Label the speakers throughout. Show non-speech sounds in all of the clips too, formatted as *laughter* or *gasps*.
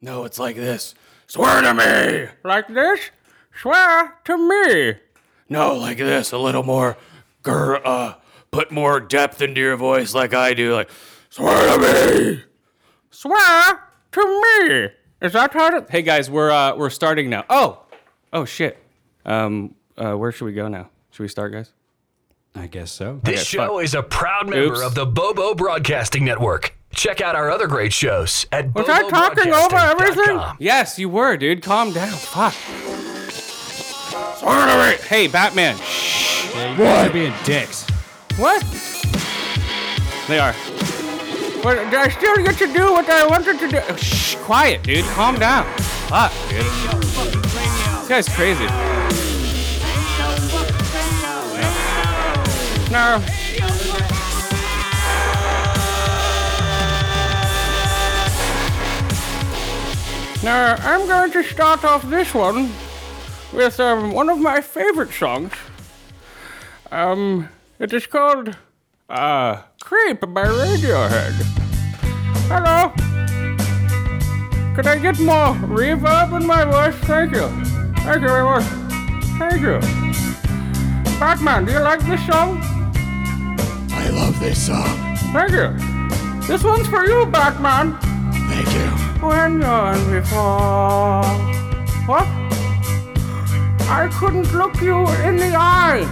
Speaker 1: No, it's like this. Swear to me.
Speaker 2: Like this? Swear to me.
Speaker 1: No, like this. A little more grr, uh, put more depth into your voice like I do. Like, swear to me.
Speaker 2: Swear to me. Is that how it? Hey guys, we're uh, we're starting now. Oh, oh shit. Um, uh, where should we go now? Should we start, guys?
Speaker 3: I guess so.
Speaker 4: This show is a proud member
Speaker 2: Oops.
Speaker 4: of the Bobo Broadcasting Network. Check out our other great shows at
Speaker 2: Was I talking over everything?
Speaker 4: bobobroadcasting.com.
Speaker 2: Yes, you were, dude. Calm down. Fuck.
Speaker 1: Swear to me.
Speaker 2: Hey, Batman. Shh.
Speaker 3: What? Being dicks.
Speaker 2: What? They are. But I still get to do what I wanted to do. Oh, Shh. Quiet, dude. Calm down. Fuck, dude. This guy's crazy. No. Now, I'm going to start off this one with um, one of my favorite songs. Um, it is called uh, Creep by Radiohead. Hello? Could I get more reverb in my voice? Thank you. Thank you very much. Thank you. Batman, do you like this song?
Speaker 1: I love this song.
Speaker 2: Thank you. This one's for you, Batman.
Speaker 1: Thank you.
Speaker 2: When gone before. What? I couldn't look you in the eye.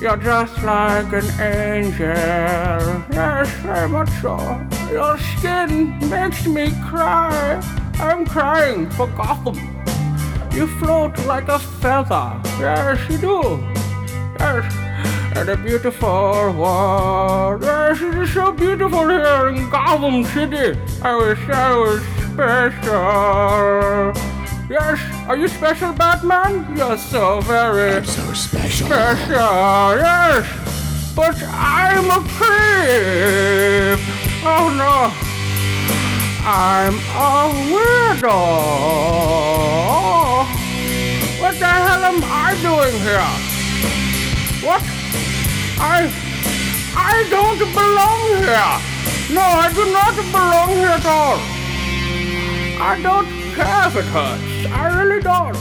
Speaker 2: You're just like an angel. Yes, very much so. Your skin makes me cry. I'm crying for Gotham. You float like a feather. Yes, you do. Yes, and a beautiful world. Yes, it is so beautiful here in Gotham City. I wish I was special. Yes, are you special, Batman? You're so very
Speaker 1: So special.
Speaker 2: special, yes. But I'm a creep. Oh no. I'm a weirdo. What the hell am I doing here? What? I I don't belong here. No, I do not belong here at all. I don't care if it hurts. I really don't.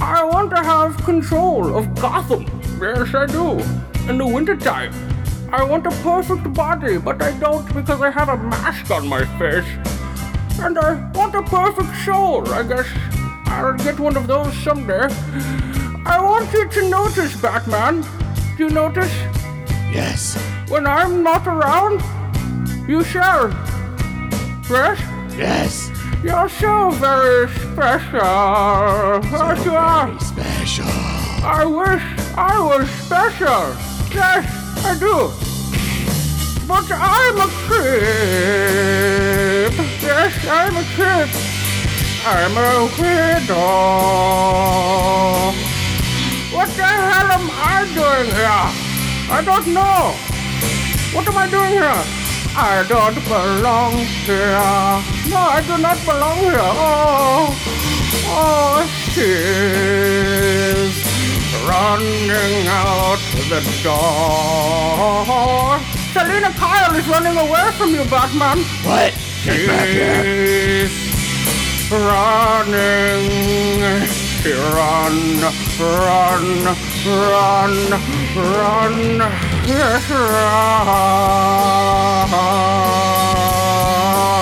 Speaker 2: I want to have control of Gotham. Yes, I do. In the wintertime. I want a perfect body, but I don't because I have a mask on my face. And I want a perfect soul. I guess I'll get one of those someday. I want you to notice, Batman. Do you notice?
Speaker 1: Yes.
Speaker 2: When I'm not around, you shall. Yes?
Speaker 1: Yes.
Speaker 2: You're so very special. Yes, you are.
Speaker 1: Special.
Speaker 2: I wish I was special. Yes, I do. But I'm a creep. Yes, I'm a creep. I'm a widow. What the hell am I doing here? I don't know. What am I doing here? I don't belong here. No, I do not belong here. Oh, oh, she's running out the door. Selena Kyle is running away from you, Batman.
Speaker 1: What? Get back here.
Speaker 2: She's running. She run, run, run, run. Yes,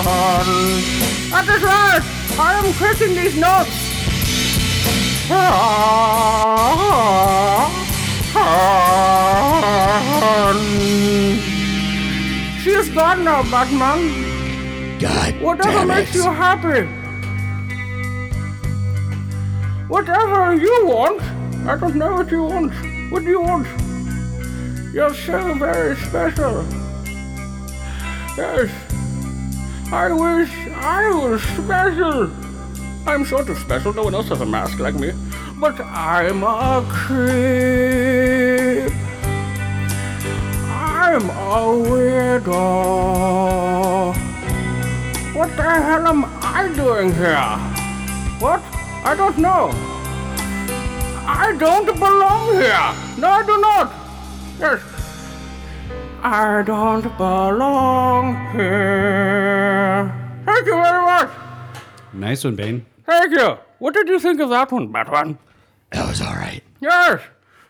Speaker 2: run. That is right. I am clicking these notes. She is gone now, Batman.
Speaker 1: God
Speaker 2: Whatever
Speaker 1: damn
Speaker 2: makes
Speaker 1: it.
Speaker 2: you happy. Whatever you want. I don't know what you want. What do you want? You're so very special. Yes. I wish I was special. I'm sort of special. No one else has a mask like me. But I'm a creep. I'm a weirdo. What the hell am I doing here? What? I don't know. I don't belong here. No, I do not. Yes. I don't belong here. Thank you very much.
Speaker 5: Nice one, Bane.
Speaker 2: Thank you. What did you think of that one, Batman?
Speaker 6: That was all right.
Speaker 2: Yes.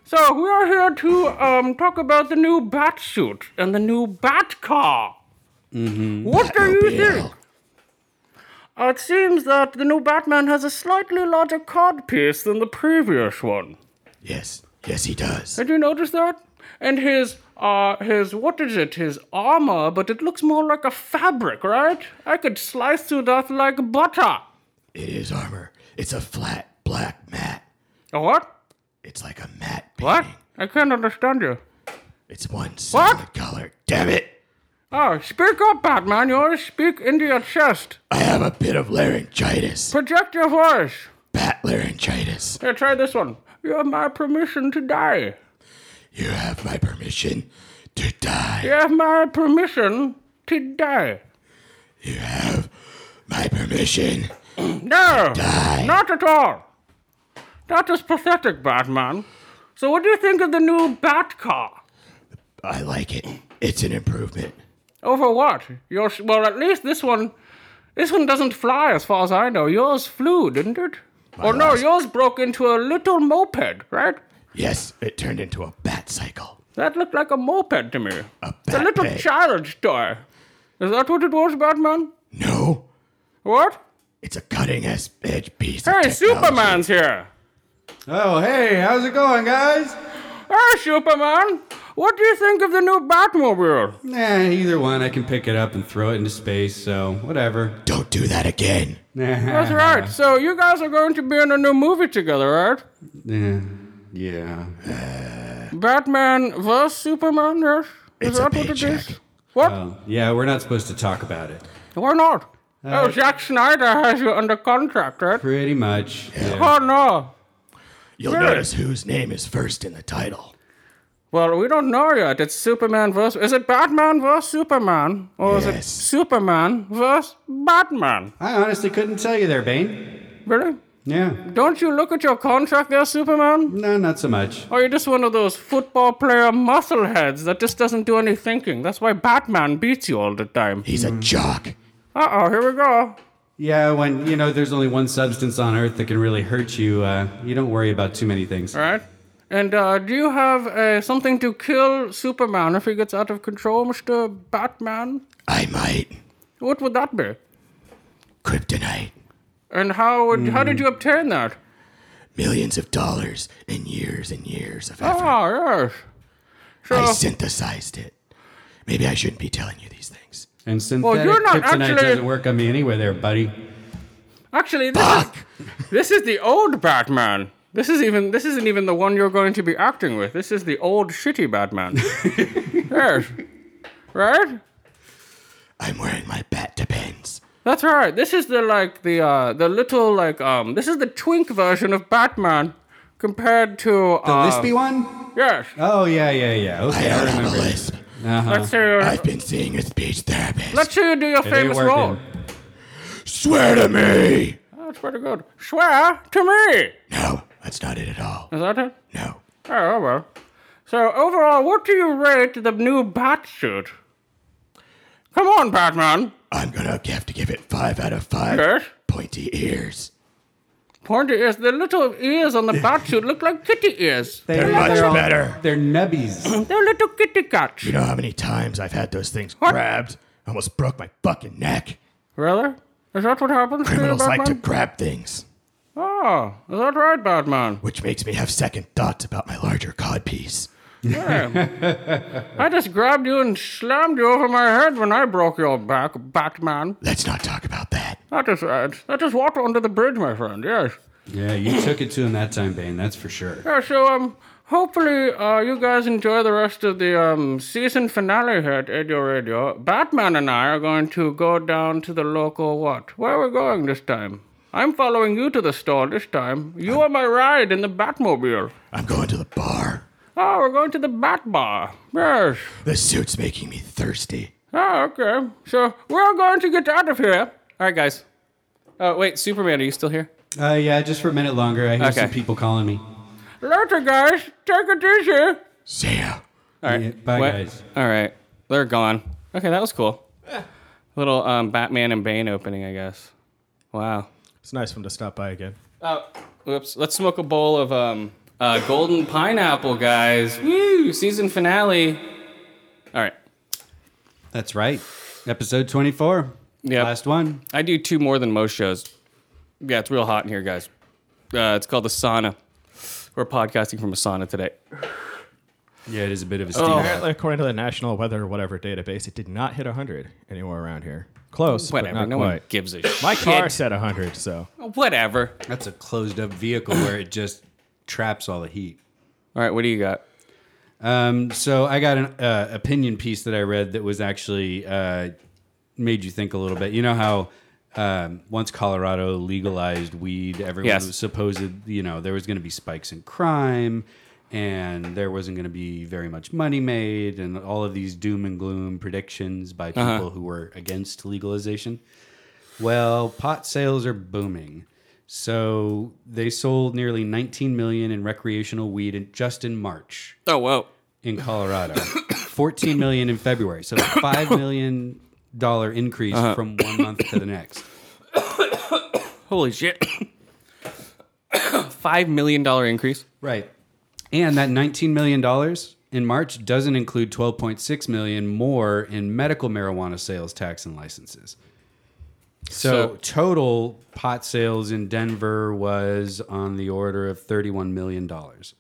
Speaker 2: So we are here to um, talk about the new bat suit and the new bat car.
Speaker 5: Mm-hmm.
Speaker 2: What do
Speaker 5: Oh,
Speaker 2: you think? Uh, It seems that the new Batman has a slightly larger card piece than the previous one.
Speaker 6: Yes. Yes, he does.
Speaker 2: Did you notice that? And his uh his what is it? His armor, but it looks more like a fabric, right? I could slice through that like butter.
Speaker 6: It is armor. It's a flat black mat.
Speaker 2: A what?
Speaker 6: It's like a matte painting.
Speaker 2: What? I can't understand you.
Speaker 6: It's one solid color. Damn it!
Speaker 2: Oh, speak up, Batman. You always speak into your chest.
Speaker 6: I have a bit of laryngitis.
Speaker 2: Project your voice.
Speaker 6: Bat laryngitis.
Speaker 2: Here, try this one. You have my permission to die.
Speaker 6: You have my permission to die.
Speaker 2: You have my permission to die.
Speaker 6: You have my permission.
Speaker 2: No, not at all. That is pathetic, Batman. So, what do you think of the new Bat car?
Speaker 6: I like it. It's an improvement.
Speaker 2: Over what? Yours? Well, at least this one, this one doesn't fly, as far as I know. Yours flew, didn't it? oh no,
Speaker 6: last-
Speaker 2: yours broke into a little moped, right?
Speaker 6: Yes, it turned into a bat cycle.
Speaker 2: That looked like a moped to me.
Speaker 6: A
Speaker 2: it's a
Speaker 6: bat
Speaker 2: little
Speaker 6: pig.
Speaker 2: child's toy. Is that what it was, Batman?
Speaker 6: No,
Speaker 2: What?
Speaker 6: it's a cutting edge piece. of
Speaker 2: Hey,
Speaker 6: technology.
Speaker 2: Superman's here.
Speaker 5: Oh, hey, how's it going, guys?
Speaker 2: Hey, Superman. What do you think of the new Batmobile?
Speaker 5: Nah, either one. I can pick it up and throw it into space, so whatever.
Speaker 6: Don't do that again.
Speaker 2: That's
Speaker 6: Uh-huh.
Speaker 2: right. So you guys are going to be in a new movie together, right?
Speaker 5: Yeah. Yeah.
Speaker 2: Batman vs Superman. Yes. Is
Speaker 6: It's a Uh,
Speaker 2: that what it is?
Speaker 6: paycheck.
Speaker 2: What?
Speaker 5: Oh, yeah, we're not supposed to talk about it.
Speaker 2: Why not? oh, Zack Snyder has you under contract, right?
Speaker 5: Pretty much. Yeah.
Speaker 2: Oh no.
Speaker 6: You'll
Speaker 2: Sure.
Speaker 6: notice whose name is first in the title.
Speaker 2: Well, we don't know yet. It's Superman versus. Is it Batman versus Superman, or is it
Speaker 6: Yes.
Speaker 2: Superman versus Batman?
Speaker 5: I honestly couldn't tell you there, Bane.
Speaker 2: Really?
Speaker 5: Yeah.
Speaker 2: Don't you look at your contract there, Superman?
Speaker 5: No, not so much.
Speaker 2: Or you're just one of those football player muscleheads that just doesn't do any thinking. That's why Batman beats you all the time.
Speaker 6: He's a jock.
Speaker 2: Uh oh, here we go.
Speaker 5: Yeah, when you know there's only one substance on Earth that can really hurt you, uh, you don't worry about too many things.
Speaker 2: All right. And uh, do you have uh, something to kill Superman if he gets out of control, Mr. Batman?
Speaker 6: I might.
Speaker 2: What would that be?
Speaker 6: Kryptonite.
Speaker 2: And how would, how did you
Speaker 5: Hmm.
Speaker 2: obtain that?
Speaker 6: Millions of dollars and years and years of effort.
Speaker 2: Ah, yes.
Speaker 6: I
Speaker 2: So,
Speaker 6: synthesized it. Maybe I shouldn't be telling you these things.
Speaker 5: And synthetic
Speaker 2: you're not
Speaker 5: kryptonite
Speaker 2: actually-
Speaker 5: doesn't work on me anyway, there, buddy.
Speaker 2: actually, this is, this is the old Batman. This is even this isn't even the one you're going to be acting with. This is the old shitty
Speaker 5: *laughs*
Speaker 2: Batman. yes, right?
Speaker 6: I'm wearing my bat depends.
Speaker 2: That's right. This is the like the uh, the little like um. This is the twink version of Batman compared to
Speaker 5: The
Speaker 2: uh,
Speaker 5: lispy one?
Speaker 2: yes.
Speaker 5: Oh yeah, yeah, yeah.
Speaker 6: I
Speaker 5: Okay,
Speaker 2: *laughs*
Speaker 5: I
Speaker 6: don't have a
Speaker 5: remember.
Speaker 6: lisp.
Speaker 2: Let's see. you-
Speaker 6: I've been seeing a speech therapist.
Speaker 2: Let's see you do your
Speaker 5: It ain't
Speaker 2: famous role.
Speaker 5: working.
Speaker 6: Swear to me!
Speaker 2: That's pretty good. Swear to me.
Speaker 6: No, that's not it at all.
Speaker 2: Is that it?
Speaker 6: No.
Speaker 2: Oh, oh well. So overall, what do you rate the new bat suit? Come on, Batman.
Speaker 6: I'm gonna have to give it five out of five
Speaker 2: Yes.
Speaker 6: pointy ears.
Speaker 2: Pointy ears. The little ears on the bat suit look like kitty ears.
Speaker 5: They,
Speaker 6: They're much better.
Speaker 5: They're nubbies.
Speaker 2: They're little kitty cats.
Speaker 6: You know how many times I've had those things
Speaker 2: What?
Speaker 6: grabbed? Almost broke my fucking neck.
Speaker 2: Really? Is that what happens to you,
Speaker 6: Criminals
Speaker 2: Batman?
Speaker 6: like to grab things,
Speaker 2: Oh, is that right, Batman?
Speaker 6: which makes me have second thoughts about my larger codpiece. *laughs*
Speaker 2: I just grabbed you and slammed you over my head when I broke your back, Batman.
Speaker 6: Let's not talk about that.
Speaker 2: That is right. That is water under the bridge, my friend. Yes. *clears throat*
Speaker 5: Yeah, you took it to him that time, Bane. That's for sure.
Speaker 2: Yeah, so um, hopefully uh, you guys enjoy the rest of the um season finale here at Edo Radio. Batman and I are going to go down to the local what? Where are we going this time? I'm following you to the store this time. You are my ride in the Batmobile.
Speaker 6: I'm going to the bar.
Speaker 2: Oh, we're going to the Bat Bar. Yes.
Speaker 6: The suit's making me thirsty.
Speaker 2: Oh, okay. So we're all going to get out of here. All right, guys. Oh, wait, Superman, are you still here?
Speaker 5: Uh, yeah, just for a minute longer. I hear
Speaker 2: Okay.
Speaker 5: some people calling me.
Speaker 2: Later, guys. Take it easy.
Speaker 6: See ya.
Speaker 5: Yeah, bye,
Speaker 2: What?
Speaker 5: guys.
Speaker 2: All right. They're gone. Okay, that was cool.
Speaker 6: Eh.
Speaker 2: Little um, Batman and Bane opening, I guess. Wow.
Speaker 6: It's nice of him to stop by again.
Speaker 2: Oh, whoops. Let's smoke a bowl of um, uh, golden pineapple, guys. Woo! Season finale. All right.
Speaker 5: That's right. Episode 24.
Speaker 2: Yep.
Speaker 5: Last one.
Speaker 2: I do two more than most shows. Yeah, it's real hot in here, guys. Uh, it's called the sauna. We're podcasting from a sauna today.
Speaker 5: Yeah, it is a bit of a
Speaker 2: Oh.
Speaker 5: steam.
Speaker 6: Apparently, according to the National Weather or whatever database, it did not hit 100 anywhere around here. Close,
Speaker 2: Whatever.
Speaker 6: but not
Speaker 2: no one
Speaker 6: quite.
Speaker 2: gives a shit.
Speaker 6: My car said 100, so
Speaker 2: Whatever.
Speaker 5: That's a closed up vehicle where it just traps all the heat.
Speaker 2: All right. What do you got?
Speaker 5: Um, so I got an uh, opinion piece that I read that was actually uh, made you think a little bit. You know how um, once Colorado legalized weed, everyone
Speaker 2: Yes.
Speaker 5: was supposed, you know, there was going to be spikes in crime and there wasn't going to be very much money made and all of these doom and gloom predictions by people who were against legalization. Well, pot sales are booming. So they sold nearly 19 million in recreational weed in, just in March
Speaker 2: Oh, whoa.
Speaker 5: in Colorado, 14 million in February. So *coughs* a five million dollar increase
Speaker 2: Uh-huh.
Speaker 5: from one month to the next.
Speaker 2: Holy shit. *coughs* $5 million dollar increase.
Speaker 5: Right. And that 19 million dollars in March doesn't include 12.6 million more in medical marijuana sales tax and licenses. So,
Speaker 2: So-
Speaker 5: total pot sales in Denver was on the order of 31 million dollars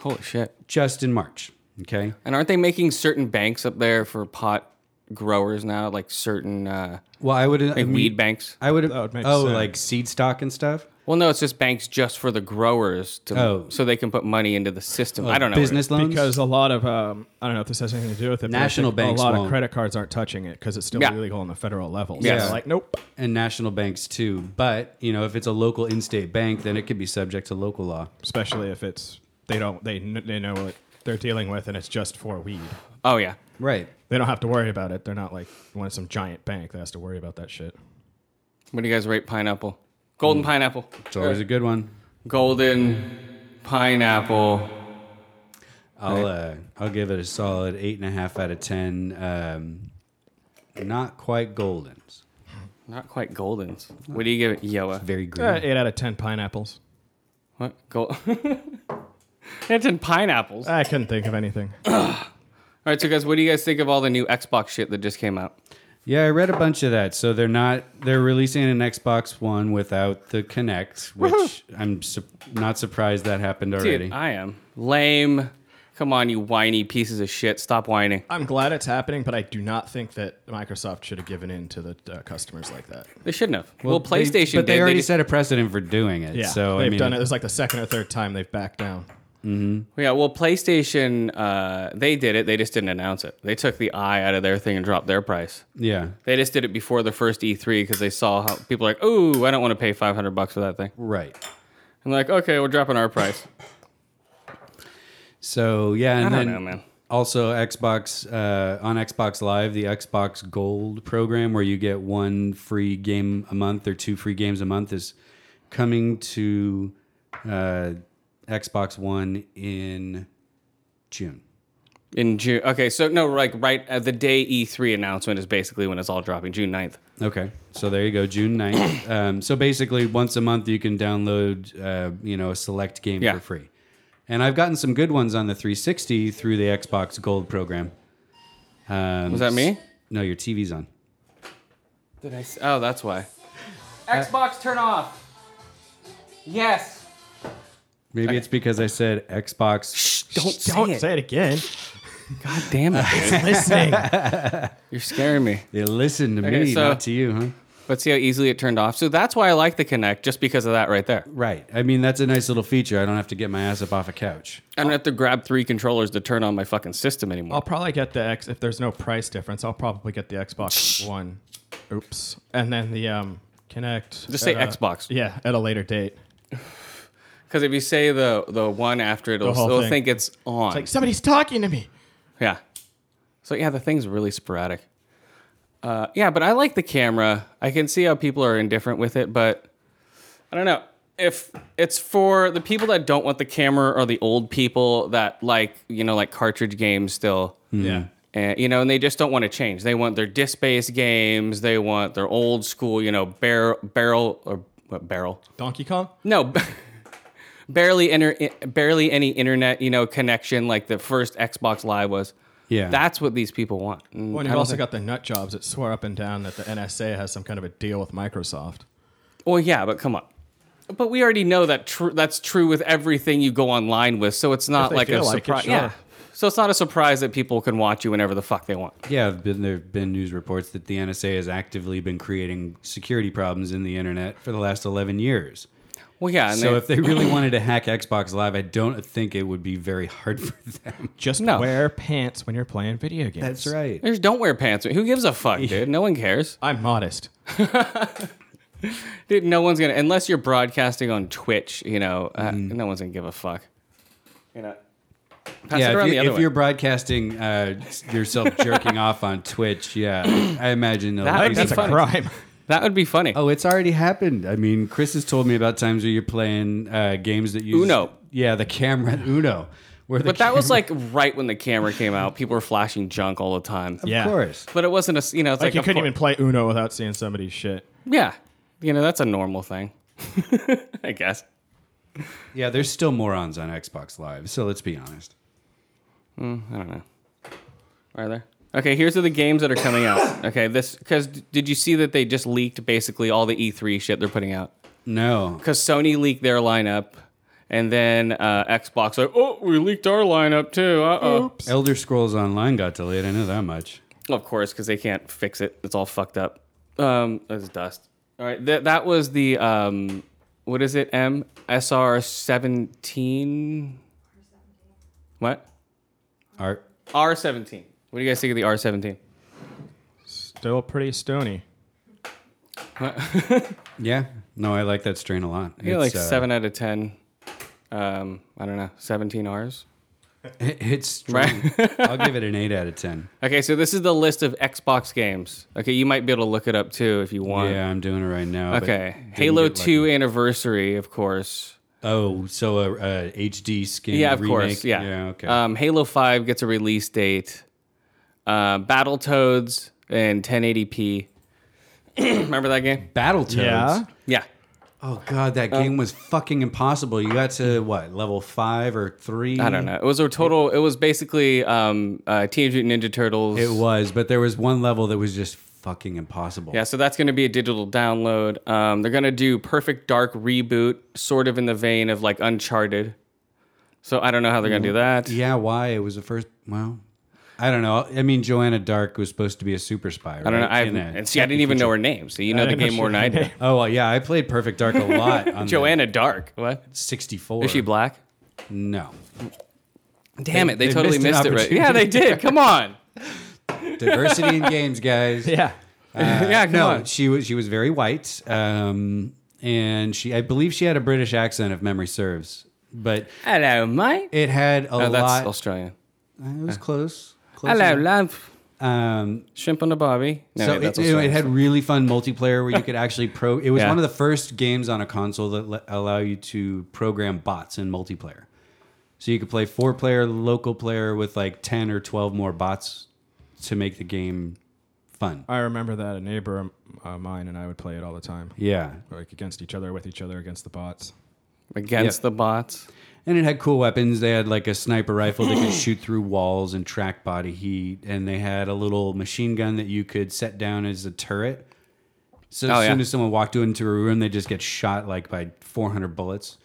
Speaker 2: Holy shit.
Speaker 5: just in March, okay?
Speaker 2: And aren't they making certain banks up there for pot growers now? Like certain uh,
Speaker 5: Well, I would
Speaker 2: like weed banks?
Speaker 5: I would,
Speaker 6: would make
Speaker 5: oh,
Speaker 6: sense.
Speaker 5: like seed stock and stuff.
Speaker 2: Well, no, it's just banks just for the growers to,
Speaker 5: Oh.
Speaker 2: so they can put money into the system. I don't know.
Speaker 5: Business loans
Speaker 6: because a lot of um, I don't know if this has anything to do with it. but I
Speaker 5: National
Speaker 6: think
Speaker 5: banks
Speaker 6: a lot of
Speaker 5: won't.
Speaker 6: credit cards aren't touching it because it's still
Speaker 2: Yeah.
Speaker 6: illegal on the federal level. So
Speaker 2: Yes.
Speaker 6: they're like nope.
Speaker 5: and national banks too. But you know, if it's a local in-state bank, then it could be subject to local law.
Speaker 6: Especially if it's they don't they kn- they know what they're dealing with and it's just for weed.
Speaker 2: Oh yeah.
Speaker 5: Right.
Speaker 6: They don't have to worry about it. They're not like one of some giant bank that has to worry about that shit.
Speaker 2: What do you guys rate pineapple? Golden
Speaker 5: Hmm.
Speaker 2: pineapple.
Speaker 5: It's always a good one.
Speaker 2: Golden pineapple.
Speaker 5: I'll uh, I'll give it a solid eight and a half out of ten. Um, not quite goldens.
Speaker 2: Not quite goldens. What do you give it? Yoa.
Speaker 5: Very green.
Speaker 6: Uh, eight out of ten pineapples.
Speaker 2: What? Gold. *laughs* it's in pineapples. All
Speaker 6: I couldn't think of anything.
Speaker 2: right, so guys, what do you guys think of all the new Xbox shit that just came out?
Speaker 5: Yeah, I read a bunch of that. So they're not they're releasing an Xbox One without the Kinect, which I'm su- not surprised that happened already.
Speaker 2: Dude, I am lame. Come on, you whiny pieces of shit. Stop whining.
Speaker 6: I'm glad it's happening, but I do not think that Microsoft should have given in to the uh, customers like that.
Speaker 2: They shouldn't have. Well,
Speaker 5: They-
Speaker 2: PlayStation did.
Speaker 5: but they already
Speaker 2: just-
Speaker 5: set a precedent for doing it.
Speaker 6: Yeah,
Speaker 5: so
Speaker 6: they've
Speaker 5: I mean,
Speaker 6: done it. It's like the second or third time they've backed down.
Speaker 2: Yeah, well, PlayStation, uh, they did it. They just didn't announce it. They took the eye out of their thing and dropped their price.
Speaker 5: Yeah,
Speaker 2: They just did it before the first E3 because they saw how people are like, "Ooh, I don't want to pay 500 bucks for that thing."
Speaker 5: right.
Speaker 2: I'm like, "Okay, we're dropping our price."
Speaker 5: So yeah, and
Speaker 2: I don't
Speaker 5: then
Speaker 2: know, man.
Speaker 5: also Xbox uh, on Xbox Live, the Xbox Gold program where you get one free game a month or two free games a month is coming to uh, Xbox One in June.
Speaker 2: In June, okay, so no, like right at the day E3 announcement is basically when it's all dropping, June 9th.
Speaker 5: Okay, so there you go, June 9th. *coughs* um, so basically, once a month you can download, uh, you know, a select game
Speaker 2: Yeah.
Speaker 5: for free. And I've gotten some good ones on the 360 through the Xbox Gold program. Um,
Speaker 2: Was that me?
Speaker 5: No, your TV's on.
Speaker 2: Did I? s- Oh, that's why. *laughs* Xbox, turn off. Yes.
Speaker 5: Maybe it's because I said Xbox.
Speaker 2: Don't say
Speaker 6: Don't
Speaker 2: it.
Speaker 6: say it again.
Speaker 2: God damn it!
Speaker 6: *laughs*
Speaker 2: *laughs* dude.
Speaker 6: Listening.
Speaker 2: You're scaring me.
Speaker 5: They listen to
Speaker 2: Okay,
Speaker 5: me,
Speaker 2: so-
Speaker 5: not to you, huh?
Speaker 2: But see how easily it turned off. So that's why I like the Kinect, just because of that right there.
Speaker 5: Right. I mean, that's a nice little feature. I don't have to get my ass up off a couch.
Speaker 2: I don't have to grab three controllers to turn on my fucking system anymore.
Speaker 6: I'll probably get the X if there's no price difference. I'll probably get the Xbox One. Oops, and then the um Connect.
Speaker 2: Just say Xbox.
Speaker 6: Yeah, at a later date.
Speaker 2: Because if you say the the one after it, it'll,
Speaker 6: whole
Speaker 2: it'll
Speaker 6: thing.
Speaker 2: think it's on.
Speaker 6: Like somebody's talking to me.
Speaker 2: yeah. So yeah, the thing's really sporadic. Uh, yeah, but I like the camera. I can see how people are indifferent with it, but I don't know if it's for the people that don't want the camera or the old people that like you know like cartridge games still.
Speaker 6: Yeah.
Speaker 2: And, you know, and they just don't want to change. They want their disc-based games. They want their old school, you know, barrel, barrel or what barrel?
Speaker 6: Donkey Kong?
Speaker 2: No, barely inter- barely any internet, you know, connection like the first Xbox Live was.
Speaker 5: Yeah.
Speaker 2: that's what these people want. And
Speaker 6: Well, and
Speaker 2: I
Speaker 6: you've
Speaker 2: don't
Speaker 6: also
Speaker 2: think-
Speaker 6: got the nut jobs that swear up and down that the NSA has some kind of a deal with Microsoft.
Speaker 2: Well, yeah, but come on. But we already know that tr- that's true with everything you go online with, so it's not
Speaker 6: they
Speaker 2: like a
Speaker 6: feel like it,
Speaker 2: surprise.
Speaker 6: sure.
Speaker 2: Yeah. So it's not a surprise that people can watch you whenever the fuck they want.
Speaker 5: Yeah, there've been, there have been news reports that the NSA has actively been creating security problems in the internet for the last 11 years.
Speaker 2: Well, yeah. And
Speaker 5: So
Speaker 2: they-
Speaker 5: if they really wanted to hack Xbox Live, I don't think it would be very hard *laughs* for them.
Speaker 6: Just
Speaker 2: No.
Speaker 6: wear pants when you're playing video games.
Speaker 5: right.
Speaker 2: there's don't wear pants. Who gives a fuck, dude? No one cares.
Speaker 6: I'm modest.
Speaker 2: Dude, no one's gonna unless you're broadcasting on Twitch. You know, uh,
Speaker 5: Mm-hmm.
Speaker 2: no one's gonna give a fuck. You know, pass it
Speaker 5: Yeah,
Speaker 2: around
Speaker 5: if,
Speaker 2: the
Speaker 5: you,
Speaker 2: other
Speaker 5: if
Speaker 2: way.
Speaker 5: you're broadcasting uh, yourself jerking
Speaker 2: *laughs*
Speaker 5: off on Twitch, yeah, I imagine they'll
Speaker 2: That would
Speaker 5: be
Speaker 2: be
Speaker 6: That's
Speaker 5: some-
Speaker 2: funny.
Speaker 6: a *laughs* crime.
Speaker 2: That would be funny.
Speaker 5: Oh, it's already happened. I mean, Chris has told me about times where you're playing uh, games that use
Speaker 2: Uno.
Speaker 5: Yeah, the camera *laughs* Uno. Where the
Speaker 2: but that was
Speaker 5: camera-
Speaker 2: like right when the camera came out. People were flashing junk all the time.
Speaker 6: Yeah.
Speaker 5: of course.
Speaker 2: But it wasn't a s- you know it's like,
Speaker 6: Like, you
Speaker 2: of
Speaker 6: couldn't
Speaker 2: cour-
Speaker 6: even play Uno without seeing somebody's shit.
Speaker 2: Yeah. You know, that's a normal thing. *laughs* I guess.
Speaker 5: Yeah, there's still morons on Xbox Live. So let's be honest.
Speaker 2: I don't know. Are there? Okay, here's the games that are coming out. Okay, this because did you see that they just leaked basically all the E3 shit they're putting out?
Speaker 5: No,
Speaker 2: Because Sony leaked their lineup, and then uh, Xbox like, oh, we leaked our lineup too. Uh oh.
Speaker 5: Elder Scrolls Online got delayed. I know that much.
Speaker 2: Of course, because they can't fix it. It's all fucked up. Um, it's dust. All right, that that was the um, what is it? M S R seventeen. What?
Speaker 5: Art.
Speaker 2: R seventeen. What do you guys think of the R seventeen?
Speaker 6: Still pretty stony.
Speaker 5: Yeah. No, I like that strain a lot.
Speaker 2: Yeah, like
Speaker 5: It's, uh,
Speaker 2: seven out of ten. Um, I don't know, seventeen R's.
Speaker 5: *laughs* it-
Speaker 2: *laughs*
Speaker 5: It's strong. I'll give it an eight out of ten.
Speaker 2: Okay, so this is the list of Xbox games. Okay, you might be able to look it up too if you want.
Speaker 5: Yeah, I'm doing it right now. but
Speaker 2: Okay,
Speaker 5: didn't
Speaker 2: Halo
Speaker 5: get
Speaker 2: Two
Speaker 5: lucky.
Speaker 2: anniversary, of course.
Speaker 5: Oh, so a, a HD skin.
Speaker 2: Yeah, of
Speaker 5: remake?
Speaker 2: course. Yeah.
Speaker 5: Yeah. Okay.
Speaker 2: Um, Halo Five gets a release date. Uh, Battletoads and 1080p. *clears throat* Remember that game?
Speaker 5: Battletoads.
Speaker 6: Yeah.
Speaker 2: Yeah.
Speaker 5: Oh god, that game was fucking impossible. You got to what level five or three?
Speaker 2: I don't know. It was a total. It was basically um, uh, Teenage Mutant Ninja Turtles.
Speaker 5: It was, but there was one level that was just fucking impossible.
Speaker 2: Yeah, so that's going to be a digital download. Um, they're going to do Perfect Dark reboot, sort of in the vein of like Uncharted. So I don't know how they're going to do that.
Speaker 5: Yeah. Why? It was the first. Well, I don't know. I mean, Joanna Dark was supposed to be a super spy. Right?
Speaker 2: I don't know. I,
Speaker 5: In a-
Speaker 2: and see, I didn't even know her name, so you know the
Speaker 6: didn't know
Speaker 2: game more
Speaker 6: she
Speaker 2: than *laughs* I
Speaker 6: had a
Speaker 2: do.
Speaker 6: name.
Speaker 5: Oh well, yeah, I played Perfect
Speaker 2: *laughs*
Speaker 5: Dark a lot. On
Speaker 2: Joanna Dark. What?
Speaker 5: sixty four.
Speaker 2: Is she black?
Speaker 5: No.
Speaker 2: Damn it, they,
Speaker 5: they
Speaker 2: totally
Speaker 5: missed
Speaker 2: missed,
Speaker 5: an
Speaker 2: it right. Yeah, they did. *laughs* Come on. *laughs*
Speaker 5: Diversity in games, guys. Uh,
Speaker 6: Yeah.
Speaker 2: yeah, come
Speaker 5: no,
Speaker 2: on.
Speaker 5: she was she was very white, um, and she I believe she had a British accent, if memory serves. But
Speaker 2: Hello, mate.
Speaker 5: it had a
Speaker 2: Oh, that's
Speaker 5: lot.
Speaker 2: Australian.
Speaker 5: It was close. close
Speaker 2: Hello,
Speaker 5: enough.
Speaker 2: love.
Speaker 5: Um,
Speaker 2: Shrimp on the Barbie. No,
Speaker 5: so
Speaker 2: wait,
Speaker 5: it,
Speaker 2: that's
Speaker 5: you know, it
Speaker 2: Australian.
Speaker 5: had really fun multiplayer where you could actually pro. It was
Speaker 2: Yeah.
Speaker 5: one of the first games on a console that le- allow you to program bots in multiplayer. So you could play four player, local player with like ten or twelve more bots to make the game fun.
Speaker 2: Uh,
Speaker 6: I remember that a neighbor of uh, mine and I would play it all the time.
Speaker 5: Yeah,
Speaker 6: Like against each other, with each other, against the bots.
Speaker 2: against
Speaker 5: Yep.
Speaker 2: the bots.
Speaker 5: And it had cool weapons. They had like a sniper rifle that
Speaker 2: *clears throat*
Speaker 5: could shoot through walls and track body heat. And they had a little machine gun that you could set down as a turret. So
Speaker 2: Oh,
Speaker 5: as soon
Speaker 2: yeah.
Speaker 5: as someone walked into a room, they just get shot like by 400 bullets.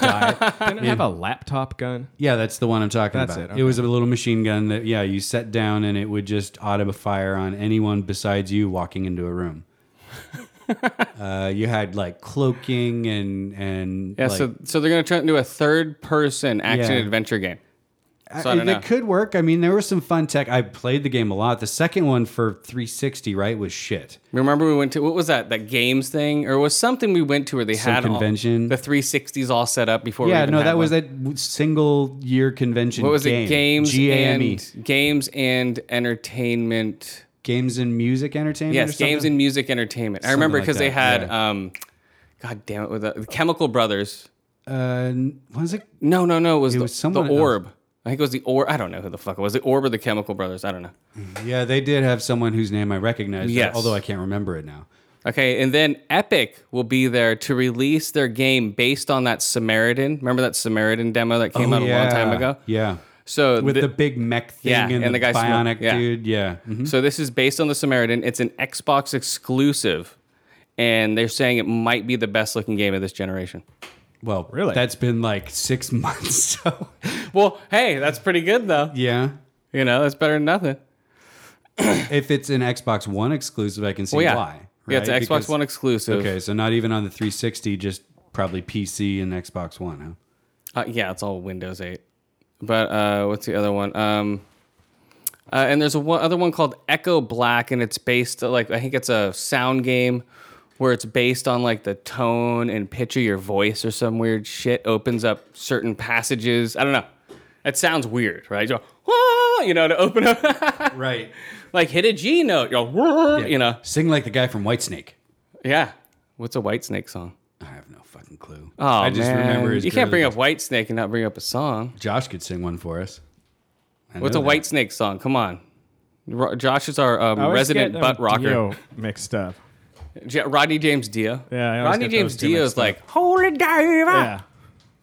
Speaker 2: *laughs*
Speaker 5: die.
Speaker 6: Didn't it have a laptop gun?
Speaker 5: Yeah, that's the one I'm talking
Speaker 6: That's
Speaker 5: about.
Speaker 6: it, okay.
Speaker 5: was a little machine gun that, yeah, you set down and it would just auto fire on anyone besides you walking into
Speaker 6: *laughs*
Speaker 5: a room. uh, you had like cloaking and, and
Speaker 2: Yeah,
Speaker 5: like,
Speaker 2: so so they're gonna turn it into a third person action
Speaker 5: Yeah.
Speaker 2: adventure game. So I,
Speaker 5: It
Speaker 2: don't know.
Speaker 5: could work. I mean, there was some fun tech. I played the game a lot. The second one for 360, right, was shit.
Speaker 2: Remember we went to what was that? That games thing or was something we went to where they
Speaker 5: Some
Speaker 2: had all-
Speaker 5: convention.
Speaker 2: the 360s all set up before. we
Speaker 5: yeah,
Speaker 2: even
Speaker 5: no,
Speaker 2: had
Speaker 5: that was
Speaker 2: one.
Speaker 5: that w- single year convention.
Speaker 2: What was
Speaker 5: game.
Speaker 2: it? Games
Speaker 5: GAME,
Speaker 2: and games and entertainment.
Speaker 5: games and music entertainment. or
Speaker 2: Yes, games
Speaker 5: something?
Speaker 2: and music entertainment. I remember
Speaker 5: like
Speaker 2: because they
Speaker 5: that,
Speaker 2: had. um God damn it! With the, the Chemical Brothers.
Speaker 5: Uh, n- what was it?
Speaker 2: No, no, no. It was,
Speaker 5: It
Speaker 2: the,
Speaker 5: was someone
Speaker 2: the orb.
Speaker 5: else.
Speaker 2: I think it was the Orb. I don't know who the fuck it was. The Orb or the Chemical Brothers. I don't know.
Speaker 5: Yeah, they did have someone whose name I recognized,
Speaker 2: Yes.
Speaker 5: although I can't remember it now.
Speaker 2: Okay, and then Epic will be there to release their game based on that Samaritan. Remember that Samaritan demo that came out a long time ago?
Speaker 5: Oh, Yeah.
Speaker 2: So
Speaker 5: With
Speaker 2: thi-
Speaker 5: the, big mech thing
Speaker 2: Yeah,
Speaker 5: and, the,
Speaker 2: guy smoke-
Speaker 5: bionic
Speaker 2: yeah. Mm-hmm.
Speaker 5: dude. Yeah. Mhm.
Speaker 2: So this is based on the Samaritan. It's an Xbox exclusive, and they're saying it might be the best looking game of this generation.
Speaker 5: Well,
Speaker 6: Really?
Speaker 5: That's been like six *laughs* months. So,
Speaker 2: Well, hey, that's pretty good though.
Speaker 5: yeah.
Speaker 2: You know, that's better than nothing.
Speaker 5: If it's an Xbox One exclusive, I can see
Speaker 2: Well, yeah,
Speaker 5: why.
Speaker 2: yeah, it's an
Speaker 5: right?
Speaker 2: Xbox
Speaker 5: Because-
Speaker 2: One exclusive.
Speaker 5: Okay, so not even on the 360, just probably PC and Xbox One, huh?
Speaker 2: Uh, yeah, it's all Windows 8. But uh, what's the other one? Um, uh, and there's a one, other one called Echo Black, and it's based uh, like I think it's a sound game where it's based on like the tone and pitch of your voice or some weird shit. Opens up certain passages. I don't know. That sounds weird, right? You go, "Whoa," you know, to open up, *laughs*
Speaker 5: Right.
Speaker 2: like hit a G note. You go, "Whoa," you know,
Speaker 5: Sing like the guy from Whitesnake.
Speaker 2: yeah. What's a White Snake song?
Speaker 5: I have no fucking clue.
Speaker 2: Oh
Speaker 5: I just
Speaker 2: man,
Speaker 5: remember his
Speaker 2: you can't
Speaker 5: girly
Speaker 2: bring up White Snake and not bring up a song.
Speaker 5: Josh could sing one for us. I
Speaker 2: What's
Speaker 5: know
Speaker 2: a
Speaker 5: that.
Speaker 2: White Snake song? Come on. Ro- Josh is our um,
Speaker 6: I always
Speaker 2: resident
Speaker 6: get, um,
Speaker 2: butt rocker.
Speaker 6: Dio mixed up.
Speaker 2: J- Rodney James Dio.
Speaker 6: Yeah, I always
Speaker 2: Rodney
Speaker 6: get
Speaker 2: James
Speaker 6: those two
Speaker 2: Dio
Speaker 6: mixed
Speaker 2: is
Speaker 6: up.
Speaker 2: like, Holy Diver.
Speaker 6: Yeah. Oh.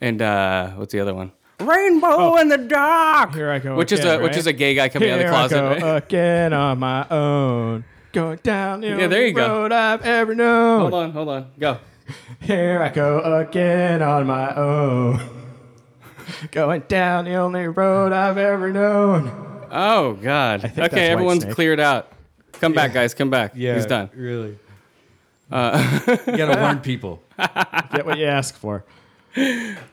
Speaker 2: And uh, what's the other one? Rainbow in the Dark.
Speaker 6: Here I go
Speaker 2: Which is a
Speaker 6: again,
Speaker 2: which
Speaker 6: right?
Speaker 2: is a gay guy coming out of
Speaker 6: Here
Speaker 2: the closet.
Speaker 6: I
Speaker 2: right?
Speaker 6: go uh, again on my own. Going down the
Speaker 2: Yeah, there you
Speaker 6: only
Speaker 2: go.
Speaker 6: road I've ever known.
Speaker 2: Hold on, hold on. Go.
Speaker 6: Here I go again on my own. *laughs* Going down the only road I've ever known.
Speaker 2: Oh God.
Speaker 6: think that's
Speaker 2: Okay, everyone's
Speaker 6: Whitesnake.
Speaker 2: cleared out. Come back, guys. Come back.
Speaker 5: Yeah,
Speaker 2: He's done.
Speaker 5: Really.
Speaker 2: *laughs*
Speaker 5: you gotta warn people.
Speaker 6: Get what you ask for.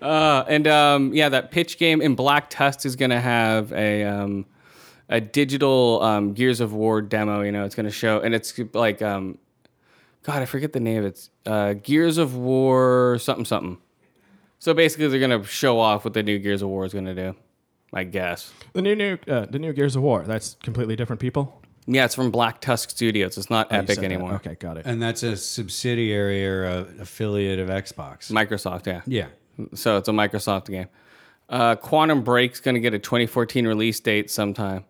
Speaker 2: Uh, and um, yeah, that pitch game in Black Tusk is going to have a um, a digital um, Gears of War demo. You know, it's going to show, and it's like, um, God, I forget the name of it. It's, Uh, Gears of War something something. So basically, they're going to show off what the new Gears of War is going to do. I guess.
Speaker 6: The new new uh, the new Gears of War. That's completely different people.
Speaker 2: Yeah, it's from Black Tusk Studios. It's not
Speaker 6: Oh, You
Speaker 2: Epic
Speaker 6: said that.
Speaker 2: anymore.
Speaker 6: Okay, got it.
Speaker 5: And that's a subsidiary or a affiliate of Xbox.
Speaker 2: Microsoft, yeah.
Speaker 5: yeah.
Speaker 2: So it's a Microsoft game. Uh, Quantum Break's going to get a 2014 release date sometime.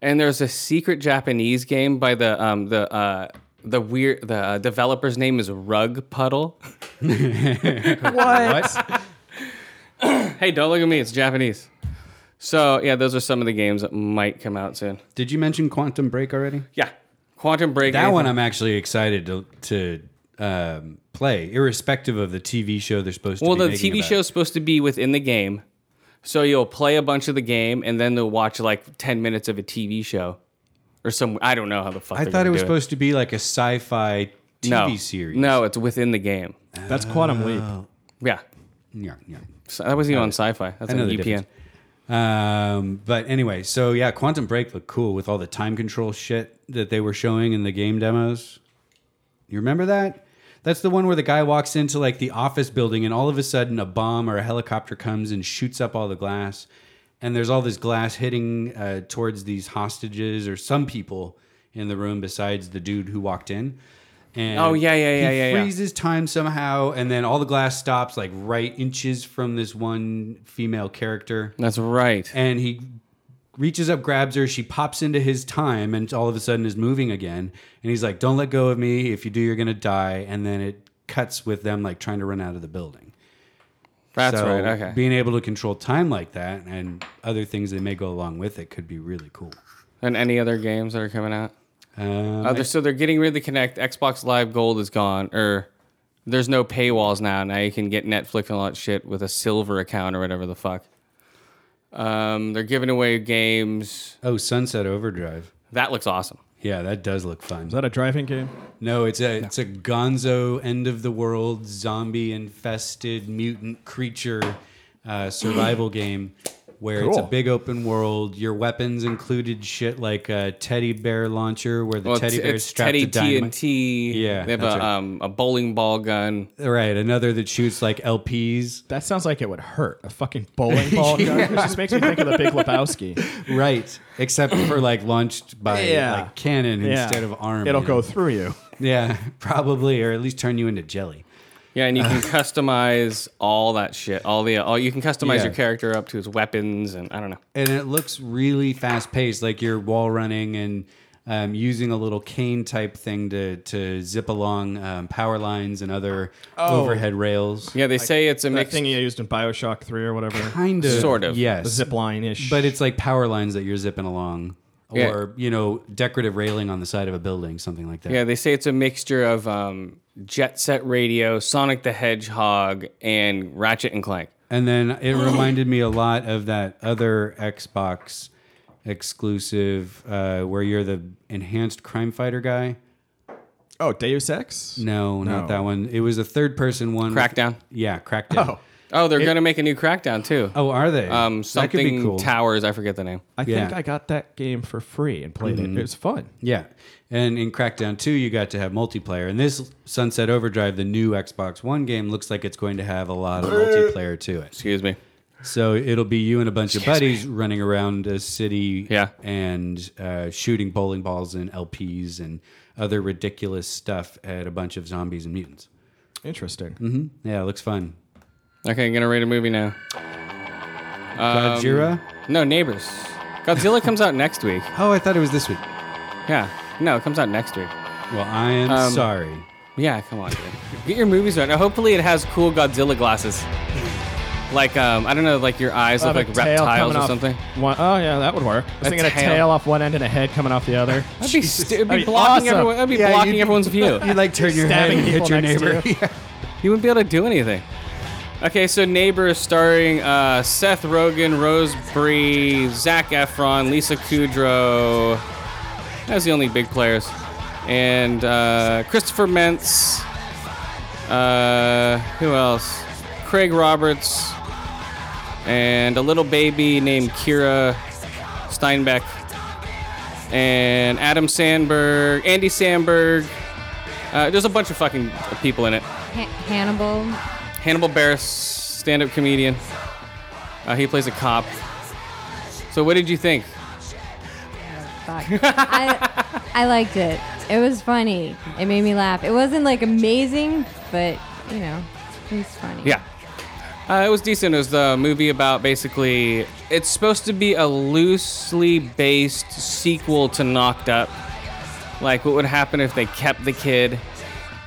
Speaker 2: And there's a secret Japanese game by the um, the uh, the weird the uh, developer's name is Rug Puddle.
Speaker 5: What?
Speaker 2: *clears throat* hey, don't look at me. It's Japanese. So yeah, those are some of the games that might come out soon.
Speaker 5: Did you mention Quantum Break already?
Speaker 2: Yeah, Quantum Break.
Speaker 5: That one
Speaker 2: anything-
Speaker 5: I'm actually excited to, to um, play, irrespective of the TV show they're supposed
Speaker 2: Well,
Speaker 5: to be
Speaker 2: the
Speaker 5: making
Speaker 2: TV
Speaker 5: about
Speaker 2: show
Speaker 5: it.
Speaker 2: is supposed to be within the game, so you'll play a bunch of the game and then they'll watch like 10 minutes of a TV show or some. I don't know how the fuck.
Speaker 5: I
Speaker 2: they're
Speaker 5: thought
Speaker 2: gonna
Speaker 5: it was
Speaker 2: do
Speaker 5: supposed to be like a sci fi TV
Speaker 2: no.
Speaker 5: series.
Speaker 2: No, it's within the game.
Speaker 5: Oh.
Speaker 6: That's Quantum Leap.
Speaker 2: Yeah.
Speaker 5: Yeah, yeah.
Speaker 2: So that wasn't even on sci fi. That's
Speaker 5: I
Speaker 2: on E
Speaker 5: know the
Speaker 2: EPN.
Speaker 5: difference. Um, but anyway, so yeah, Quantum Break looked cool with all the time control shit that they were showing in the game demos. You remember that? That's the one where the guy walks into like the office building and all of a sudden a bomb or a helicopter comes and shoots up all the glass. And there's all this glass hitting uh, towards these hostages or some people in the room besides the dude who walked in. And
Speaker 2: Oh, yeah, yeah, yeah,
Speaker 5: he
Speaker 2: yeah, yeah.
Speaker 5: freezes time somehow, and then all the glass stops like right inches from this one female character
Speaker 2: That's right.
Speaker 5: and he reaches up, grabs her. She pops into his time, and all of a sudden is moving again. And he's like, "Don't let go of me. If you do, you're gonna die." And then it cuts with them like trying to run out of the building.
Speaker 2: That's
Speaker 5: So
Speaker 2: right. Okay.
Speaker 5: Being able to control time like that and other things that may go along with it could be really cool.
Speaker 2: and any other games that are coming out?
Speaker 5: Um,
Speaker 2: Uh, they're, so they're getting rid of the Connect. Xbox Live Gold is gone, or there's no paywalls now. Now you can get Netflix and all that shit with a silver account or whatever the fuck. Um, they're giving away games.
Speaker 5: oh, Sunset Overdrive.
Speaker 2: That looks awesome.
Speaker 5: Yeah, that does look fun.
Speaker 6: Is that a driving game?
Speaker 5: No, it's a it's a gonzo end of the world zombie infested mutant creature
Speaker 6: *clears throat*
Speaker 5: uh, survival game where it's a
Speaker 6: Cool.
Speaker 5: big open world. Your weapons included shit like a teddy bear launcher where the
Speaker 2: Well,
Speaker 5: teddy
Speaker 2: it's,
Speaker 5: bear is
Speaker 2: it's
Speaker 5: strapped
Speaker 2: Teddy
Speaker 5: to dynamite.
Speaker 2: TNT.
Speaker 5: Yeah,
Speaker 2: they have a,
Speaker 5: that's right.
Speaker 2: um, a bowling ball gun.
Speaker 5: Right, another that shoots like LPs.
Speaker 6: That sounds like it would hurt. A fucking bowling
Speaker 5: *laughs*
Speaker 6: ball gun. It just makes me think of the Big Lebowski.
Speaker 5: Right, except
Speaker 6: *clears throat*
Speaker 5: for like launched by
Speaker 6: Yeah.
Speaker 5: like cannon
Speaker 6: Yeah.
Speaker 5: instead of arm.
Speaker 6: It'll
Speaker 5: you
Speaker 6: go
Speaker 5: know? *laughs*
Speaker 6: through you.
Speaker 5: Yeah, probably or at least turn you into jelly.
Speaker 2: Yeah, and you
Speaker 5: *laughs*
Speaker 2: can customize all that shit. All the all you can customize
Speaker 5: Yeah.
Speaker 2: your character up to his weapons and I don't know.
Speaker 5: and it looks really fast paced, like you're wall running and um, using a little cane type thing to to zip along um, power lines and other overhead rails.
Speaker 2: Oh. Yeah, they say it's a
Speaker 6: That
Speaker 2: mix.
Speaker 6: thing you used in Bioshock 3 or whatever.
Speaker 5: Kind of,
Speaker 2: Sort of.
Speaker 5: yes,
Speaker 6: Zip line ish.
Speaker 5: but it's like power lines that you're zipping along,
Speaker 2: Yeah.
Speaker 5: or you know, decorative railing on the side of a building, something like that.
Speaker 2: Yeah, they say it's a mixture of um, Jet Set Radio, Sonic the Hedgehog, and Ratchet and Clank.
Speaker 5: And then it reminded me a lot of that other Xbox exclusive uh, where you're the enhanced crime fighter guy.
Speaker 6: oh, Deus Ex?
Speaker 5: No,
Speaker 6: No.
Speaker 5: not that one. It was a third person one.
Speaker 2: Crackdown.
Speaker 5: Yeah, Crackdown.
Speaker 6: Oh.
Speaker 2: Oh, they're gonna make a new Crackdown too.
Speaker 5: Oh, are they?
Speaker 2: um,
Speaker 5: That could
Speaker 2: something
Speaker 5: be cool.
Speaker 2: Towers. I forget the name.
Speaker 6: I
Speaker 5: Yeah.
Speaker 6: think I got that game for free and played it. It was fun.
Speaker 5: yeah, and in Crackdown Two, you got to have multiplayer. And this Sunset Overdrive, the new Xbox One game, looks like it's going to have a lot of multiplayer to it.
Speaker 2: Excuse me.
Speaker 5: So it'll be you and a bunch of buddies running around a city,
Speaker 2: Yeah.
Speaker 5: and uh, shooting bowling balls and LPs and other ridiculous stuff at a bunch of zombies and mutants.
Speaker 6: Interesting.
Speaker 5: Yeah, it looks fun.
Speaker 2: Okay, I'm gonna rate a movie now. Um,
Speaker 5: Godzilla.
Speaker 2: No, Neighbors. Godzilla comes out next week.
Speaker 5: oh, I thought it was this week.
Speaker 2: Yeah. No, it comes out next week.
Speaker 5: Well, I am
Speaker 2: um,
Speaker 5: sorry.
Speaker 2: Yeah, come on, dude. Get your movies right. Now, hopefully, it has cool Godzilla glasses. Like, um, I don't know, like your eyes look
Speaker 6: Have a
Speaker 2: like
Speaker 6: tail
Speaker 2: reptiles
Speaker 6: coming
Speaker 2: or
Speaker 6: off
Speaker 2: something.
Speaker 6: One, oh, yeah, that would work. I was
Speaker 2: A
Speaker 6: thinking
Speaker 2: tail.
Speaker 6: a tail off one end and a head coming off the *laughs* other.
Speaker 2: That'd be, stu- it'd be
Speaker 6: That'd be
Speaker 2: blocking
Speaker 6: awesome.
Speaker 2: everyone. That'd be
Speaker 6: Yeah,
Speaker 2: blocking
Speaker 6: *laughs* you'd-
Speaker 2: everul's view.
Speaker 5: You like turn your head
Speaker 6: Stabbing
Speaker 5: and hit
Speaker 6: people
Speaker 5: your
Speaker 6: next to
Speaker 5: neighbor.
Speaker 6: you.
Speaker 2: You wouldn't be able to do anything. Okay, so Neighbors starring uh, Seth Rogen, Rose Bree, Zach Efron, Lisa Kudrow. That's the only big players. And uh, Christopher Mentz. Uh, who else? Craig Roberts. And a little baby named Kira Steinbeck. And Adam Sandberg, Andy Sandberg. Uh, there's a bunch of fucking people in it.
Speaker 7: Ha- Hannibal.
Speaker 2: Hannibal Barris, stand-up comedian. Uh, he plays a cop. So what did you think?
Speaker 7: Fuck.
Speaker 2: *laughs*
Speaker 7: I, I liked it. It was funny. It made me laugh. It wasn't like amazing, but you know, it was funny.
Speaker 2: Yeah. Uh, it was decent. It was the movie about basically it's supposed to be a loosely based sequel to Knocked Up. Like what would happen if they kept the kid.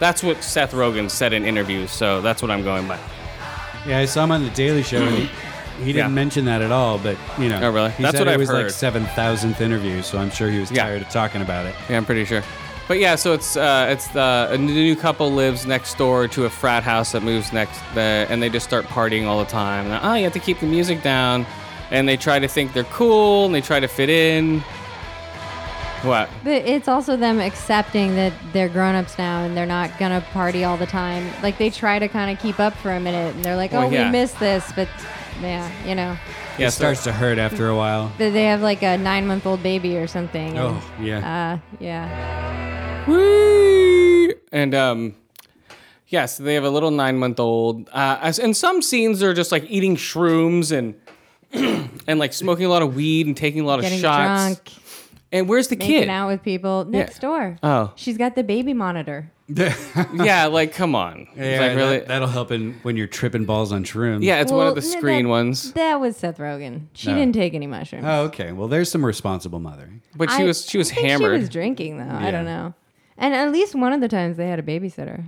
Speaker 2: That's what Seth Rogen said in interviews, so that's what I'm going by.
Speaker 5: *laughs* Yeah, I saw him on the Daily Show. and he, he didn't
Speaker 2: Yeah.
Speaker 5: mention that at all, but you know,
Speaker 2: Oh, really?
Speaker 5: He
Speaker 2: That's
Speaker 5: said
Speaker 2: what
Speaker 5: it
Speaker 2: I've
Speaker 5: was like
Speaker 2: heard.
Speaker 5: seven thousandth interview, so I'm sure he was
Speaker 2: Yeah.
Speaker 5: tired of talking about it.
Speaker 2: Yeah, I'm pretty sure. But yeah, so it's uh, it's the a new couple lives next door to a frat house that moves next, uh, and they just start partying all the time. And, oh, you have to keep the music down, and they try to think they're cool, and they try to fit in. What?
Speaker 7: But it's also them accepting that they're grown-ups now and they're not gonna party all the time. Like they try to kind of keep up for a minute, and they're like, "Oh,
Speaker 2: Well, yeah.
Speaker 7: we missed this," but yeah, you know,
Speaker 2: Yeah,
Speaker 5: it
Speaker 2: so-
Speaker 5: starts to hurt after a while.
Speaker 7: that they have like a nine-month-old baby or something.
Speaker 5: Oh yeah,
Speaker 7: Uh, yeah.
Speaker 2: Whee! And um, yeah, so they have a little nine month old. Uh, as- and some scenes are just like eating shrooms and *clears throat* and like smoking a lot of weed and taking a lot
Speaker 7: Getting
Speaker 2: of shots.
Speaker 7: drunk,
Speaker 2: And where's the
Speaker 7: making
Speaker 2: kid?
Speaker 7: out with people next door.
Speaker 2: Oh.
Speaker 7: she's got the baby monitor.
Speaker 2: Yeah, like come on.
Speaker 5: yeah
Speaker 2: it's like really.
Speaker 5: that, will help in when you're tripping balls on shrooms.
Speaker 2: Yeah, it's one
Speaker 7: Well,
Speaker 2: of the
Speaker 7: no,
Speaker 2: screen
Speaker 7: that-
Speaker 2: ones.
Speaker 7: That was Seth Rogen. She
Speaker 5: No.
Speaker 7: didn't take any mushrooms.
Speaker 5: Oh, okay. Well, there's some responsible mothering.
Speaker 2: But she
Speaker 7: I-
Speaker 2: was she was
Speaker 7: I think
Speaker 2: hammered.
Speaker 7: She was drinking though. I don't know. And at least one of the times they had a babysitter.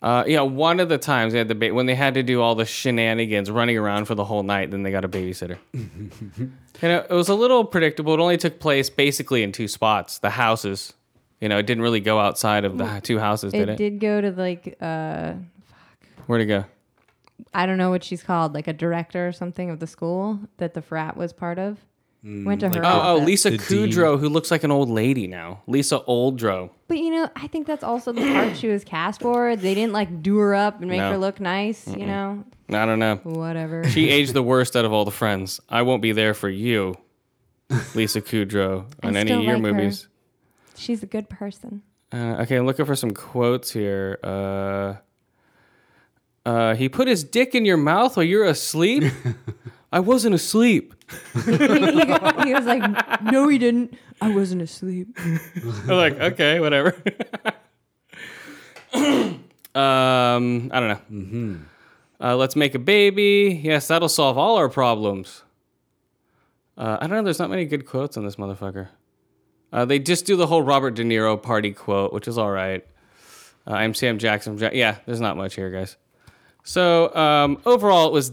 Speaker 2: uh, yeah, one of the times they had the ba- when they had to do all the shenanigans, running around for the whole night, then they got a
Speaker 7: *laughs*
Speaker 2: babysitter. and it, it was a little predictable. It only took place basically in two spots, the houses. You know, it didn't really go outside of the h- two houses, did
Speaker 7: It,
Speaker 2: it?
Speaker 7: did go to like uh,
Speaker 2: Where'd it go?
Speaker 7: I don't know what she's called, like a director or something of the school that the frat was part of. Went to her.
Speaker 2: Oh, oh,
Speaker 7: office.
Speaker 2: Lisa
Speaker 5: The dean.
Speaker 2: Kudrow, who looks like an old lady now. Lisa Oldrow.
Speaker 7: But you know, I think that's also the part she was cast for. They didn't like do her up and make
Speaker 2: No.
Speaker 7: her look nice. You know,
Speaker 2: I don't know.
Speaker 7: whatever. *laughs*
Speaker 2: She aged the worst out of all the friends. I won't be there for you, Lisa Kudrow,
Speaker 7: I
Speaker 2: on any
Speaker 7: still
Speaker 2: of your
Speaker 7: like her.
Speaker 2: movies.
Speaker 7: she's a good person.
Speaker 2: Uh, okay, I'm looking for some quotes here. Uh, uh, he put his dick in your mouth while you're asleep. I wasn't asleep.
Speaker 7: he, go- he was like, "No, he didn't. I wasn't asleep."
Speaker 2: I'm like, okay, whatever. *laughs* Um, I don't know. Uh, let's make a baby. Yes, that'll solve all our problems. Uh, I don't know. There's not many good quotes on this motherfucker. Uh, they just do the whole Robert De Niro party quote, which is all right. Uh, I'm Sam Jackson. Ja- yeah, there's not much here, guys. So um, overall, it was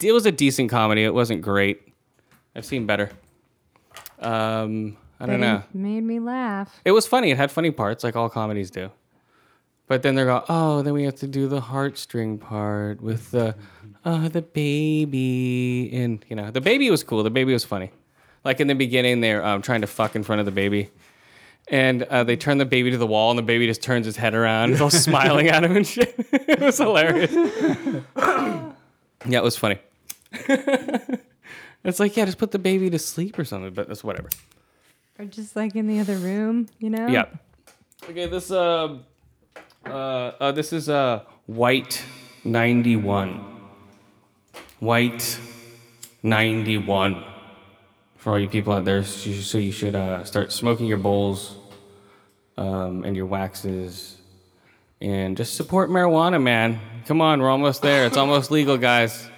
Speaker 2: it was a decent comedy. It wasn't great. I've seen better. Um, I don't know.
Speaker 7: Made me laugh.
Speaker 2: It was funny. It had funny parts, like all comedies do. But then they're going, oh, then we have to do the heartstring part with the, oh, the baby. And, you know, the baby was cool. The baby was funny. Like in the beginning, they're um, trying to fuck in front of the baby. And uh, they turn the baby to the wall, and the baby just turns his head around. It's all smiling at him and shit. *laughs* it was hilarious. yeah, it was funny. *laughs* it's like, yeah, just put the baby to sleep or something, but that's whatever.
Speaker 7: Or just like in the other room, you know?
Speaker 2: Yeah. Okay, this uh, uh, uh this is uh white 91. White 91. For all you people out there, s- you- so you should uh, start smoking your bowls um, and your waxes and just support marijuana, man. Come on, we're almost there. It's almost legal, guys.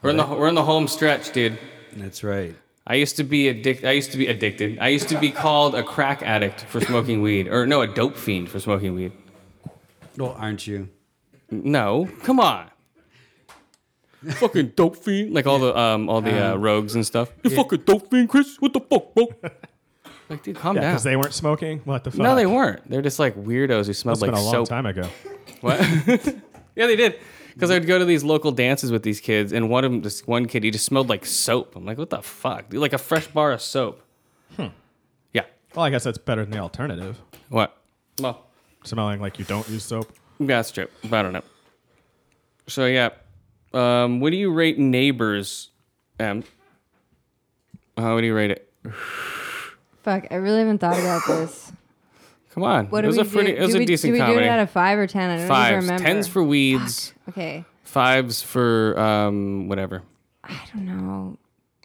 Speaker 2: We're in the we're in the home stretch, dude.
Speaker 5: That's right.
Speaker 2: I used to be addicted. I used to be addicted. I used to be called a crack addict for smoking weed, or no, a dope fiend for smoking weed.
Speaker 5: Well, aren't you?
Speaker 2: No, come on. fucking dope fiend, like all the um, all the uh, rogues and stuff. You fucking dope fiend, Chris. What the fuck, bro? *laughs* like, dude, calm
Speaker 6: *laughs* Yeah,
Speaker 2: down.
Speaker 6: because they weren't smoking. What the fuck?
Speaker 2: no, they weren't. They're just like weirdos who smelled
Speaker 6: It's been
Speaker 2: like
Speaker 6: a long
Speaker 2: soap.
Speaker 6: time ago.
Speaker 2: What? yeah, they did. Because I would go to these local dances with these kids, and one of them, this one kid, he just smelled like soap. I'm like, what the fuck? Dude, like a fresh bar of soap. Hmm. Yeah.
Speaker 6: Well, I guess that's better than the alternative.
Speaker 2: What? Well,
Speaker 6: Smelling like you don't use soap.
Speaker 2: That's true. But I don't know. So yeah, um, what do you rate Neighbors? Um, how would you rate it?
Speaker 7: Fuck, I really haven't thought about this. *coughs*
Speaker 2: Come on,
Speaker 7: What
Speaker 2: it
Speaker 7: do
Speaker 2: was
Speaker 7: we
Speaker 2: a pretty,
Speaker 7: do?
Speaker 2: it was
Speaker 7: do
Speaker 2: a
Speaker 7: we,
Speaker 2: decent
Speaker 7: do we
Speaker 2: comedy.
Speaker 7: do it out of five or ten? I don't even
Speaker 2: fives,
Speaker 7: remember.
Speaker 2: tens for weeds,
Speaker 7: Okay,
Speaker 2: fives for um, whatever.
Speaker 7: I don't know.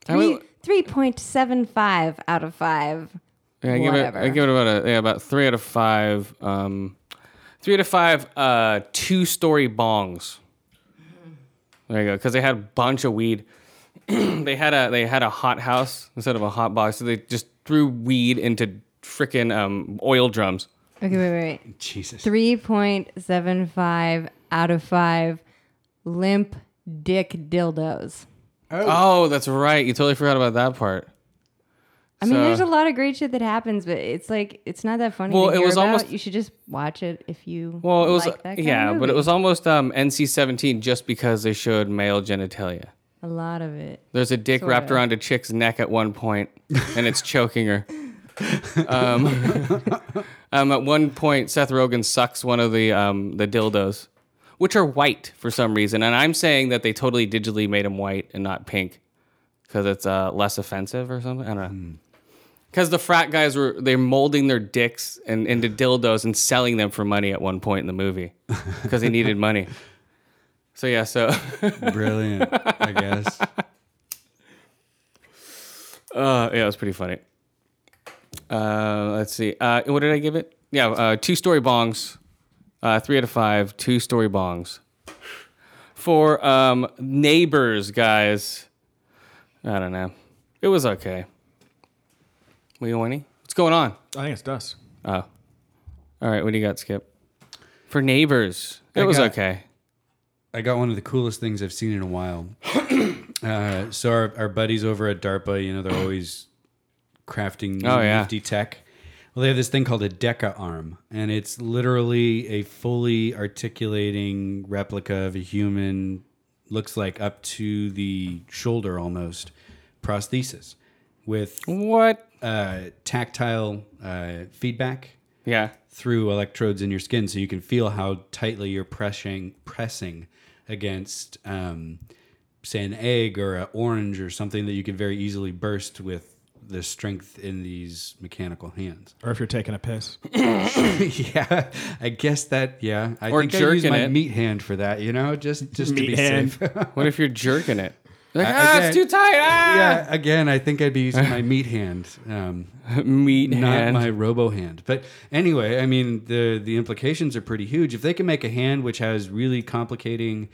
Speaker 2: I would-
Speaker 7: Three point seven five out of five.
Speaker 2: yeah, I give it, I
Speaker 7: whatever.
Speaker 2: give it about a yeah, about three out of five. Um, three out of five. Uh, two story bongs. There you go, because they had a bunch of weed. *clears throat* they had a they had a hot house instead of a hot box, so they just threw weed into frickin' um, oil drums.
Speaker 7: Okay, wait, wait, wait.
Speaker 5: Jesus.
Speaker 7: Three point seven five out of five. Limp dick dildos.
Speaker 2: Oh, that's right. You totally forgot about that part.
Speaker 7: I mean,
Speaker 2: So-
Speaker 7: there's a lot of great shit that happens, but it's like it's not that funny.
Speaker 2: Well,
Speaker 7: to
Speaker 2: it
Speaker 7: hear
Speaker 2: was
Speaker 7: about.
Speaker 2: almost-
Speaker 7: You should just watch it if you.
Speaker 2: Well, it was
Speaker 7: like that kind
Speaker 2: yeah,
Speaker 7: of
Speaker 2: but it
Speaker 7: movie.
Speaker 2: was almost um, NC-17 just because they showed male genitalia.
Speaker 7: a lot of it.
Speaker 2: There's a dick wrapped around a chick's neck at one point, and it's choking her. Um, *laughs* um, at one point, Seth Rogen sucks one of the um, the dildos, which are white for some reason, and I'm saying that they totally digitally made them white and not pink because it's uh, less offensive or something. I don't know. Because the frat guys were they're molding their dicks and into dildos and selling them for money at one point in the movie because they needed money. So yeah, so.
Speaker 5: Brilliant, I guess.
Speaker 2: Uh, yeah, it was pretty funny. Uh, let's see. Uh, what did I give it? Yeah, uh, two story bongs, uh, three out of five, two story bongs. For um, neighbors, guys. I don't know. It was okay. We whiny? What's going on?
Speaker 6: I think it's dust.
Speaker 2: Oh, all right. What do you got, Skip? For neighbors, it was
Speaker 5: got-
Speaker 2: okay.
Speaker 5: I got one of the coolest things I've seen in a while. *clears throat* uh, so our, our buddies over at DARPA, you know, they're always crafting new
Speaker 2: Oh, yeah.
Speaker 5: nifty tech. Well, they have this thing called a Deca arm, and it's literally a fully articulating replica of a human, looks like up to the shoulder almost, prosthesis with
Speaker 2: What?
Speaker 5: uh, tactile uh, feedback
Speaker 2: Yeah.
Speaker 5: through electrodes in your skin so you can feel how tightly you're pressing pressing against um, say an egg or an orange or something that you could very easily burst with the strength in these mechanical hands. *laughs*
Speaker 6: Or if you're taking a piss.
Speaker 5: yeah, I guess that yeah, I
Speaker 2: Or
Speaker 5: think I use
Speaker 2: jerking
Speaker 5: my
Speaker 2: it.
Speaker 5: meat hand for that, you know, just just to
Speaker 6: Meat
Speaker 5: be
Speaker 6: hand.
Speaker 5: safe. *laughs*
Speaker 2: What if you're jerking it? Like,
Speaker 5: I-
Speaker 2: ah,
Speaker 5: again-
Speaker 2: it's too tight. Ah!
Speaker 5: yeah, again, I think I'd be using my meat hand, um,
Speaker 2: *laughs* Meat
Speaker 5: not
Speaker 2: hand.
Speaker 5: my robo hand. But anyway, I mean, the the implications are pretty huge. If they can make a hand which has really complicating,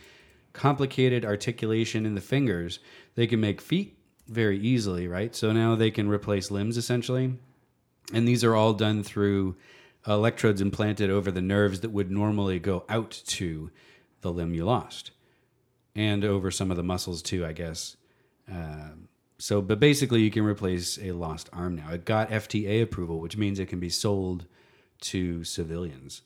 Speaker 5: complicated articulation in the fingers, they can make feet very easily, right? So now they can replace limbs essentially, and these are all done through electrodes implanted over the nerves that would normally go out to the limb you lost and over some of the muscles too, I guess. Um, so, but basically, you can replace a lost arm now. It got FTA approval, which means it can be sold to civilians.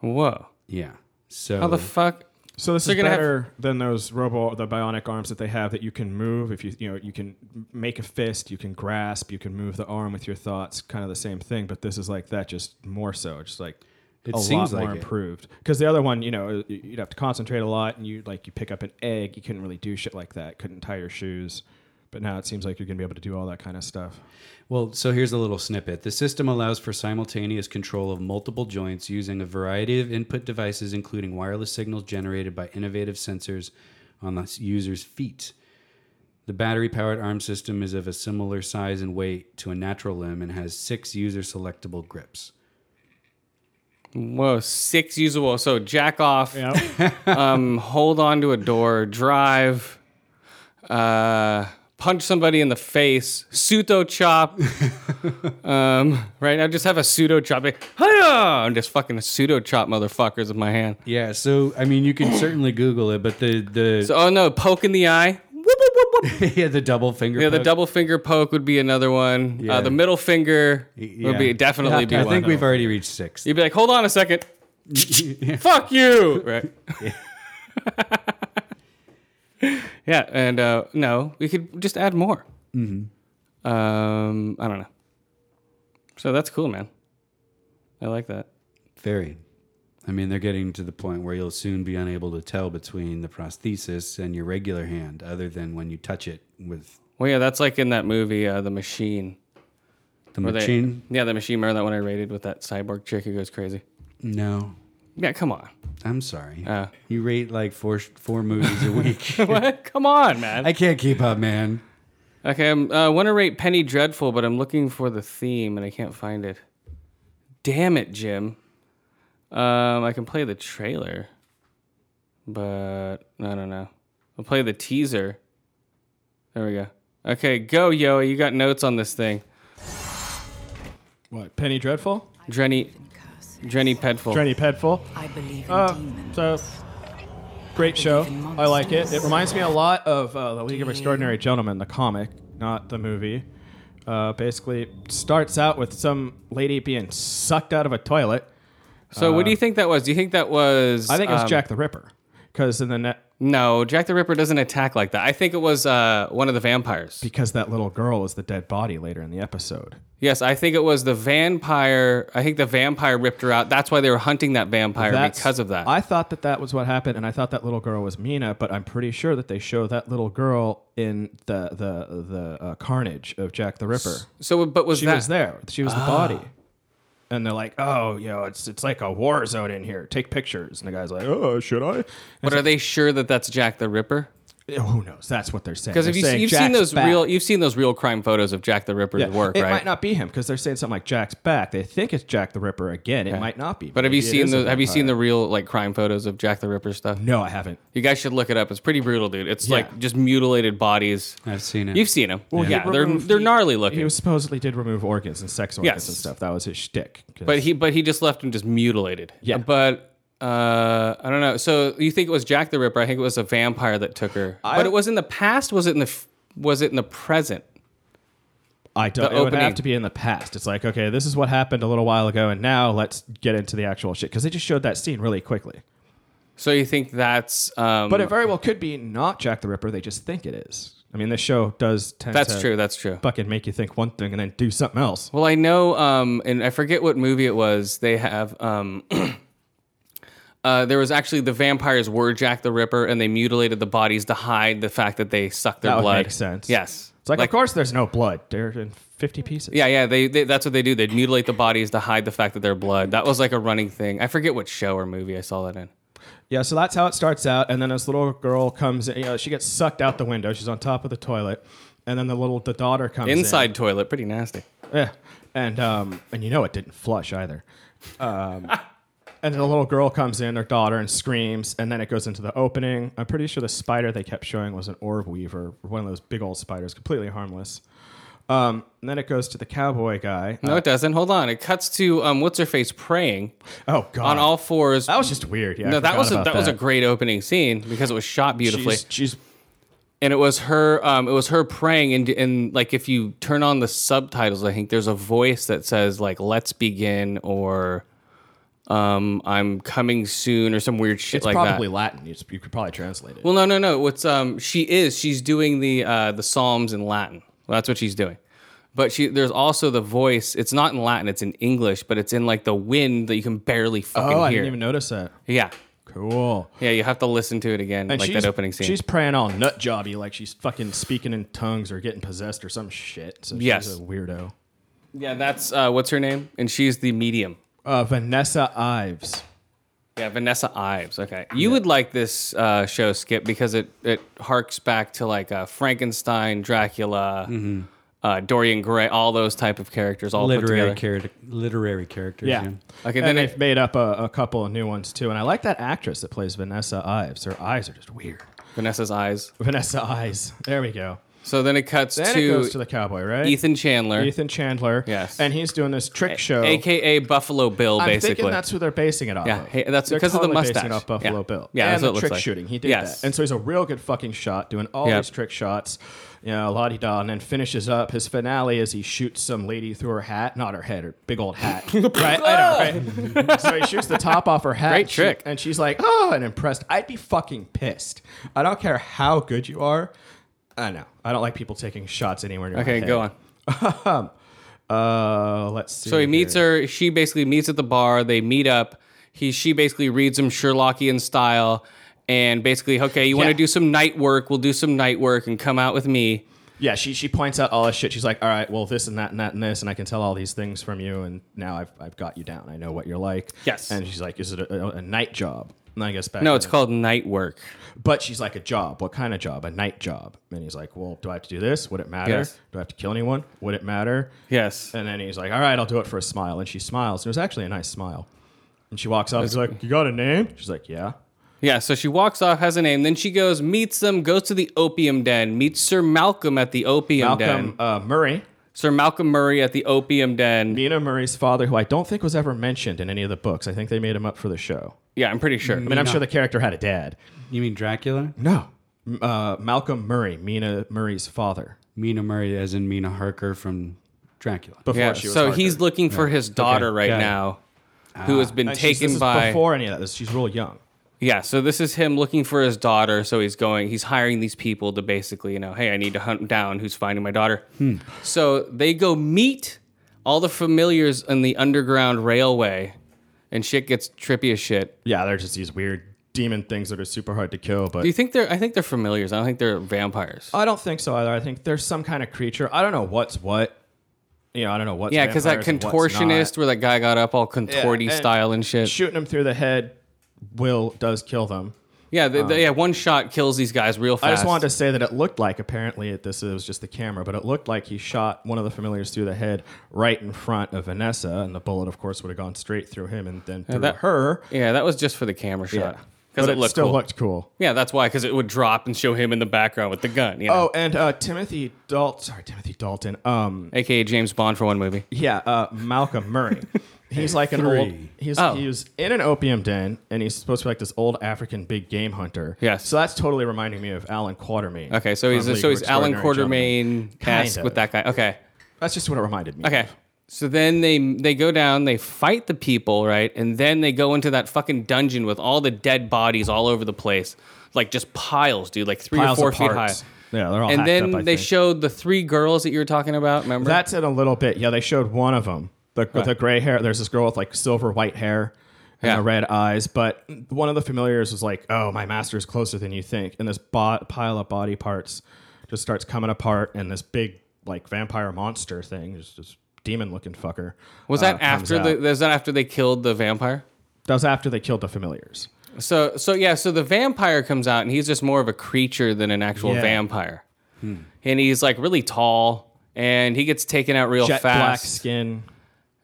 Speaker 2: Whoa.
Speaker 5: Yeah. So
Speaker 2: How the fuck?
Speaker 6: So this
Speaker 2: So
Speaker 6: is
Speaker 2: you're gonna have-
Speaker 6: better than those robo, the bionic arms that they have that you can move. If you you know you can m- make a fist, you can grasp, you can move the arm with your thoughts. Kind of the same thing, but this is like that, just more so. Just like
Speaker 5: It
Speaker 6: a
Speaker 5: seems
Speaker 6: lot more
Speaker 5: like it.
Speaker 6: improved. Because the other one, you know, y- you'd have to concentrate a lot, and you like you pick up an egg. You couldn't really do shit like that. Couldn't tie your shoes. But now it seems like you're gonna be able to do all that kind of stuff.
Speaker 5: Well, so here's a little snippet. The system allows for simultaneous control of multiple joints using a variety of input devices, including wireless signals generated by innovative sensors on the user's feet. The battery powered arm system is of a similar size and weight to a natural limb and has six user selectable grips.
Speaker 2: Whoa, six usable. So jack off, *laughs* um, hold on to a door, drive, uh, punch somebody in the face, pseudo
Speaker 5: *laughs*
Speaker 2: chop. um, right now, just have a pseudo chop. Like, "Hiya!" and just fucking pseudo chop motherfuckers with my hand.
Speaker 5: Yeah, so I mean, you can certainly Google it, but the the
Speaker 2: So, oh no, poke in the eye. Whoop, whoop, whoop, whoop.
Speaker 5: *laughs* yeah the double finger.
Speaker 2: Yeah, the
Speaker 5: poke.
Speaker 2: double finger poke would be another one.
Speaker 5: Yeah.
Speaker 2: Uh, the middle finger
Speaker 5: Yeah.
Speaker 2: would be definitely be
Speaker 5: I
Speaker 2: one.
Speaker 5: think we've already reached six.
Speaker 2: You'd be like, hold on a second. Fuck you. Right. *laughs* yeah. And uh, no, we could just add more. Mm-hmm. Um, I don't know. So that's cool, man. I like that.
Speaker 5: *laughs* Very. I mean, they're getting to the point where you'll soon be unable to tell between the prosthesis and your regular hand, other than when you touch it with
Speaker 2: Well, yeah, that's like in that movie, uh, The Machine.
Speaker 5: the
Speaker 2: where they-
Speaker 5: machine.
Speaker 2: yeah, The Machine. Remember that one I rated with that cyborg chick who goes crazy?
Speaker 5: No,
Speaker 2: Yeah, come on.
Speaker 5: I'm sorry.
Speaker 2: Uh.
Speaker 5: you rate like four four movies a week.
Speaker 2: *laughs* What? *laughs* Come on, man.
Speaker 5: I can't keep up, man.
Speaker 2: Okay, I'm, uh, I want to rate Penny Dreadful, but I'm looking for the theme and I can't find it. Damn it, Jim. Um, I can play the trailer, but I don't know. I'll play the teaser. There we go. Okay, go, yo. You got notes on this thing.
Speaker 6: What Penny Dreadful?
Speaker 2: Drenny, Drenny Pedful.
Speaker 6: Penny Pedful.
Speaker 8: I believe in
Speaker 6: Uh,
Speaker 8: demons.
Speaker 6: so great show. I like it. It reminds me a lot of uh, The League of Extraordinary Gentlemen, the comic, not the movie. Uh, basically, starts out with some lady being sucked out of a toilet.
Speaker 2: so, what do you think that was? Do you think that was?
Speaker 6: Uh, I think it was
Speaker 2: um,
Speaker 6: Jack the Ripper, because in the net,
Speaker 2: No, Jack the Ripper doesn't attack like that. I think it was uh, one of the vampires.
Speaker 6: because that little girl is the dead body later in the episode.
Speaker 2: Yes, I think it was the vampire. I think the vampire ripped her out. That's why they were hunting that vampire
Speaker 6: That's-
Speaker 2: because of that.
Speaker 6: I thought that that was what happened, and I thought that little girl was Mina, but I'm pretty sure that they show that little girl in the the the uh, carnage of Jack the Ripper.
Speaker 2: so, but was
Speaker 6: She
Speaker 2: that Ah.
Speaker 6: was there. She was the body. And they're like, "Oh, you know, it's it's like a war zone in here. Take pictures." And the guy's like, "Oh, should I?"
Speaker 2: But are they sure that that's Jack the Ripper?
Speaker 6: Yeah, Who knows? That's what they're saying.
Speaker 2: Because
Speaker 6: They're
Speaker 2: if you,
Speaker 6: saying
Speaker 2: you've seen
Speaker 6: Jack's
Speaker 2: those
Speaker 6: back.
Speaker 2: real, you've seen those real crime photos of Jack the Ripper's
Speaker 6: Yeah.
Speaker 2: work,
Speaker 6: it
Speaker 2: right?
Speaker 6: might not be him because they're saying something like Jack's back. They think it's Jack the Ripper again. It might not be.
Speaker 2: but have you
Speaker 6: Maybe it
Speaker 2: seen
Speaker 6: is a
Speaker 2: the Have you seen the
Speaker 6: vampire.
Speaker 2: real like crime photos of Jack the Ripper stuff?
Speaker 6: No, I haven't.
Speaker 2: You guys should look it up. It's pretty brutal, dude. It's
Speaker 6: Yeah.
Speaker 2: like just mutilated bodies.
Speaker 5: I've seen it.
Speaker 2: You've seen them,
Speaker 6: he
Speaker 2: yeah. They're
Speaker 6: removed-
Speaker 2: they're gnarly looking.
Speaker 6: He was supposedly did remove organs and sex organs
Speaker 2: Yes.
Speaker 6: and stuff. That was his shtick. 'Cause-
Speaker 2: But he but he just left him just mutilated.
Speaker 6: Yeah.
Speaker 2: But uh, I don't know. So you think it was Jack the Ripper? I think it was a vampire that took her. but it was in the past. Was it in the f- Was it in the present?
Speaker 6: I
Speaker 2: the
Speaker 6: don't. It would
Speaker 2: opening.
Speaker 6: have to be in the past. It's like, okay, this is what happened a little while ago, and now let's get into the actual shit because they just showed that scene really quickly.
Speaker 2: So you think that's? Um,
Speaker 6: But it very well could be not Jack the Ripper. They just think it is. I mean, this show does tend
Speaker 2: that's
Speaker 6: to
Speaker 2: true. That's true.
Speaker 6: fucking make you think one thing and then do something else.
Speaker 2: Well, I know, um, and I forget what movie it was. They have, um, *clears throat* uh, there was actually the vampires were Jack the Ripper, and they mutilated the bodies to hide the fact that they sucked their
Speaker 6: That would
Speaker 2: blood.
Speaker 6: make sense.
Speaker 2: Yes,
Speaker 6: It's like, of course, there's no blood. They're in 50 pieces.
Speaker 2: Yeah, yeah, they, they that's what they do. They mutilate the bodies to hide the fact that they're blood. That was like a running thing. I forget what show or movie I saw that in.
Speaker 6: Yeah, so that's how it starts out, and then this little girl comes. in, You know, she gets sucked out the window. She's on top of the toilet, and then the little the daughter comes in.
Speaker 2: Inside toilet, pretty nasty.
Speaker 6: Yeah, and um, and you know it didn't flush either. Um, and the little girl comes in, her daughter, and screams, and then it goes into the opening. I'm pretty sure the spider they kept showing was an orb weaver, one of those big old spiders, completely harmless. Um, and then it goes to the cowboy guy.
Speaker 2: No, it doesn't. Hold on. It cuts to um, what's her face praying
Speaker 6: Oh God!
Speaker 2: on all fours.
Speaker 6: that was just weird. Yeah, I
Speaker 2: no, that
Speaker 6: forgot
Speaker 2: was a, that,
Speaker 6: about
Speaker 2: was a great opening scene because it was shot beautifully,
Speaker 6: She's, she's
Speaker 2: and it was her um, it was her praying and and like if you turn on the subtitles, I think there's a voice that says like "Let's begin" or um, "I'm coming soon" or some weird shit
Speaker 6: it's
Speaker 2: like
Speaker 6: probably
Speaker 2: that.
Speaker 6: Latin. You, you could probably translate it.
Speaker 2: Well, no, no, no. What's um she is she's doing the uh the psalms in Latin. Well, that's what she's doing. But she there's also the voice. It's not in Latin. It's in English, but it's in like the wind that you can barely
Speaker 6: oh,
Speaker 2: fucking
Speaker 6: I
Speaker 2: hear.
Speaker 6: didn't even notice that.
Speaker 2: yeah,
Speaker 6: Cool.
Speaker 2: yeah. You have to listen to it again,
Speaker 6: And
Speaker 2: like
Speaker 6: she's-
Speaker 2: that opening scene.
Speaker 6: She's praying all nut jobby, like she's fucking speaking in tongues or getting possessed or some shit. So
Speaker 2: Yes.
Speaker 6: she's a weirdo.
Speaker 2: yeah, that's uh, what's her name, and she's the medium.
Speaker 6: Uh, Vanessa Ives.
Speaker 2: Yeah, Vanessa Ives. Okay, you would like this uh, show, Skip, because it it harks back to like uh, Frankenstein, Dracula,
Speaker 6: Mm-hmm.
Speaker 2: uh, Dorian Gray, all those type of characters all
Speaker 5: literary
Speaker 2: put together.
Speaker 5: character, literary characters.
Speaker 6: Yeah.
Speaker 2: Okay,
Speaker 6: and
Speaker 2: then
Speaker 6: they've
Speaker 2: it-
Speaker 6: made up a, a couple of new ones too. And I like that actress that plays Vanessa Ives. Her eyes are just weird. *laughs*
Speaker 2: Vanessa's eyes.
Speaker 6: Vanessa Ives. There we go.
Speaker 2: So then it cuts
Speaker 6: Then it
Speaker 2: to,
Speaker 6: goes to the cowboy, right?
Speaker 2: Ethan Chandler,
Speaker 6: Ethan Chandler.
Speaker 2: Yes.
Speaker 6: And he's doing this trick show.
Speaker 2: aka Buffalo Bill,
Speaker 6: I'm
Speaker 2: basically.
Speaker 6: thinking that's who they're basing it off
Speaker 2: Yeah,
Speaker 6: of.
Speaker 2: hey, that's
Speaker 6: They're
Speaker 2: because of the
Speaker 6: totally basing
Speaker 2: mustache.
Speaker 6: it off Buffalo
Speaker 2: Yeah.
Speaker 6: Bill.
Speaker 2: Yeah, that's
Speaker 6: and
Speaker 2: what
Speaker 6: the
Speaker 2: it looks
Speaker 6: trick
Speaker 2: like.
Speaker 6: shooting. He did
Speaker 2: Yes.
Speaker 6: that. And so he's a real good fucking shot doing all
Speaker 2: Yep.
Speaker 6: these trick shots, you know, la di da, and then finishes up. His finale is he shoots some lady through her hat, not her head, her big old
Speaker 2: *laughs*
Speaker 6: hat. right? I know, right? so he shoots the top off her hat.
Speaker 2: Great
Speaker 6: and she-
Speaker 2: trick.
Speaker 6: and she's like, oh, and impressed. I'd be fucking pissed. I don't care how good you are. I know. I don't like people taking shots anywhere near my
Speaker 2: okay,
Speaker 6: head. Um,
Speaker 2: go on.
Speaker 6: *laughs* Uh, let's see.
Speaker 2: So he
Speaker 6: here.
Speaker 2: meets her. She basically meets at the bar. They meet up. He she basically reads him Sherlockian style, and basically, okay, you want to
Speaker 6: Yeah.
Speaker 2: do some night work? We'll do some night work and come out with me.
Speaker 6: Yeah, she she points out all this shit. She's like, all right, well, this and that and that and this, and I can tell all these things from you, and now I've, I've got you down. I know what you're like.
Speaker 2: Yes.
Speaker 6: And she's like, is it a, a, a night job? And I guess back.
Speaker 2: No,
Speaker 6: then-
Speaker 2: it's called night work.
Speaker 6: But she's like, a job. What kind of job? A night job. And he's like, well, do I have to do this? Would it matter?
Speaker 2: Yes.
Speaker 6: Do I have to kill anyone? Would it matter?
Speaker 2: Yes.
Speaker 6: And then he's like, all right, I'll do it for a smile. And she smiles. And it was actually a nice smile. And she walks up. He's like, you got a name? She's like, yeah.
Speaker 2: Yeah, so she walks off, has a name, then she goes, meets them, goes to the opium den, meets Sir Malcolm at the opium den.
Speaker 6: Malcolm uh, Murray.
Speaker 2: Sir Malcolm Murray at the opium den.
Speaker 6: Nina Murray's father, who I don't think was ever mentioned in any of the books. I think they made him up for the show.
Speaker 2: Yeah, I'm pretty sure.
Speaker 6: I mean, I'm sure the character had a dad.
Speaker 5: You mean Dracula?
Speaker 6: No. M- Uh, Malcolm Murray, Mina Murray's father.
Speaker 5: Mina Murray, as in Mina Harker from Dracula.
Speaker 6: Before
Speaker 2: Yeah,
Speaker 6: she was
Speaker 2: so
Speaker 6: Harker.
Speaker 2: he's looking for his daughter right
Speaker 5: got it.
Speaker 2: now,
Speaker 6: Ah.
Speaker 2: who has been
Speaker 6: And she's- this
Speaker 2: taken
Speaker 6: is
Speaker 2: by.
Speaker 6: before any of that. She's real young.
Speaker 2: Yeah, so this is him looking for his daughter. So he's going, he's hiring these people to basically, you know, hey, I need to hunt down who's finding my daughter.
Speaker 6: Hmm.
Speaker 2: So they go meet all the familiars in the underground railway, and shit gets trippy as shit.
Speaker 6: Yeah, they're just these weird demon things that are super hard to kill. But
Speaker 2: Do you think they're? I think they're familiars. I don't think they're vampires.
Speaker 6: I don't think so either. I think there's some kind of creature. I don't know what's what. You know, I don't know what's
Speaker 2: yeah, because that
Speaker 6: vampires and what's
Speaker 2: contortionist
Speaker 6: not.
Speaker 2: where that guy got up all contorty
Speaker 6: and
Speaker 2: style and shit.
Speaker 6: shooting them through the head will does kill them.
Speaker 2: yeah, the,
Speaker 6: um,
Speaker 2: the- yeah, one shot kills these guys real fast.
Speaker 6: I just wanted to say that it looked like apparently it, this it was just the camera, but it looked like he shot one of the familiars through the head right in front of Vanessa, and the bullet, of course, would have gone straight through him and then through
Speaker 2: that-
Speaker 6: her.
Speaker 2: Yeah, that was just for the camera shot. Because
Speaker 6: But
Speaker 2: it,
Speaker 6: it,
Speaker 2: looked
Speaker 6: still
Speaker 2: cool.
Speaker 6: looked cool.
Speaker 2: Yeah, that's why. Because it would drop and show him in the background with the gun. You know?
Speaker 6: Oh, and uh, Timothy Dalton. Sorry, Timothy Dalton. Um,
Speaker 2: aka James Bond for one movie.
Speaker 6: yeah, uh, Malcolm Murray.
Speaker 2: *laughs*
Speaker 6: He's like an old. He's
Speaker 2: Oh.
Speaker 6: he was in an opium den, and he's supposed to be like this old African big game hunter.
Speaker 2: Yes.
Speaker 6: So that's totally reminding me of Alan Quatermain.
Speaker 2: Okay, so he's
Speaker 6: from
Speaker 2: so
Speaker 6: League
Speaker 2: he's
Speaker 6: of
Speaker 2: Alan
Speaker 6: Extraordinary Gentlemen.
Speaker 2: Quartermain esque
Speaker 6: Kind
Speaker 2: with
Speaker 6: of.
Speaker 2: that guy. Okay,
Speaker 6: That's just what it reminded me.
Speaker 2: okay. So then they they go down, they fight the people, right, and then they go into that fucking dungeon with all the dead bodies all over the place, like just piles, dude, like three
Speaker 6: Piles
Speaker 2: or four
Speaker 6: of
Speaker 2: feet high.
Speaker 6: parts. Yeah, they're all
Speaker 2: And
Speaker 6: hacked
Speaker 2: then
Speaker 6: up, I
Speaker 2: they
Speaker 6: think.
Speaker 2: showed the three girls that you were talking about. Remember?
Speaker 6: That's in a little bit. Yeah, they showed one of them. The, the gray hair. There's this girl with like silver white hair and
Speaker 2: Yeah.
Speaker 6: the red eyes. But one of the familiars was like, "Oh, my master is closer than you think." And this bo- pile of body parts just starts coming apart, and this big like vampire monster thing, just this demon looking fucker.
Speaker 2: was that
Speaker 6: uh, comes
Speaker 2: after the
Speaker 6: out.
Speaker 2: was that after they killed the vampire?
Speaker 6: That was after they killed the familiars.
Speaker 2: So so yeah, so the vampire comes out and he's just more of a creature than an actual
Speaker 6: Yeah.
Speaker 2: vampire. And he's like really tall and he gets taken out real
Speaker 6: Jet black
Speaker 2: fast.
Speaker 6: skin.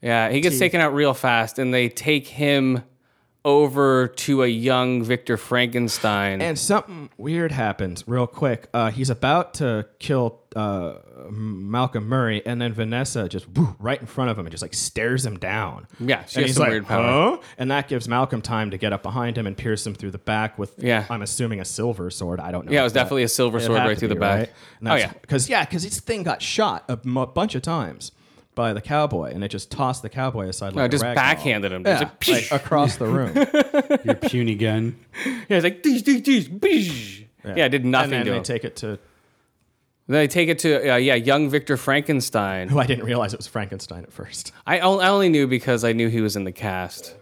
Speaker 2: Yeah, he gets taken out real fast and they take him over to a young Victor Frankenstein.
Speaker 6: And something weird happens real quick. Uh, he's about to kill uh, Malcolm Murray, and then Vanessa just woo, right in front of him and just like stares him down.
Speaker 2: Yeah, she
Speaker 6: and
Speaker 2: has
Speaker 6: he's
Speaker 2: some
Speaker 6: like,
Speaker 2: weird power.
Speaker 6: "Huh?" And that gives Malcolm time to get up behind him and pierce him through the back with,
Speaker 2: Yeah.
Speaker 6: I'm assuming, a silver sword. I don't know.
Speaker 2: yeah, it was
Speaker 6: That-
Speaker 2: definitely a silver
Speaker 6: It'd
Speaker 2: sword
Speaker 6: have
Speaker 2: right
Speaker 6: to
Speaker 2: through
Speaker 6: be,
Speaker 2: the back.
Speaker 6: right? And
Speaker 2: Oh
Speaker 6: that's-
Speaker 2: yeah.
Speaker 6: because yeah, because this thing got shot a m- bunch of times by the cowboy, and it just tossed the cowboy aside. Like
Speaker 2: No,
Speaker 6: a
Speaker 2: Oh, just
Speaker 6: rag doll.
Speaker 2: backhanded him.
Speaker 6: Yeah,
Speaker 2: Just like,
Speaker 6: like, across the room.
Speaker 5: Your puny gun.
Speaker 2: Yeah, it's like "Deesh, deesh, deesh, beesh." *laughs* Yeah, it did nothing
Speaker 6: And then
Speaker 2: to
Speaker 6: they
Speaker 2: him.
Speaker 6: take it to
Speaker 2: Then they take it to uh, yeah, young Victor Frankenstein.
Speaker 6: who I didn't realize it was Frankenstein at first.
Speaker 2: I, on- I only knew because I knew he was in the cast,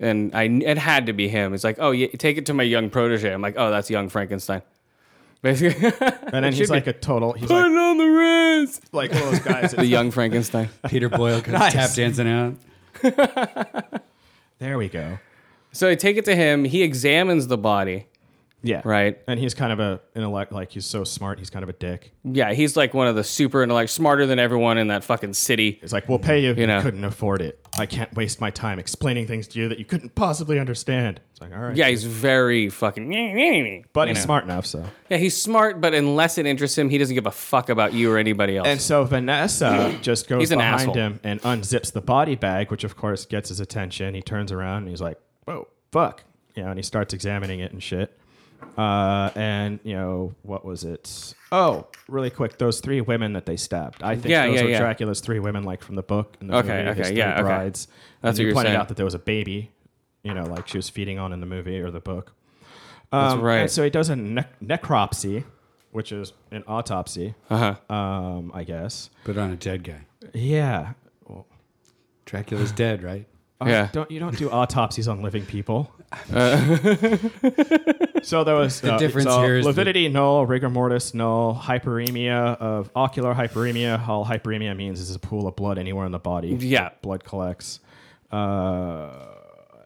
Speaker 2: and I kn- it had to be him. It's like, oh, yeah, take it to my young protege. I'm like, oh, that's young Frankenstein. *laughs* Basically,
Speaker 6: *laughs* And then he's like a total. He's
Speaker 2: put
Speaker 6: like,
Speaker 2: it on the wrist.
Speaker 6: like one of those *laughs*
Speaker 2: *laughs*
Speaker 6: guys.
Speaker 2: The
Speaker 6: that's-
Speaker 2: young Frankenstein.
Speaker 5: Peter Boyle comes tap dancing out.
Speaker 6: there we go.
Speaker 2: *laughs* So they take it to him. He examines the body.
Speaker 6: Yeah.
Speaker 2: Right.
Speaker 6: And he's kind of a intellect. Like he's so smart. He's kind of a dick.
Speaker 2: Yeah, he's like one of the super and like smarter than everyone in that fucking city.
Speaker 6: He's like, we'll pay you. You,
Speaker 2: know.
Speaker 6: couldn't afford it. I can't waste my time explaining things to you that you couldn't possibly understand. It's like, all right.
Speaker 2: Yeah, he's very fucking. you
Speaker 6: But he's
Speaker 2: know.
Speaker 6: smart enough, so.
Speaker 2: Yeah, he's smart, but unless it interests him, he doesn't give a fuck about you or anybody else.
Speaker 6: And
Speaker 2: *clears throat*
Speaker 6: so Vanessa just goes
Speaker 2: He's an
Speaker 6: behind
Speaker 2: asshole.
Speaker 6: him and unzips the body bag, which of course gets his attention. He turns around and he's like, "Whoa, fuck!" You know, and he starts examining it and shit. Uh, and you know what was it? Oh, really quick, those three women that they stabbed. I think
Speaker 2: Yeah,
Speaker 6: those
Speaker 2: yeah,
Speaker 6: were
Speaker 2: yeah.
Speaker 6: Dracula's three women, like from the book. And the
Speaker 2: Okay,
Speaker 6: movie, his
Speaker 2: okay,
Speaker 6: three
Speaker 2: yeah, okay.
Speaker 6: brides.
Speaker 2: That's
Speaker 6: and
Speaker 2: what
Speaker 6: you
Speaker 2: you're
Speaker 6: pointed
Speaker 2: saying.
Speaker 6: out that there was a baby. You know, like she was feeding on in the movie or the book.
Speaker 2: That's
Speaker 6: Um,
Speaker 2: right.
Speaker 6: And so he does a ne- necropsy, which is an autopsy,
Speaker 2: uh-huh.
Speaker 6: um, I guess.
Speaker 5: Put on a dead guy.
Speaker 6: Yeah. Uh,
Speaker 5: Dracula's dead, right?
Speaker 2: Yeah. Uh,
Speaker 6: Don't you don't do autopsies on living people? *laughs* so there was the
Speaker 5: difference here is
Speaker 6: lividity null, rigor mortis null, hyperemia of ocular hyperemia. All hyperemia means is a pool of blood anywhere in the body.
Speaker 2: Yeah.
Speaker 6: blood collects. Uh,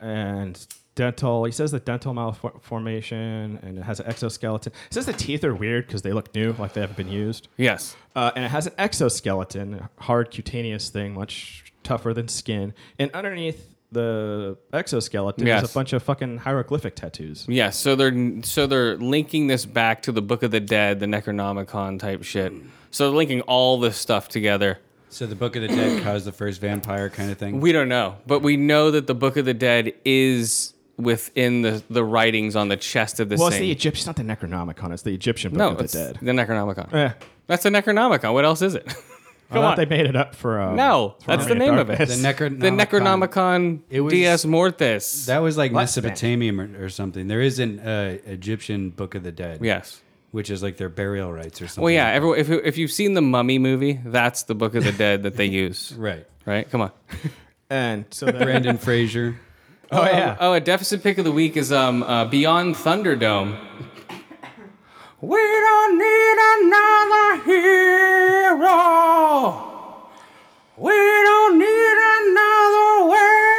Speaker 6: and dental. He says the dental malformation, and it has an exoskeleton. He says the teeth are weird because they look new, like they haven't been used.
Speaker 2: Yes.
Speaker 6: Uh, and it has an exoskeleton, a hard cutaneous thing, much tougher than skin. And underneath the exoskeleton
Speaker 2: Yes.
Speaker 6: is a bunch of fucking hieroglyphic tattoos.
Speaker 2: Yeah, so they're so they're linking this back to the Book of the Dead, the Necronomicon type shit. So they're linking all this stuff together.
Speaker 5: So the Book of the Dead caused the first vampire kind of thing.
Speaker 2: We don't know, but we know that the Book of the Dead is within the the writings on the chest of the
Speaker 6: Well, it's the
Speaker 2: saint.
Speaker 6: Egyptian, it's not the Necronomicon, it's the Egyptian Book
Speaker 2: no,
Speaker 6: of the
Speaker 2: it's
Speaker 6: Dead.
Speaker 2: the Necronomicon.
Speaker 6: Eh,
Speaker 2: That's the Necronomicon. What else is it? *laughs*
Speaker 6: I thought they made it up for. Um,
Speaker 2: no,
Speaker 6: for
Speaker 2: that's the
Speaker 6: Army
Speaker 2: name of it.
Speaker 6: Darkness.
Speaker 5: The Necronomicon.
Speaker 2: The Necronomicon
Speaker 5: It was-
Speaker 2: Dies Mortis.
Speaker 5: That was like Mesopotamian or, or something. There is an uh, Egyptian Book of the Dead.
Speaker 2: yes.
Speaker 5: Which is like their burial rites or something.
Speaker 2: Well, yeah. Everyone, if if you've seen the Mummy movie, that's the Book of the Dead that they use.
Speaker 5: Right.
Speaker 2: Right. Come on.
Speaker 6: *laughs* And
Speaker 2: *laughs*
Speaker 6: so then,
Speaker 5: Brandon Fraser.
Speaker 6: oh yeah,
Speaker 2: Oh, a deficit pick of the week is um uh, Beyond Thunderdome. we don't need another hero. We don't need another way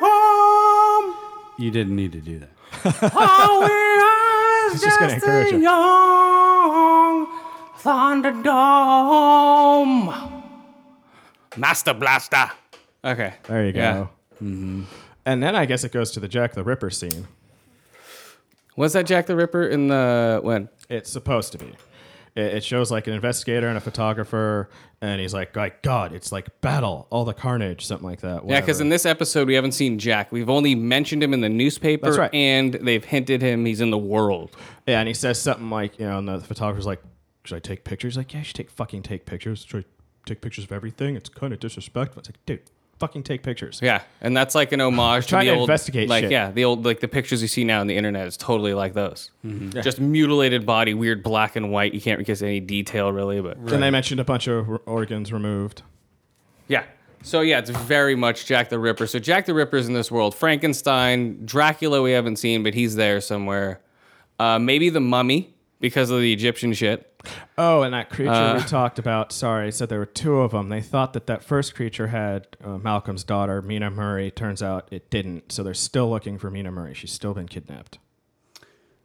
Speaker 2: home.
Speaker 5: You didn't need to do that.
Speaker 2: All
Speaker 6: *laughs*
Speaker 2: we are is
Speaker 6: He's just gonna encourage
Speaker 2: a
Speaker 6: him.
Speaker 2: young Thunderdome. Master Blaster. Okay.
Speaker 6: there you go. Mm-hmm.
Speaker 2: Yeah.
Speaker 6: And then I guess it goes to the Jack the Ripper scene.
Speaker 2: Was that Jack the Ripper in the when?
Speaker 6: It's supposed to be. It, it shows like an investigator and a photographer, and he's like, like God, it's like battle, all the carnage, something like that.
Speaker 2: Yeah, because in this episode we haven't seen Jack. We've only mentioned him in the newspaper,
Speaker 6: That's right.
Speaker 2: and they've hinted him he's in the world.
Speaker 6: yeah, and he says something like, you know, and the photographer's like, should I take pictures? Like, yeah, you should take fucking take pictures. Should I take pictures of everything? It's kind of disrespectful. It's like, dude, fucking take pictures.
Speaker 2: Yeah, and that's like an homage to
Speaker 6: Trying
Speaker 2: the
Speaker 6: to
Speaker 2: old
Speaker 6: investigate
Speaker 2: like
Speaker 6: shit.
Speaker 2: yeah, the old like the pictures you see now on the internet is totally like those. Just mutilated body, weird black and white. You can't get any detail really, but
Speaker 6: And they mentioned a bunch of r- organs removed.
Speaker 2: yeah. So yeah, it's very much Jack the Ripper. So Jack the Ripper's in this world. Frankenstein, Dracula we haven't seen, but he's there somewhere. Uh, maybe the Mummy. because of the Egyptian shit.
Speaker 6: Oh, and that creature
Speaker 2: Uh.
Speaker 6: we talked about. Sorry, said there were two of them. They thought that that first creature had uh, Malcolm's daughter, Mina Murray. Turns out it didn't. So they're still looking for Mina Murray. She's still been kidnapped.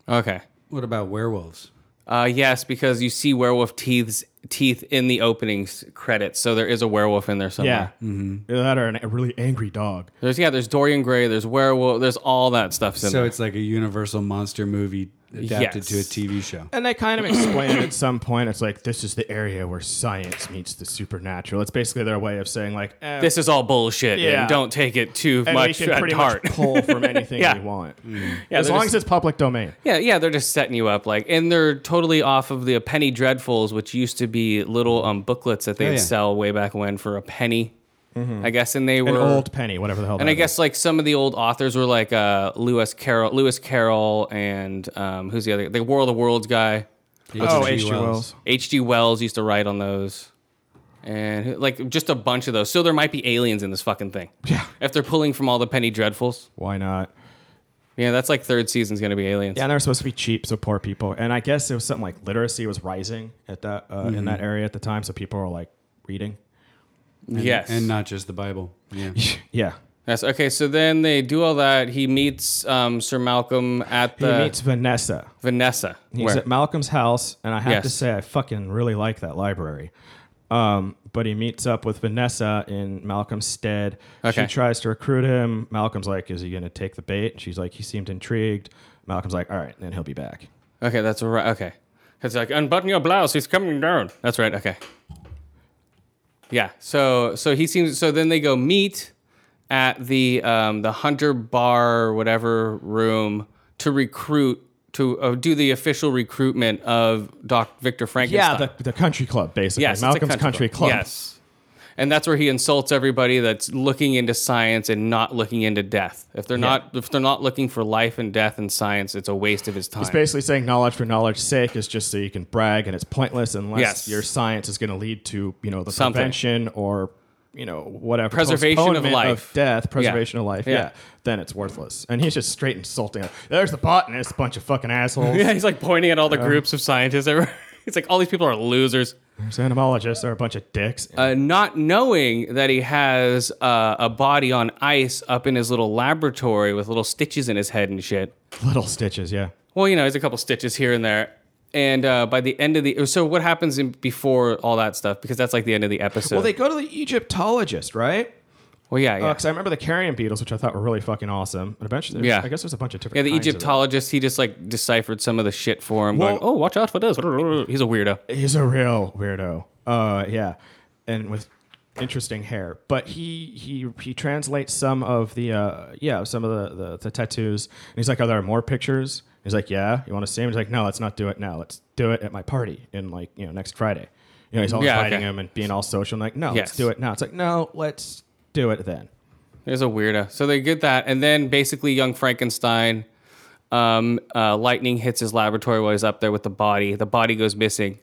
Speaker 2: Okay.
Speaker 5: What about werewolves?
Speaker 2: Uh, yes, because you see werewolf teeth teeth in the opening s- credits, so there is a werewolf in there somewhere.
Speaker 6: Yeah, mm-hmm. that or an, a really angry dog.
Speaker 2: There's yeah, there's Dorian Gray, there's werewolf, there's all that stuff's in
Speaker 5: So
Speaker 2: there.
Speaker 5: it's like a Universal monster movie adapted
Speaker 2: Yes.
Speaker 5: to a TV show.
Speaker 6: And they kind of explain it at some point. It's like this is the area where science meets the supernatural. It's basically their way of saying like eh,
Speaker 2: This is all bullshit.
Speaker 6: Yeah.
Speaker 2: And don't take it too
Speaker 6: and
Speaker 2: much
Speaker 6: we can
Speaker 2: at
Speaker 6: pretty
Speaker 2: heart.
Speaker 6: *laughs* much pull
Speaker 2: *laughs*
Speaker 6: from anything
Speaker 2: Yeah. Mm.
Speaker 6: we want,
Speaker 2: Yeah,
Speaker 6: as
Speaker 2: they're
Speaker 6: long
Speaker 2: just-
Speaker 6: as it's public domain.
Speaker 2: Yeah, yeah, they're just setting you up like, and they're totally off of the penny dreadfuls, which used to be little um, booklets
Speaker 6: Oh,
Speaker 2: that they'd
Speaker 5: yeah.
Speaker 2: sell way back when for a penny, I guess, and they were
Speaker 6: Mm-hmm. An old penny, whatever the hell.
Speaker 2: And
Speaker 6: that
Speaker 2: I guess like some of the old authors were like uh, Lewis Carroll, Lewis Carroll, and um, who's the other? The War of the Worlds guy,
Speaker 6: is. oh H.G. Wells.
Speaker 2: H.G. Wells used to write on those, and who- like just a bunch of those. So there might be aliens in this fucking thing. Yeah, if they're pulling from all the Penny Dreadfuls.
Speaker 6: Why not?
Speaker 2: Yeah, that's like third season's gonna be aliens.
Speaker 6: Yeah, and they were supposed to be cheap, so poor people. And I guess it was something like literacy was rising at that uh, in
Speaker 2: Mm-hmm.
Speaker 6: that area at the time, so people were like
Speaker 2: *laughs*
Speaker 6: reading.
Speaker 2: yes,
Speaker 5: And
Speaker 6: uh,
Speaker 5: not just the Bible.
Speaker 2: *laughs*
Speaker 5: Yeah.
Speaker 6: Yeah,
Speaker 2: Yes. Okay. So then they do all that. He meets um, Sir Malcolm at
Speaker 6: he
Speaker 2: the
Speaker 6: meets Vanessa.
Speaker 2: Vanessa.
Speaker 6: He's
Speaker 2: Where?
Speaker 6: at Malcolm's house, and I have to
Speaker 2: Yes.
Speaker 6: say, I fucking really like that library. Um, but he meets up with Vanessa in Malcolm's stead.
Speaker 2: Okay.
Speaker 6: She tries to recruit him. Malcolm's like, "Is he going to take the bait?" She's like, "He seemed intrigued." Malcolm's like, "All right, then he'll be back."
Speaker 2: okay. That's right. Okay. It's like unbutton your blouse. He's coming down. That's right. Okay. Yeah. So so he seems. So then they go meet at the um, the Hunter Bar or whatever room to recruit to uh, do the official recruitment of Doc Victor Frankenstein.
Speaker 6: Yeah, the, the country club basically.
Speaker 2: Yes, it's a
Speaker 6: Malcolm's country, club.
Speaker 2: Yes. And that's where he insults everybody that's looking into science and not looking into death. If they're not if they're not looking for life and death and science, it's a waste of his time.
Speaker 6: It's basically saying knowledge for knowledge's sake is just so you can brag, and it's pointless unless
Speaker 2: Yes.
Speaker 6: your science is going to lead to you know the
Speaker 2: Something.
Speaker 6: prevention or you know whatever
Speaker 2: Preservation of
Speaker 6: postponement
Speaker 2: life.
Speaker 6: death, preservation of life. Yeah.
Speaker 2: Yeah.
Speaker 6: then it's worthless. And he's just straight insulting. There's the botanist, bunch of fucking
Speaker 2: *laughs*
Speaker 6: assholes.
Speaker 2: yeah, he's like pointing at all the groups of scientists. *laughs* everywhere. It's like all these people are losers.
Speaker 6: There's entomologists, are a bunch of dicks.
Speaker 2: Uh, not knowing that he has uh, a body on ice up in his little laboratory with little stitches in his head and shit.
Speaker 6: Little stitches, yeah.
Speaker 2: Well, you know, there's a couple stitches here and there. And uh, by the end of the so what happens in, before all that stuff because that's like the end of the episode.
Speaker 6: Well, they go to the Egyptologist, right?
Speaker 2: well yeah, yeah.
Speaker 6: Because I remember the carrion beetles, which I thought were really fucking awesome. And eventually, there's-
Speaker 2: Yeah.
Speaker 6: I guess there's a bunch of different.
Speaker 2: Yeah, the
Speaker 6: kinds of them.
Speaker 2: Egyptologist, he just like deciphered some of the shit for him.
Speaker 6: Well-
Speaker 2: going, oh, watch out for
Speaker 6: *laughs*
Speaker 2: this. He's a weirdo.
Speaker 6: He's a real weirdo. Uh, yeah, and with interesting hair. But he he he translates some of the uh, yeah some of the, the the tattoos. And he's like, "Are there more pictures?" He's like, "Yeah, you want to see him?" He's like, "No, let's not do it now. Let's do it at my party in like you know next Friday." You know, he's all
Speaker 2: Yeah,
Speaker 6: inviting
Speaker 2: okay.
Speaker 6: him and being all social. And like, no, let's
Speaker 2: Yes.
Speaker 6: do it now. It's like, no, let's do it then.
Speaker 2: He's a weirdo. So they get that. And then basically, young Frankenstein, um, uh, lightning hits his laboratory while he's up there with the body. The body goes missing.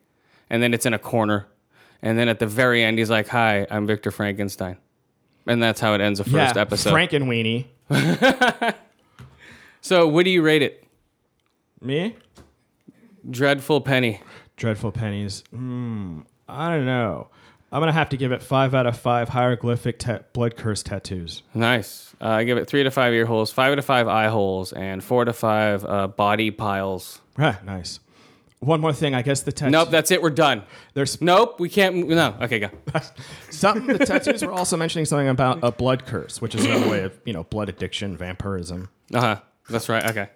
Speaker 2: And then it's in a corner. And then at the very end, he's like, hi, I'm Victor Frankenstein. And that's how it ends the first
Speaker 6: yeah,
Speaker 2: episode.
Speaker 6: Frank and Weenie.
Speaker 2: so, what do you rate it?
Speaker 6: Me,
Speaker 2: Dreadful Penny.
Speaker 6: dreadful pennies. Hmm, I don't know. I'm gonna have to give it five out of five hieroglyphic ta- blood curse tattoos.
Speaker 2: Nice. Uh, I give it three to five ear holes, five to five eye holes, and four to five uh, body piles.
Speaker 6: Ah, nice. One more thing, I guess the tattoos.
Speaker 2: Nope, that's it. We're done.
Speaker 6: *laughs* there's
Speaker 2: Nope, we can't. No, okay, go.
Speaker 6: something. The tattoos were also mentioning something about a blood curse, which is another way of you know blood addiction, vampirism.
Speaker 2: Uh huh. That's right. Okay.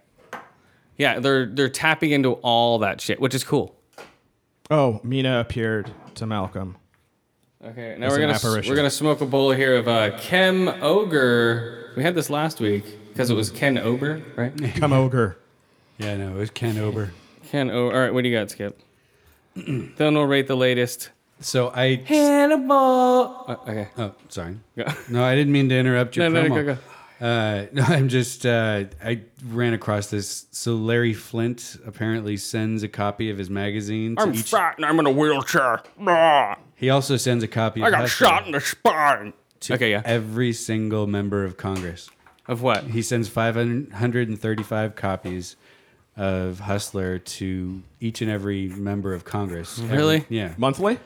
Speaker 2: Yeah, they're they're tapping into all that shit, which is cool.
Speaker 6: Oh, Mina appeared to Malcolm.
Speaker 2: Okay, now
Speaker 6: It's
Speaker 2: we're
Speaker 6: an
Speaker 2: gonna s-
Speaker 6: apparition.
Speaker 2: we're gonna smoke a bowl here of uh, Kem Ogre. We had this last week because it was Ken Ogre, right?
Speaker 5: *laughs*
Speaker 6: Come ogre.
Speaker 5: Yeah, no, it was Ken Ober.
Speaker 2: Ken O. All right, what do you got, Skip? *clears throat* then we'll rate the latest.
Speaker 5: So I.
Speaker 2: Hannibal. Uh, okay.
Speaker 5: Oh, sorry. No, I didn't mean to interrupt your
Speaker 2: No, no,
Speaker 5: promo.
Speaker 2: no, go, go.
Speaker 5: Uh, *laughs* no, I'm just. Uh, I ran across this. So Larry Flint apparently sends a copy of his magazine. To
Speaker 1: I'm
Speaker 5: each,
Speaker 1: fat and I'm in a wheelchair. Ah,
Speaker 5: He also sends a copy.
Speaker 1: I
Speaker 5: of
Speaker 1: got
Speaker 5: Hustler
Speaker 1: shot in the spine.
Speaker 5: to
Speaker 2: Okay, yeah.
Speaker 5: every single member of Congress.
Speaker 2: Of what?
Speaker 5: He sends 535 copies of Hustler to each and every member of Congress.
Speaker 2: Really?
Speaker 5: Every- yeah.
Speaker 6: Monthly?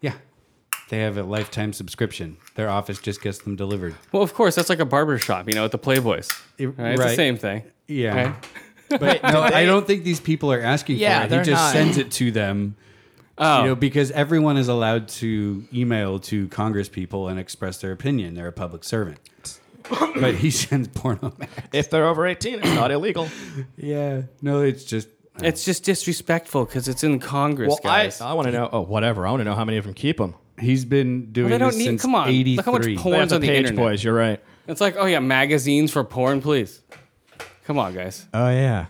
Speaker 5: Yeah. They have a lifetime subscription. Their office just gets them delivered.
Speaker 2: Well, of course, that's like a barber shop, you know, at the Playboys. Right? It's the same thing.
Speaker 5: Yeah.
Speaker 2: Right?
Speaker 5: But no, I don't think these people are asking
Speaker 6: Yeah,
Speaker 5: for it.
Speaker 6: they're
Speaker 5: He just
Speaker 6: not.
Speaker 5: sends it to them.
Speaker 2: Oh,
Speaker 5: You know, because everyone is allowed to email to Congress people and express their opinion. They're a public servant. but he *laughs* sends porno back.
Speaker 6: If they're over 18, it's not illegal.
Speaker 5: Yeah. No, it's just
Speaker 2: it's just disrespectful because it's in Congress,
Speaker 6: well, I,
Speaker 2: guys.
Speaker 6: I want to know. Oh, whatever. I want to know how many of them keep them.
Speaker 5: he's been doing
Speaker 2: they don't
Speaker 5: this
Speaker 2: need-
Speaker 5: since
Speaker 2: come on,
Speaker 5: '83.
Speaker 2: look how much porn-
Speaker 6: They have
Speaker 2: One's
Speaker 6: to
Speaker 2: on the
Speaker 6: page
Speaker 2: internet.
Speaker 6: boys. You're right.
Speaker 2: it's like, oh yeah, magazines for porn, please. Come on, guys.
Speaker 6: Oh yeah.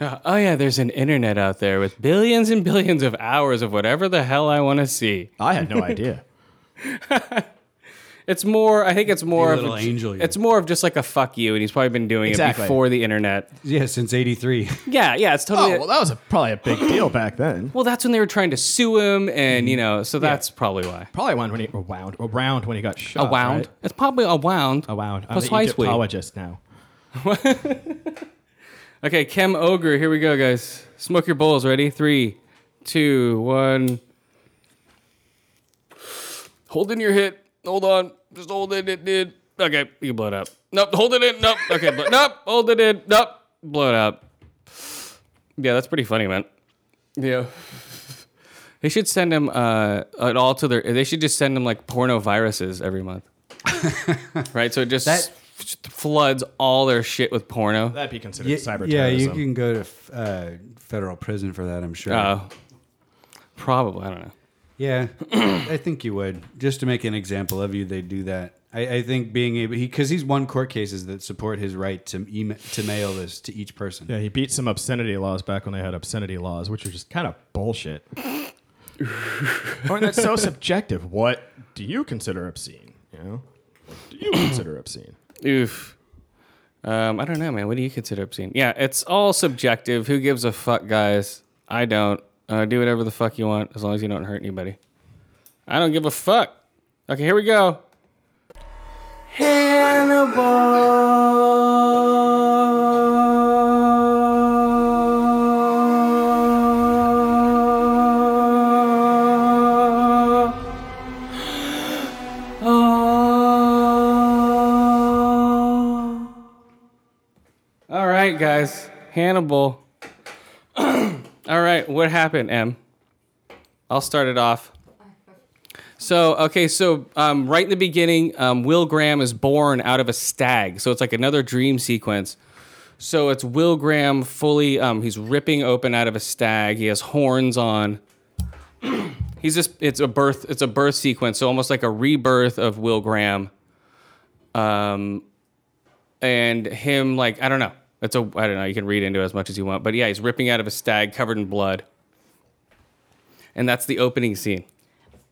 Speaker 2: Oh yeah, there's an internet out there with billions and billions of hours of whatever the hell I want to see.
Speaker 6: I had *laughs* no idea.
Speaker 2: It's more. I think it's more of
Speaker 5: little
Speaker 2: a-
Speaker 5: angel, you.
Speaker 2: It's more of just like a fuck you, and he's probably been doing
Speaker 6: Exactly.
Speaker 2: it before the internet.
Speaker 5: Yeah, since '83.
Speaker 2: Yeah, yeah. It's
Speaker 6: oh
Speaker 2: totally.
Speaker 6: well, that was a, probably a big deal back then.
Speaker 2: Well, that's when they were trying to sue him, and you know, so that's probably why.
Speaker 6: Probably one when he around around when he got shot.
Speaker 2: A wound.
Speaker 6: right?
Speaker 2: It's probably a wound.
Speaker 6: A wound. I'm
Speaker 2: Plus
Speaker 6: an
Speaker 2: twice weight.
Speaker 6: Egyptologist now.
Speaker 2: Okay, Chem Ogre. Here we go, guys. Smoke your bowls. Ready? Three, two, one. Hold in your hit. Hold on. Just hold it. It did. Okay, you blow it up. Nope. Hold it in. Nope. Okay. Blow, nope. Hold it in. Nope. Blow it up. Yeah, that's pretty funny, man. Yeah. They should send them uh, it all to their. They should just send them like porno viruses every month, right? So it just
Speaker 5: That-
Speaker 2: f- floods all their shit with porno.
Speaker 6: That'd be considered
Speaker 5: Yeah,
Speaker 6: cyber
Speaker 5: yeah,
Speaker 6: terrorism.
Speaker 5: you can go to f- uh, federal prison for that. I'm sure.
Speaker 2: Uh, probably. I don't know. *clears throat*
Speaker 5: Yeah, I think you would. Just to make an example of you, they do that. I, I think being able, because he's won court cases that support his right to email, to mail this to each person.
Speaker 6: Yeah, he beat some obscenity laws back when they had obscenity laws, which are just kind of
Speaker 5: *laughs*
Speaker 6: bullshit. I mean, that's so subjective. What do you consider obscene? You know, what do you consider obscene?
Speaker 2: Oof. Um, I don't know, man. What do you consider obscene? Yeah, it's all subjective. Who gives a fuck, guys? I don't. Uh, do whatever the fuck you want, as long as you don't hurt anybody. I don't give a fuck. Okay, here we go. All right, guys. Hannibal. *clears throat* All right, what happened, Em? I'll start it off. So, okay, so um, right in the beginning, um, Will Graham is born out of a stag. So it's like another dream sequence. So it's Will Graham fully, um, he's ripping open out of a stag. He has horns on. *clears throat* he's just, it's a birth, it's a birth sequence. So almost like a rebirth of Will Graham. Um, and him like I don't know. It's a I don't know. You can read into it as much as you want, but yeah, he's ripping out of a stag covered in blood, and that's the opening scene.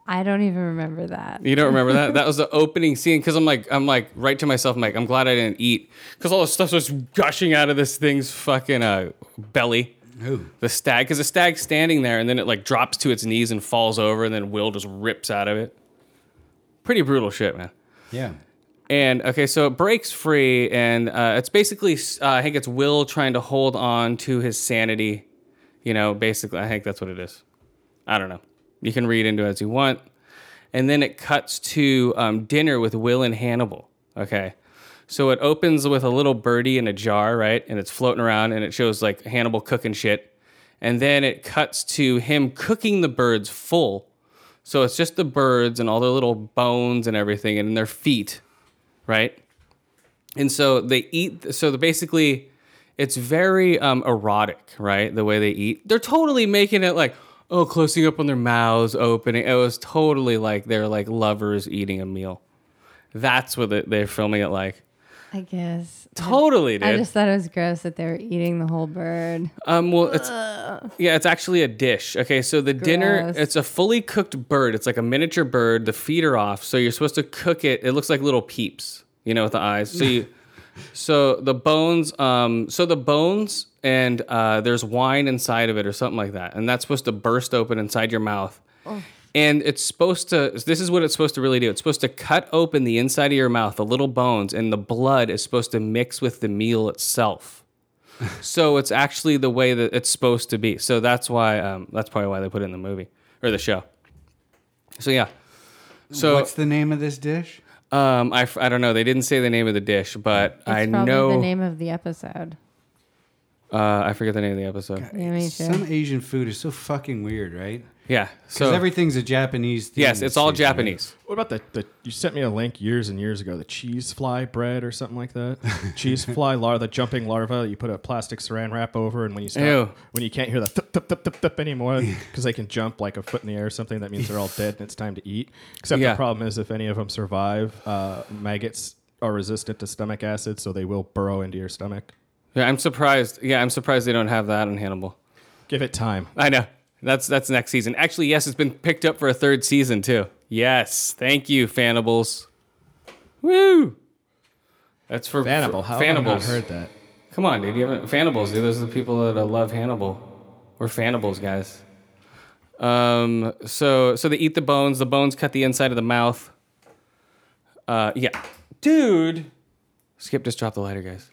Speaker 7: I don't even remember that.
Speaker 2: You don't remember that? that was the opening scene because I'm like I'm like right to myself. I'm like I'm glad I didn't eat because all the stuff was gushing out of this thing's fucking uh, belly.
Speaker 5: Who?
Speaker 2: The stag, because the stag's standing there, and then it like drops to its knees and falls over, and then Will just rips out of it. Pretty brutal shit, man.
Speaker 5: Yeah.
Speaker 2: And okay, so it breaks free, and uh, it's basically uh, I think it's Will trying to hold on to his sanity. You know, basically, I think that's what it is. I don't know. You can read into it as you want. And then it cuts to um, dinner with Will and Hannibal. Okay. So it opens with a little birdie in a jar, right? And it's floating around and it shows like Hannibal cooking shit. And then it cuts to him cooking the birds full. So it's just the birds and all their little bones and everything and their feet right? And so they eat. So the, basically, it's very um, erotic, right? The way they eat. They're totally making it like, oh, closing up on their mouths, opening. It was totally like they're like lovers eating a meal. That's what they- they're filming it like.
Speaker 7: I guess.
Speaker 2: Totally, dude.
Speaker 7: I just thought it was gross that they were eating the whole bird.
Speaker 2: Um, well, it's yeah, it's actually a dish. Okay, so the dinner,
Speaker 7: Gross.
Speaker 2: it's a fully cooked bird. It's like a miniature bird. The feet are off, so you're supposed to cook it. It looks like little peeps, you know, with the eyes. So you, so the bones, um, so the bones, and uh, there's wine inside of it or something like that, and that's supposed to burst open inside your mouth. And it's supposed to. This is what it's supposed to really do. It's supposed to cut open the inside of your mouth, the little bones, and the blood is supposed to mix with the meal itself. so it's actually the way that it's supposed to be. So that's why um, that's probably why they put it in the movie or the show. So yeah. So
Speaker 5: What's the name of this dish?
Speaker 2: um, I, f- I don't know. They didn't say the name of the dish, but I
Speaker 7: It's probably
Speaker 2: know
Speaker 7: the name of the episode.
Speaker 2: Uh, I forget the name of the episode.
Speaker 7: Yeah, me too.
Speaker 5: Some Asian food is so fucking weird, right?
Speaker 2: Yeah.
Speaker 5: Because
Speaker 2: So
Speaker 5: everything's a Japanese. Thing
Speaker 2: yes,
Speaker 5: this
Speaker 2: it's all
Speaker 5: season, right?
Speaker 2: Japanese.
Speaker 6: What about the, the you sent me a link years and years ago, the cheese fly bread or something
Speaker 2: *laughs*
Speaker 6: like that? cheese fly larva, the jumping larva that you put a plastic saran wrap over and when you stop,
Speaker 2: Ew.
Speaker 6: when you can't hear the thup, thup, thup, thup,
Speaker 2: *laughs*
Speaker 6: thup anymore because they can jump like a foot in the air or something, that means they're all dead and it's time to eat. Except
Speaker 2: Yeah.
Speaker 6: the problem is if any of them survive, uh, maggots are resistant to stomach acid, so they will burrow into your stomach.
Speaker 2: Yeah, I'm surprised. Yeah, I'm surprised they don't have that in Hannibal.
Speaker 6: Give it time.
Speaker 2: I know. That's that's next season. Actually, yes, it's been picked up for a third season too. Yes, thank you, Fanables. Woo! That's for
Speaker 6: Hannibal,
Speaker 2: for-
Speaker 6: how have I not
Speaker 2: Fanables.
Speaker 6: heard that?
Speaker 2: Come on, dude. You haven't Fanables, dude. Those are the people that uh, love Hannibal. We're Fanables, guys. Um. So so they eat the bones. The bones cut the inside of the mouth. Uh. Yeah. Dude. Skip just dropped the lighter, guys.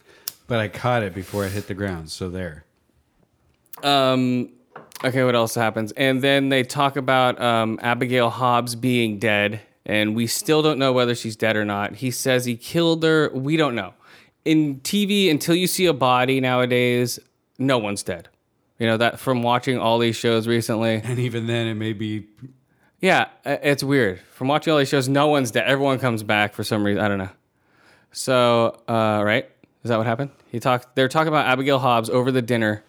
Speaker 5: But I caught it before it hit the ground, so there.
Speaker 2: Um, okay, what else happens? And then they talk about um, Abigail Hobbs being dead, and we still don't know whether she's dead or not. He says he killed her. We don't know. In TV, until you see a body nowadays, no one's dead. You know that from watching all these shows recently.
Speaker 5: And even then, it may be
Speaker 2: Yeah, i- it's weird. From watching all these shows, no one's dead. Everyone comes back for some reason. I don't know. So, uh, right? Is that what happened? He talked. They're talking about Abigail Hobbs over the dinner.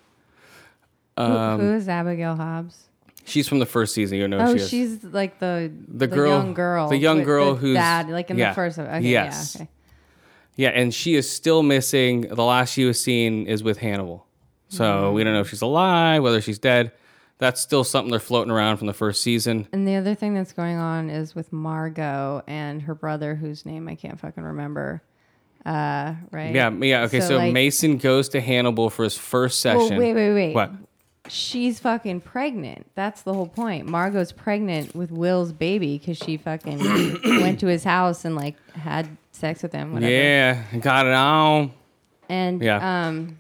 Speaker 2: Um,
Speaker 7: Who who is Abigail Hobbs?
Speaker 2: She's from the first season. You don't know who
Speaker 7: Oh,
Speaker 2: she is.
Speaker 7: she's like the
Speaker 2: The girl-
Speaker 7: young girl,
Speaker 2: the young
Speaker 7: with
Speaker 2: girl
Speaker 7: the
Speaker 2: who's-
Speaker 7: dad, like in
Speaker 2: yeah.
Speaker 7: the first. Okay,
Speaker 2: Yes.
Speaker 7: Yeah, okay.
Speaker 2: Yeah, and she is still missing. The last she was seen is with Hannibal. So
Speaker 7: Mm.
Speaker 2: we don't know if she's alive, whether she's dead. That's still something they're floating around from the first season.
Speaker 7: And the other thing that's going on is with Margot and her brother, whose name I can't fucking remember. Uh, right?
Speaker 2: Yeah, yeah, okay. So,
Speaker 7: like-
Speaker 2: Mason goes to Hannibal for his first
Speaker 7: Well,
Speaker 2: session.
Speaker 7: wait, wait, wait.
Speaker 2: What?
Speaker 7: She's fucking pregnant. That's the whole point. Margot's pregnant with Will's baby because
Speaker 2: *coughs*
Speaker 7: she fucking went to his house and like had sex with him. Whatever.
Speaker 2: Yeah, got it on.
Speaker 7: And
Speaker 2: Yeah.
Speaker 7: um,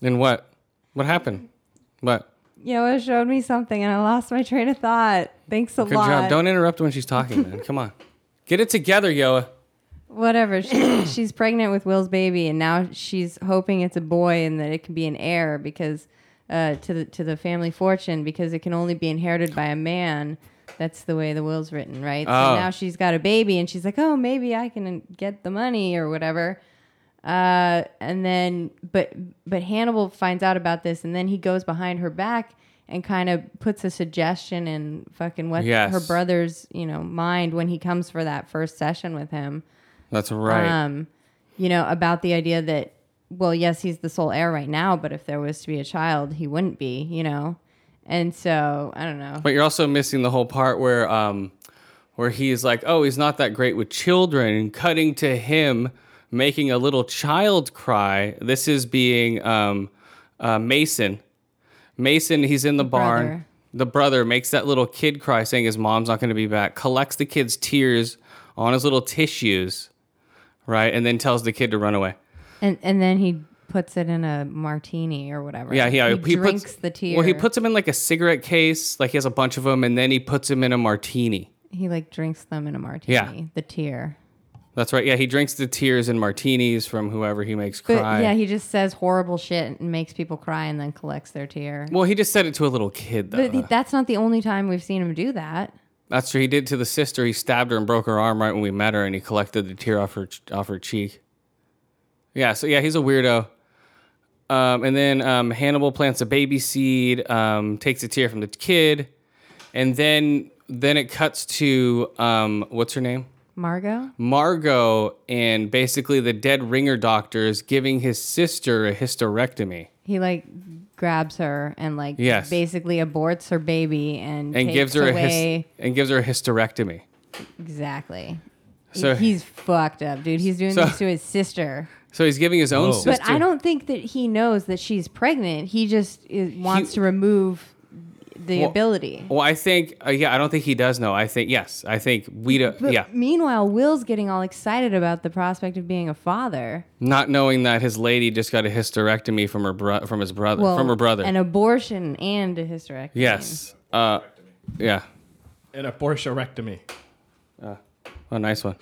Speaker 2: Then what? What happened? What?
Speaker 7: Yoa showed me something and I lost my train of thought. Thanks a
Speaker 2: Good
Speaker 7: lot.
Speaker 2: job. Don't interrupt when she's talking, man. Come on. Get it together, Yoa.
Speaker 7: whatever
Speaker 2: *clears throat*
Speaker 7: she's, she's pregnant with will's baby and now she's hoping it's a boy and that it can be an heir because uh, to the to the family fortune because it can only be inherited by a man that's the way the will's written right
Speaker 2: Oh.
Speaker 7: so now she's got a baby and she's like oh maybe i can get the money or whatever uh, and then but but hannibal finds out about this and then he goes behind her back and kind of puts a suggestion in fucking what
Speaker 2: Yes.
Speaker 7: her brother's you know mind when he comes for that first session with him
Speaker 2: That's right.
Speaker 7: um, you know, about the idea that, well, yes, he's the sole heir right now, but if there was to be a child, he wouldn't be, you know? And so, I don't know.
Speaker 2: But you're also missing the whole part where um where he's like, "Oh, he's not that great with children." And cutting to him making a little child cry. This is being um uh, Mason. Mason, he's in the, barn.
Speaker 7: brother.
Speaker 2: The brother makes that little kid cry saying his mom's not going to be back. Collects the kid's tears on his little tissues, right? And then tells the kid to run away.
Speaker 7: And and then he puts it in a martini or whatever.
Speaker 2: Yeah, yeah.
Speaker 7: He, drinks
Speaker 2: puts,
Speaker 7: the tear.
Speaker 2: Well, he puts them in like a cigarette case, like he has a bunch of them, and then he puts them in a martini.
Speaker 7: he like drinks them in a martini.
Speaker 2: Yeah.
Speaker 7: The tear.
Speaker 2: That's right. Yeah, he drinks the tears and martinis from whoever he makes
Speaker 7: But
Speaker 2: cry.
Speaker 7: yeah, he just says horrible shit and makes people cry and then collects their tear.
Speaker 2: well, uh. he just said it to a little kid, though.
Speaker 7: but he- that's not the only time we've seen him do that.
Speaker 2: That's true. He did to the sister. He stabbed her and broke her arm right when we met her, and he collected the tear off her off her cheek. Yeah. So yeah, he's a weirdo. Um, and then um, Hannibal plants a baby seed, um, takes a tear from the kid, and then then it cuts to um, what's her name?
Speaker 7: Margot?
Speaker 2: Margot and basically the dead ringer doctors giving his sister a hysterectomy.
Speaker 7: He like grabs her and like
Speaker 2: Yes.
Speaker 7: basically aborts her baby and,
Speaker 2: and
Speaker 7: takes
Speaker 2: gives her
Speaker 7: away
Speaker 2: a hys- and gives her a hysterectomy.
Speaker 7: exactly.
Speaker 2: So-
Speaker 7: So he's fucked up, dude. He's doing
Speaker 2: So-
Speaker 7: this to his
Speaker 2: *laughs*
Speaker 7: sister,
Speaker 2: So he's giving his own
Speaker 5: Whoa.
Speaker 2: sister.
Speaker 7: but I don't think that he knows that she's pregnant. He just is, wants to remove the ability.
Speaker 2: Well, I think uh, yeah, I don't think he does know. I think yes, I think we do.
Speaker 7: But
Speaker 2: yeah,
Speaker 7: meanwhile, Will's getting all excited about the prospect of being a father.
Speaker 2: not knowing that his lady just got a hysterectomy from her bro- from his brother
Speaker 7: Well,
Speaker 2: from her brother.
Speaker 7: An abortion and a hysterectomy.
Speaker 2: yes. Uh, yeah. *clears throat*
Speaker 6: An abortionrectomy.
Speaker 2: Oh, nice one.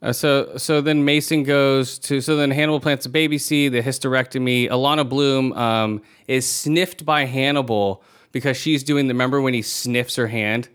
Speaker 2: Uh, so so then Mason goes to so then Hannibal plants a baby seed, the hysterectomy. Alana Bloom um, is sniffed by Hannibal because she's doing the remember when he sniffs her hand.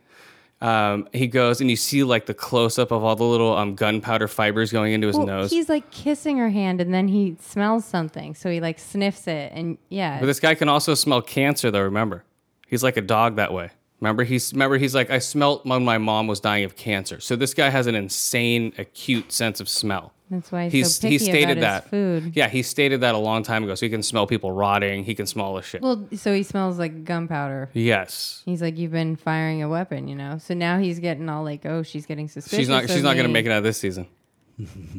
Speaker 2: Um, he goes and you see like the close up of all the little um, gunpowder fibers going into his
Speaker 7: Well,
Speaker 2: nose.
Speaker 7: he's like kissing her hand and then he smells something. So he like sniffs it and yeah.
Speaker 2: But this guy can also smell cancer, though. Remember, he's like a dog that way. Remember, he's remember he's like I smelt when my mom was dying of cancer. So this guy has an insane, acute sense of smell.
Speaker 7: That's why he's so picky about his
Speaker 2: that.
Speaker 7: food.
Speaker 2: Yeah, he stated that a long time ago. So he can smell people rotting. He can smell the shit.
Speaker 7: Well, so he smells like gunpowder.
Speaker 2: yes,
Speaker 7: He's like, you've been firing a weapon, you know. So now he's getting all like, oh, she's getting suspicious.
Speaker 2: she's not.
Speaker 7: of
Speaker 2: She's not going to
Speaker 7: me.
Speaker 2: make it out this season.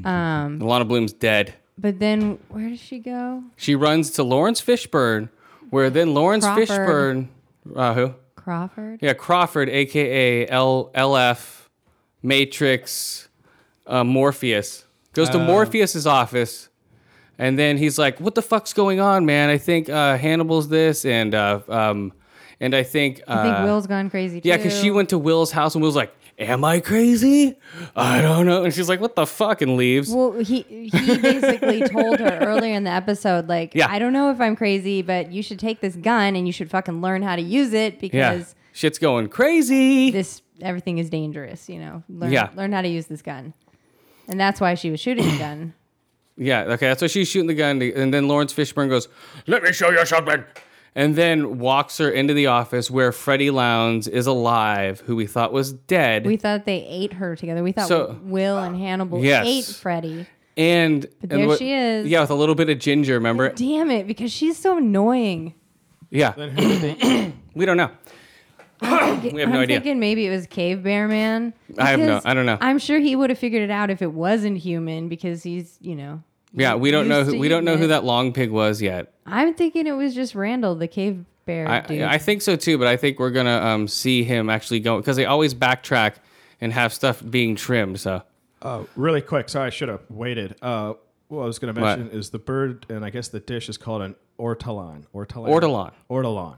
Speaker 2: um, Alana Bloom's dead.
Speaker 7: But then where does she go?
Speaker 2: She runs to Lawrence Fishburne, where then Lawrence
Speaker 7: Crawford.
Speaker 2: Fishburne, uh, who?
Speaker 7: Crawford.
Speaker 2: Yeah, Crawford, aka L- LF Matrix uh, Morpheus, goes to Morpheus's office, and then he's like, "What the fuck's going on, man? I think uh, Hannibal's this, and uh, um, and I think, uh,
Speaker 7: I think Will's gone crazy too.
Speaker 2: yeah, because she went to Will's house, and Will's like." Am I crazy? I don't know. And she's like, "What the fuck?" and leaves.
Speaker 7: Well, he
Speaker 2: *laughs*
Speaker 7: he basically told her earlier in the episode, like,
Speaker 2: Yeah.
Speaker 7: I don't know if I'm crazy, but you should take this gun and you should fucking learn how to use it
Speaker 2: yeah,
Speaker 7: because
Speaker 2: shit's going crazy.
Speaker 7: this everything is dangerous. You know, learn
Speaker 2: Yeah.
Speaker 7: learn how to use this gun, and that's why she was shooting the gun.
Speaker 2: Yeah, okay, that's why she's shooting the gun. to- And then Lawrence Fishburne goes, Let me show you something. And then walks her into the office where Freddie Lowndes is alive, who we thought was dead.
Speaker 7: We thought they ate her together. We thought
Speaker 2: So-
Speaker 7: Will and Hannibal
Speaker 2: Yes.
Speaker 7: ate Freddy.
Speaker 2: and
Speaker 7: But
Speaker 2: and
Speaker 7: there
Speaker 2: what-
Speaker 7: she is.
Speaker 2: Yeah, with a little bit of ginger, remember?
Speaker 7: Damn it, because she's so annoying.
Speaker 2: Yeah. we don't know. we have
Speaker 7: *coughs* I'm
Speaker 2: no idea.
Speaker 7: thinking maybe it was Cave Bear Man.
Speaker 2: I have no-
Speaker 7: because
Speaker 2: I don't know.
Speaker 7: I'm sure he would have figured it out if it wasn't human because he's, you know.
Speaker 2: yeah, we don't know
Speaker 7: used
Speaker 2: who
Speaker 7: to
Speaker 2: we don't know who
Speaker 7: eating it.
Speaker 2: that long pig was yet.
Speaker 7: I'm thinking it was just Randall, the cave bear
Speaker 2: I,
Speaker 7: dude.
Speaker 2: I think so too, but I think we're gonna um, see him actually go because they always backtrack and have stuff being trimmed. So
Speaker 6: Oh, really quick. Sorry, I should have waited. Uh, what I was going to
Speaker 2: What?
Speaker 6: mention is the bird, and I guess the dish is called an ortolan. Ortolan.
Speaker 2: Ortolan.
Speaker 6: Ortolan.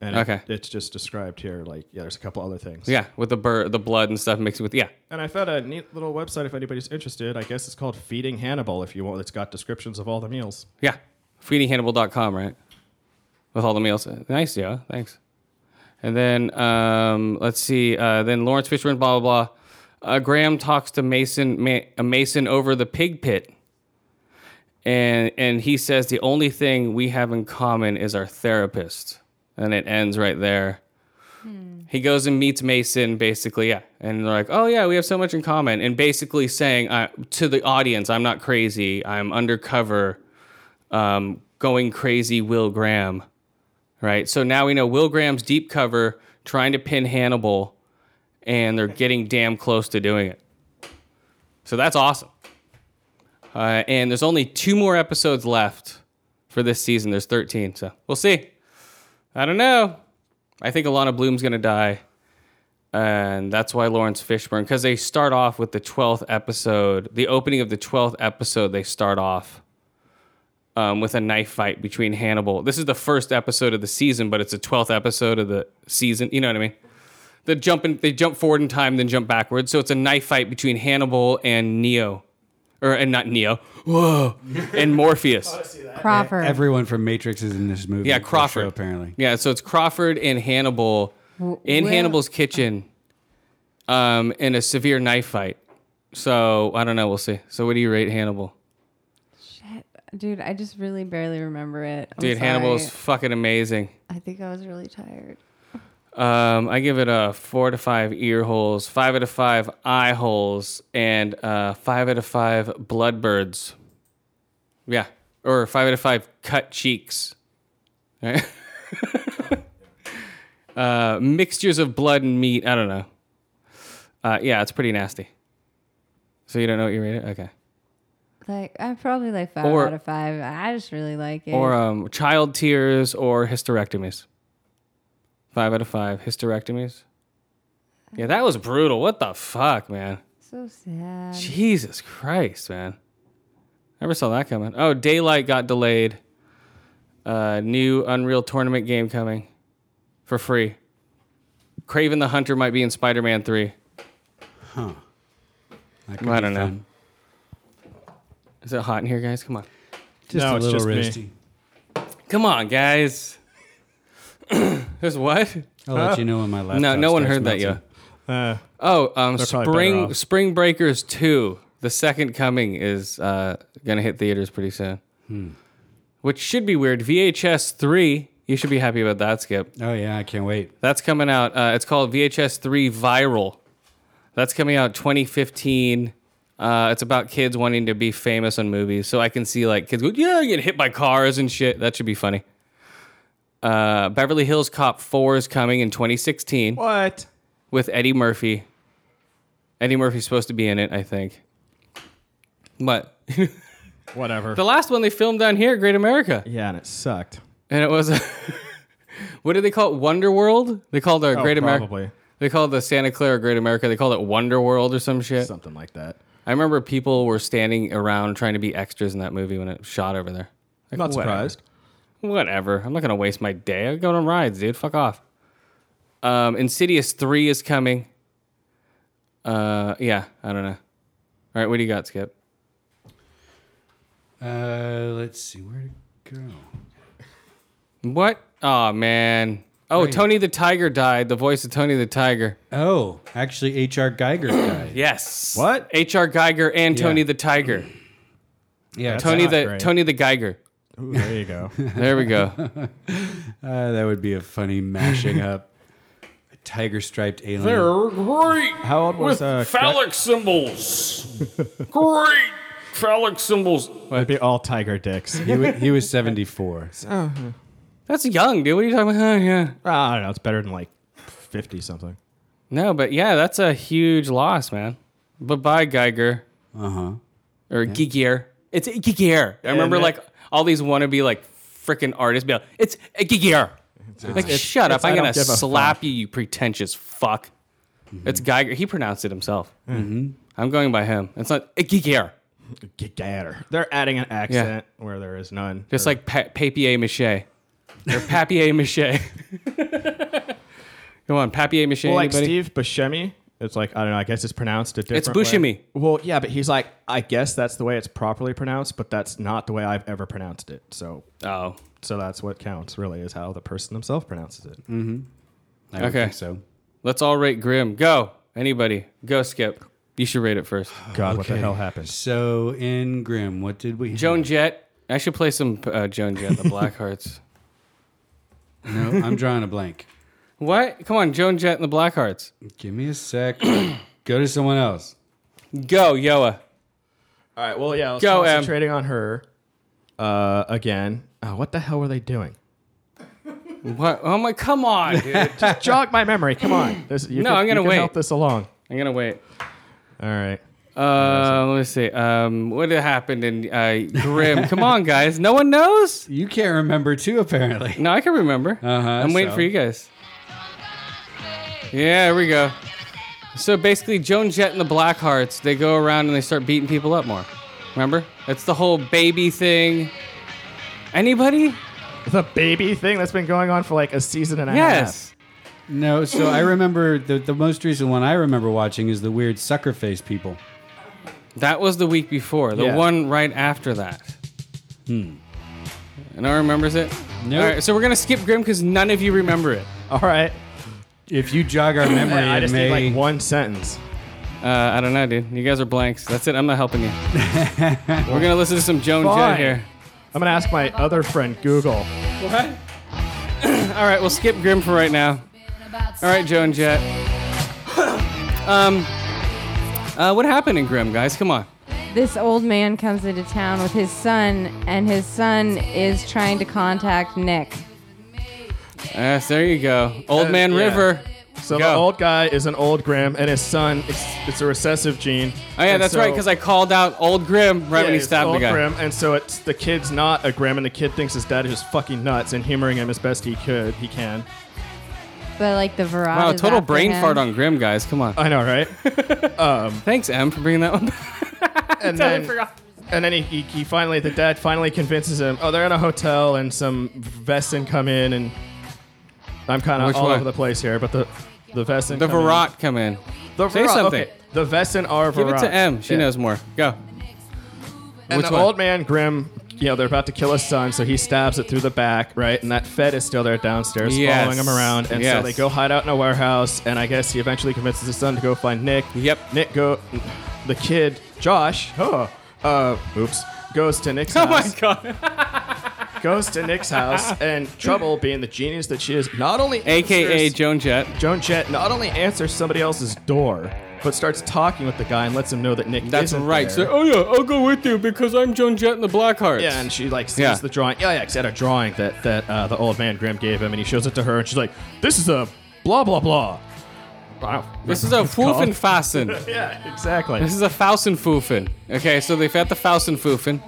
Speaker 6: And it-
Speaker 2: Okay.
Speaker 6: it's just described here. Like, yeah, there's a couple other things.
Speaker 2: yeah, with the bird, the blood and stuff mixing with yeah.
Speaker 6: And I found a neat little website if anybody's interested. I guess it's called Feeding Hannibal if you want. It's got descriptions of all the meals.
Speaker 2: Yeah. FeedingHannibal.com, right? With all the meals. Nice, yeah. Thanks. And then um, let's see. Uh, then Lawrence Fishburne, blah, blah, blah. Uh, Graham talks to Mason, Ma- uh, Mason over the pig pit. And, and he says, the only thing we have in common is our therapist. And it ends right there. He goes and meets Mason, basically, yeah. And they're like, oh, yeah, we have so much in common. And basically saying uh, to the audience, I'm not crazy, I'm undercover um, going crazy Will Graham, right? So now we know Will Graham's deep cover trying to pin Hannibal, and they're getting damn close to doing it. So that's awesome. Uh, and there's only two more episodes left for this season. There's 13, so we'll see. I don't know. I think Alana Bloom's gonna die, and that's why Lawrence Fishburne. Because they start off with the 12th episode, the opening of the 12th episode. They start off um, with a knife fight between Hannibal. This is the first episode of the season, but it's the twelfth episode of the season. You know what I mean? They jump in, they jump forward in time, then jump backwards. So it's a knife fight between Hannibal and Neo, or and not Neo. Whoa, and Morpheus.
Speaker 7: Crawford.
Speaker 5: Everyone from Matrix is in this movie.
Speaker 2: Yeah,
Speaker 5: or show,
Speaker 2: Crawford.
Speaker 5: apparently.
Speaker 2: Yeah, so it's Crawford and Hannibal in
Speaker 7: well-
Speaker 2: Hannibal's kitchen, um, in a severe knife fight. So I don't know. We'll see. So what do you rate Hannibal?
Speaker 7: Dude, I just really barely remember it. I'm
Speaker 2: Dude,
Speaker 7: sorry.
Speaker 2: Hannibal is fucking amazing.
Speaker 7: I think I was really tired.
Speaker 2: Um, I give it a four to five ear holes, five out of five eye holes, and uh, five out of five bloodbirds. Yeah, or five out of five cut cheeks. Right? *laughs* uh, mixtures of blood and meat. I don't know. Uh, yeah, it's pretty nasty. So you don't know what you rate it? Okay.
Speaker 7: Like I'm probably like five
Speaker 2: Or-
Speaker 7: out of five. I just really like it.
Speaker 2: Or um, child tears or hysterectomies. Five out of five. Hysterectomies. Yeah, that was brutal. What the fuck, man?
Speaker 7: So sad.
Speaker 2: Jesus Christ, man. Never saw that coming. Oh, Daylight got delayed. Uh, new Unreal Tournament game coming for free. Craven the Hunter might be in Spider Man 3.
Speaker 5: That could
Speaker 2: I
Speaker 5: be
Speaker 2: don't know.
Speaker 5: fun.
Speaker 2: Is it hot in here, guys? Come on.
Speaker 5: Just
Speaker 6: No,
Speaker 5: a
Speaker 6: it's
Speaker 5: little
Speaker 6: just me.
Speaker 5: roasty.
Speaker 2: Come on, guys. *clears throat* There's what?
Speaker 5: I'll
Speaker 6: Ah.
Speaker 5: let you know when my laptop.
Speaker 2: No, no one
Speaker 5: starts
Speaker 2: heard that
Speaker 5: melting.
Speaker 2: yet.
Speaker 6: Uh,
Speaker 2: Oh, um,
Speaker 6: probably better
Speaker 2: Spring
Speaker 6: off.
Speaker 2: Spring Breakers Two, the second coming, is uh, gonna hit theaters pretty soon, which should be weird. VHS Three, you should be happy about that, Skip.
Speaker 5: Oh yeah, I can't wait.
Speaker 2: That's coming out. Uh, it's called VHS Three Viral. That's coming out 2015. Uh, it's about kids wanting to be famous on movies, so I can see like kids go, yeah, get hit by cars and shit. That should be funny. Uh, Beverly Hills Cop Four is coming in 2016
Speaker 6: what?
Speaker 2: with Eddie Murphy. Eddie Murphy's supposed to be in it, I think. But *laughs*
Speaker 6: Whatever.
Speaker 2: the last one they filmed down here, Great America,
Speaker 6: yeah, and it sucked.
Speaker 2: and it was *laughs* what do they call it? Wonder World? They called it
Speaker 6: Oh,
Speaker 2: Great America.
Speaker 6: probably
Speaker 2: They called the Santa Clara Great America. They called it Wonder World or some shit.
Speaker 6: something like that.
Speaker 2: I remember people were standing around trying to be extras in that movie when it shot over there.
Speaker 6: I'm not surprised.
Speaker 2: Whatever. I'm not gonna waste my day. I'm going on rides, dude. Fuck off. Um, Insidious three is coming. Uh, yeah, I don't know. All right, what do you got, Skip?
Speaker 5: Uh, let's see where to go.
Speaker 2: What? Oh man. Oh, Tony the Tiger died. The voice of Tony the Tiger.
Speaker 5: Oh, actually, H.R. Geiger *coughs* died.
Speaker 2: Yes.
Speaker 6: What?
Speaker 2: H.R. Geiger and
Speaker 5: Yeah.
Speaker 2: Tony the Tiger.
Speaker 5: yeah,
Speaker 2: Tony
Speaker 6: not
Speaker 2: the
Speaker 6: great.
Speaker 2: Tony the Geiger.
Speaker 6: Ooh, there you
Speaker 2: *laughs*
Speaker 6: go.
Speaker 2: There we go.
Speaker 6: *laughs*
Speaker 5: Uh, that would be a funny mashing up. *laughs* A tiger striped alien.
Speaker 1: great
Speaker 6: How old was uh, Gal-
Speaker 1: symbols. great phallic symbols.
Speaker 6: It'd be all tiger dicks.
Speaker 5: He, wa- he was 74.
Speaker 2: That's young, dude. What are you talking about? *laughs* Huh, yeah.
Speaker 6: Ah, I don't know. It's better than like fifty something.
Speaker 2: No, but yeah, that's a huge loss, man. Bye bye, Geiger.
Speaker 5: Uh
Speaker 6: Uh-huh.
Speaker 5: huh.
Speaker 2: Or Geiger. It's a Geiger. I remember
Speaker 6: that-
Speaker 2: like all these wannabe like freaking artists be like, it's a Geiger. Like, shut
Speaker 6: it's-
Speaker 2: up.
Speaker 6: I
Speaker 2: I'm
Speaker 6: don't
Speaker 2: going to
Speaker 6: give a Mm-hmm.
Speaker 2: slap you, you pretentious fuck. It's Geiger. He pronounced it himself. Mm-hmm. I'm going by him. It's not a Geiger.
Speaker 6: Gatter. They're adding an accent where there is none.
Speaker 2: Just like pa- papier mache or papier
Speaker 6: *laughs*
Speaker 2: mache. Come on, papier mache.
Speaker 6: well, like
Speaker 2: anybody?
Speaker 6: Steve Buscemi. It's like I don't know. I guess it's pronounced a different.
Speaker 2: It's
Speaker 6: way. Well, yeah, but he's like, I guess that's the way it's properly pronounced, but that's not the way I've ever pronounced it. So,
Speaker 2: oh,
Speaker 6: so that's what counts really is how the person themselves pronounces it.
Speaker 5: I don't
Speaker 2: Okay.
Speaker 5: think so.
Speaker 2: let's all rate Grim. Go. Anybody. Go, Skip. You should rate it first.
Speaker 6: God, what the
Speaker 5: Okay.
Speaker 6: hell happened?
Speaker 5: So in Grimm, what did we?
Speaker 2: Joan Jett. I should play some uh, Joan Jett, the Black Hearts.
Speaker 5: No, I'm drawing a blank.
Speaker 2: *laughs* What? Come on, Joan Jett and the Black Hearts.
Speaker 5: Give me a sec. *coughs* Go to someone else.
Speaker 2: Go, Yoa.
Speaker 6: All right. Well, yeah. Let's
Speaker 2: Go, Em.
Speaker 6: concentrating on her uh, again. Uh, what the hell were they doing?
Speaker 2: What? Oh my, come on, dude.
Speaker 6: Jog my memory. Come on. *laughs* This, you
Speaker 2: No,
Speaker 6: can-
Speaker 2: I'm gonna
Speaker 6: you can
Speaker 2: wait.
Speaker 6: Help this along.
Speaker 2: *laughs* I'm going to wait.
Speaker 6: All right.
Speaker 2: Uh, let me see. Um, what happened in uh, *laughs* Grim? Come on, guys. No one knows?
Speaker 5: You can't remember too, apparently. *laughs*
Speaker 2: No, I can remember.
Speaker 5: Uh-huh,
Speaker 2: I'm waiting
Speaker 5: so.
Speaker 2: for you guys. Yeah, here we go. So basically, Joan Jett and the Blackhearts, they go around and they start beating people up more. Remember? That's the whole baby thing. Anybody?
Speaker 6: The baby thing that's been going on for like a season and a
Speaker 2: Yes.
Speaker 5: No, so I remember the, the most recent one I remember watching is the weird sucker face people.
Speaker 2: That was the week before. The
Speaker 6: Yeah.
Speaker 2: one right after that. Hmm. No one remembers it?
Speaker 5: Nope.
Speaker 2: All right, so we're going to skip Grim because none of you remember it.
Speaker 6: half. All right.
Speaker 5: If you jog our memory,
Speaker 6: I
Speaker 5: it
Speaker 6: just
Speaker 5: may-
Speaker 6: need like one sentence.
Speaker 2: Uh, I don't know, dude. You guys are blanks. That's it. I'm not helping
Speaker 5: *laughs*
Speaker 2: you. we're going to listen to some Joan
Speaker 6: Fine.
Speaker 2: Jett here.
Speaker 6: I'm gonna ask my other friend Google.
Speaker 2: All right, we'll skip Grim for right now. All right, Joan
Speaker 6: *coughs*
Speaker 2: Jett. um, uh, what happened in Grim, guys? Come on.
Speaker 7: This old man comes into town with his son, and his son is trying to contact Nick.
Speaker 2: Yes, there you go. Old
Speaker 6: Uh,
Speaker 2: Man
Speaker 6: yeah.
Speaker 2: River.
Speaker 6: So
Speaker 2: Go.
Speaker 6: the old guy is an old Grim, and his son, it's, it's a recessive gene.
Speaker 2: Oh, yeah, that's right, because I called out Old Grim right when he stabbed
Speaker 6: old
Speaker 2: the guy.
Speaker 6: Grim, and so it's the kid's not a Grim, and the kid thinks his dad is just fucking nuts and humoring him as best he could. He can.
Speaker 7: But like the Verrat.
Speaker 2: Wow,
Speaker 7: is
Speaker 2: total
Speaker 7: after
Speaker 2: brain
Speaker 7: him.
Speaker 2: fart on Grim, guys. Come on.
Speaker 6: I know, right?
Speaker 2: Thanks, M, for bringing that one back.
Speaker 6: and then, and then he, he, he finally the dad finally convinces him. Oh, they're in a hotel, and some Vestin come in, and I'm kind of
Speaker 2: Which
Speaker 6: all
Speaker 2: one?
Speaker 6: over the place here. But the the Vestin,
Speaker 2: The
Speaker 6: come in.
Speaker 2: Verrat *laughs* come in.
Speaker 6: the
Speaker 2: Say
Speaker 6: Verrat,
Speaker 2: something.
Speaker 6: okay. The Vestin are
Speaker 2: Give it
Speaker 6: Verrat.
Speaker 2: to M. She
Speaker 6: Yeah.
Speaker 2: knows more. Go.
Speaker 6: And
Speaker 2: Which
Speaker 6: the
Speaker 2: one?
Speaker 6: old man Grim, you know, they're about to kill his son, so he stabs it through the back, right? And that Fed is still there downstairs,
Speaker 2: Yes.
Speaker 6: following him around. And
Speaker 2: Yes.
Speaker 6: so they go hide out in a warehouse, and I guess he eventually convinces his son to go find Nick.
Speaker 2: Yep.
Speaker 6: Nick go, the kid Josh. Oh, uh, oops. Goes to Nick's
Speaker 2: *laughs* Oh
Speaker 6: house.
Speaker 2: my
Speaker 6: *laughs*
Speaker 2: god.
Speaker 6: Goes to Nick's house, and Trouble, being the genius that she is, not only
Speaker 2: AKA
Speaker 6: answers-
Speaker 2: Joan Jett.
Speaker 6: Joan Jett not only answers somebody else's door, but starts talking with the guy and lets him know that Nick.
Speaker 2: That's
Speaker 6: isn't
Speaker 2: right.
Speaker 6: there.
Speaker 2: So, oh yeah, I'll go with you because I'm Joan Jett and the Blackhearts.
Speaker 6: Yeah, and she like sees
Speaker 2: Yeah.
Speaker 6: the drawing. Yeah, yeah, 'cause he had a drawing that that uh, the old man Grim gave him, and he shows it to her, and she's like, "This is a blah blah blah." Wow. *laughs*
Speaker 2: this is a Fufen
Speaker 6: Yeah, exactly.
Speaker 2: This is a Fausenfufen. Okay, so they've got the Fausenfufen.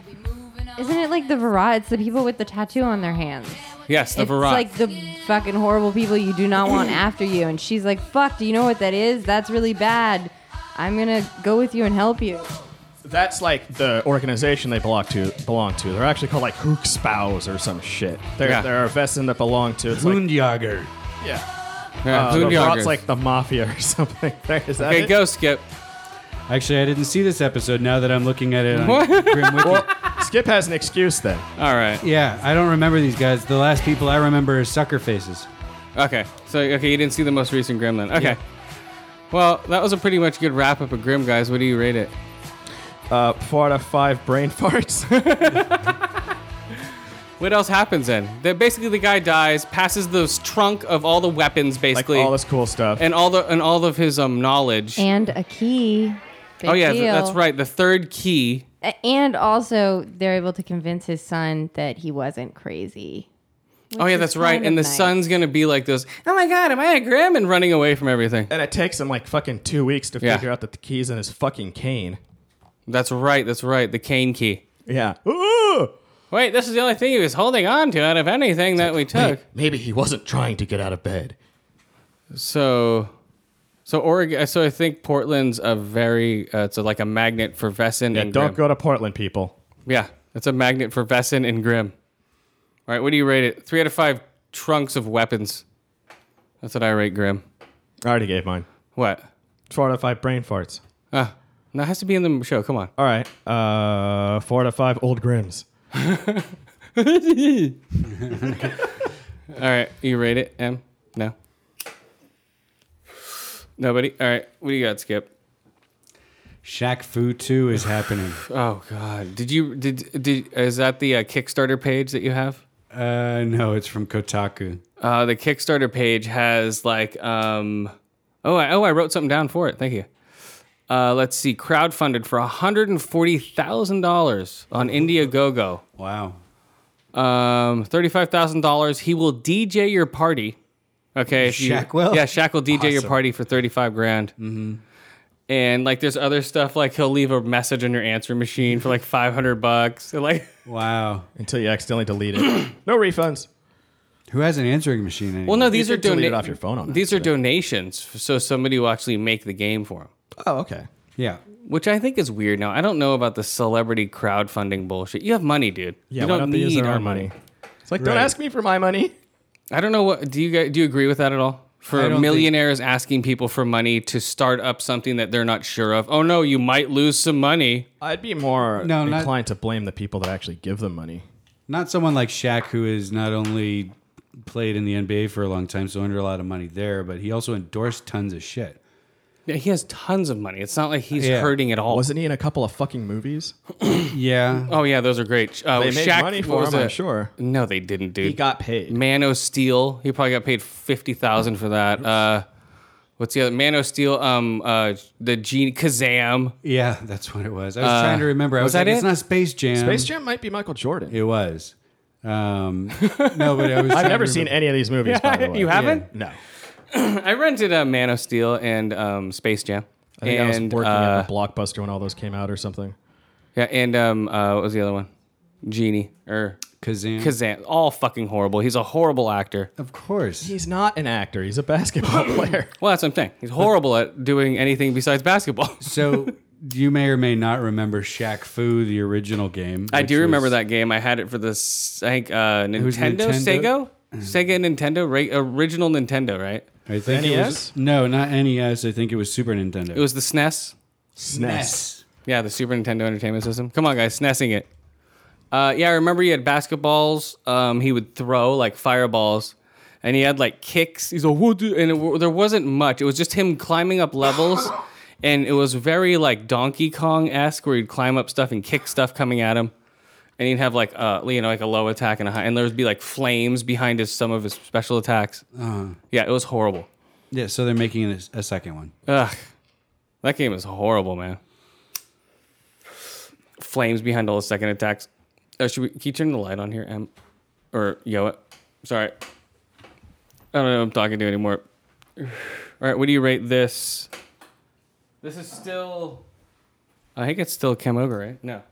Speaker 7: Isn't it like the Verrat? It's the people with the tattoo on their hands.
Speaker 2: Yes, the
Speaker 7: it's
Speaker 2: Verrat.
Speaker 7: like the fucking horrible people you do
Speaker 2: *clears throat*
Speaker 7: not want after you. And she's like, fuck, do you know what that is? That's really bad. I'm going to go with you and help you.
Speaker 6: That's like the organization they belong to. Belong to. They're actually called like Hook Spouse or some shit. They're
Speaker 2: Yeah.
Speaker 6: they're a Vestin that belong to. It's like
Speaker 5: Hundjager.
Speaker 6: yeah,
Speaker 2: yeah,
Speaker 6: uh, the
Speaker 2: Hoonjagers.
Speaker 6: Rot's like the mafia or *laughs* something. Is that
Speaker 2: Okay,
Speaker 6: it?
Speaker 2: go skip.
Speaker 5: Actually, I didn't see this episode. Now that I'm looking at it, on
Speaker 2: *laughs*
Speaker 5: Grim Wiki.
Speaker 6: Skip has an excuse then.
Speaker 2: All right.
Speaker 5: yeah, I don't remember these guys. The last people I remember is sucker faces.
Speaker 2: Okay. So okay, you didn't see the most recent Grim then. Okay. Well, that was a pretty much good wrap up of Grim, guys. What do you rate it?
Speaker 6: Uh, four out of five brain *laughs* farts.
Speaker 2: What else happens then? That basically the guy dies, passes the trunk of all the weapons,
Speaker 6: like
Speaker 2: basically,
Speaker 6: all this cool stuff.
Speaker 2: and all the and all of his um knowledge.
Speaker 7: And a key. Big
Speaker 2: oh yeah, th-
Speaker 7: deal.
Speaker 2: that's right. The third key.
Speaker 7: A- And also, they're able to convince his son that he wasn't crazy.
Speaker 2: oh yeah,
Speaker 7: is
Speaker 2: that's right.
Speaker 7: kind
Speaker 2: And the
Speaker 7: of nice.
Speaker 2: son's gonna be like this. Oh my god, am I a Grim? And running away from everything.
Speaker 6: And it takes him like fucking two weeks to
Speaker 2: Yeah.
Speaker 6: figure out that the key's in his fucking cane.
Speaker 2: That's right. That's right. The cane key.
Speaker 6: Yeah. Ooh!
Speaker 2: Wait, this is the only thing he was holding on to out of anything that we took.
Speaker 9: Maybe he wasn't trying to get out of bed.
Speaker 2: So, so Oregon. So I think Portland's a very. Uh, it's a, like a magnet for Vessin
Speaker 6: Yeah,
Speaker 2: and
Speaker 6: don't
Speaker 2: Grimm.
Speaker 6: go to Portland, people.
Speaker 2: Yeah, it's a magnet for Vessin and Grimm. All right, what do you rate it? Three out of five trunks of weapons. That's what I rate Grimm.
Speaker 6: I already gave mine.
Speaker 2: What?
Speaker 6: Four out of five brain farts.
Speaker 2: Ah, no, it has to be in the show. Come on.
Speaker 6: All right. Uh, four out of five old grims.
Speaker 2: *laughs* All right, you rate it, M? No. Nobody. All right, what do you got, Skip?
Speaker 5: Shaq Fu 2 is
Speaker 2: *laughs*
Speaker 5: happening.
Speaker 2: Oh God, did you did did is that the uh, Kickstarter page that you have?
Speaker 5: Uh, no, it's from Kotaku.
Speaker 2: Uh, the Kickstarter page has like, um, oh, I, oh, I wrote something down for it. Thank you. Uh, let's see, crowdfunded for hundred and forty thousand dollars on Indiegogo.
Speaker 5: Wow.
Speaker 2: Um, thirty-five thousand dollars. He will DJ your party. Okay, if you-
Speaker 5: Shaq will?
Speaker 2: Yeah, Shaq will DJ your
Speaker 5: Awesome.
Speaker 2: party for thirty-five grand. Mm-hmm. And like, there's other stuff like he'll leave a message on your answer machine for like five hundred bucks. *laughs* And, Like,
Speaker 5: Wow.
Speaker 6: Until you accidentally delete it. *clears throat* no refunds.
Speaker 5: Who has an answering machine anymore?
Speaker 2: well, no, these
Speaker 6: You
Speaker 2: are
Speaker 6: can delete it
Speaker 2: donations.
Speaker 6: off your phone on
Speaker 2: These are donations, so somebody will actually make the game for him.
Speaker 6: Oh, okay.
Speaker 5: Yeah.
Speaker 2: Which I think is weird now. I don't know about the celebrity crowdfunding bullshit. You have money, dude.
Speaker 6: Yeah,
Speaker 2: you
Speaker 6: why
Speaker 2: don't
Speaker 6: they use
Speaker 2: need
Speaker 6: their
Speaker 2: our
Speaker 6: own
Speaker 2: money.
Speaker 6: It's like, don't
Speaker 5: Right.
Speaker 6: ask me for my money.
Speaker 2: I don't know what do you guys, do you agree with that at all?
Speaker 5: I
Speaker 2: For
Speaker 5: don't
Speaker 2: millionaires asking people for money to start up something that they're not sure of. Oh no, you might lose some money.
Speaker 6: I'd be more
Speaker 5: No, not-
Speaker 6: inclined to blame the people that actually give them money.
Speaker 5: Not someone like Shaq, who is not only played in the NBA for a long time, so earned a lot of money there, but he also endorsed tons of shit.
Speaker 2: Yeah, he has tons of money. It's not like he's
Speaker 5: Yeah.
Speaker 2: hurting at all.
Speaker 6: Oh. Wasn't he in a couple of fucking movies?
Speaker 5: Yeah.
Speaker 2: oh yeah, those are great. Uh,
Speaker 6: They made
Speaker 2: Shaq-
Speaker 6: money
Speaker 2: what
Speaker 6: for
Speaker 2: was
Speaker 6: him, I'm
Speaker 2: it?
Speaker 6: sure.
Speaker 2: No, they didn't, dude.
Speaker 6: He got paid.
Speaker 2: Man of Steel. He probably got paid fifty thousand for that. Uh, what's the other Man of Steel? Um, uh, the Gene Kazam.
Speaker 5: Yeah, that's what it was. I was trying to remember. I was,
Speaker 2: Uh, was that
Speaker 5: like, it's
Speaker 2: it?
Speaker 5: not Space Jam.
Speaker 6: Space Jam might be Michael Jordan.
Speaker 5: It was. Um, no, but I
Speaker 6: *laughs*
Speaker 5: was.
Speaker 6: I've never seen any of these movies, by *laughs* the way.
Speaker 2: You haven't?
Speaker 6: No.
Speaker 2: I rented uh, Man of Steel and um, Space Jam.
Speaker 6: I think
Speaker 2: and
Speaker 6: I was working
Speaker 2: uh,
Speaker 6: at the Blockbuster when all those came out or something.
Speaker 2: yeah, and um, uh, what was the other one? Genie or
Speaker 5: Kazan.
Speaker 2: Kazan, all fucking horrible. He's a horrible actor.
Speaker 5: Of course.
Speaker 6: He's not an actor. He's
Speaker 2: *laughs*
Speaker 6: a basketball player.
Speaker 2: Well, that's what I'm saying. He's horrible at doing anything besides basketball. *laughs*
Speaker 5: so you may or may not remember Shaq Fu, the original game.
Speaker 2: I
Speaker 5: which
Speaker 2: do remember
Speaker 5: was-
Speaker 2: that game. I had it for the s- I think uh,
Speaker 5: was
Speaker 2: Nintendo,
Speaker 5: Nintendo?
Speaker 2: Sega, Sega Nintendo, right? Original Nintendo, right?
Speaker 5: I think it was-
Speaker 6: NES?
Speaker 5: no, not NES. I think it was Super Nintendo. E
Speaker 2: It was the E SNES.
Speaker 5: NES.
Speaker 2: Yeah, the Super Nintendo Entertainment System. Come on, guys, SNESing it. Uh, yeah, I remember he had basketballs. Um, he would throw like fireballs, and he had like kicks. He's a woo and it, w- there wasn't much. It was just him climbing up levels, and it was very like Donkey Kong esque, where he'd climb up stuff and kick stuff coming at him, and he'd have like uh, you know like a low attack and a high, and there would be like flames behind his some of his special attacks. Yeah, it was horrible.
Speaker 5: Yeah, so they're making a, a second one.
Speaker 2: Ugh. That game is horrible, man. Flames behind all the second attacks. Uh, should we can you turn the light on here, Em? Or yo it. Sorry. I don't know who I'm talking to anymore. *sighs* Alright, what do you rate this? This is still I think it's still Camoga, right? No.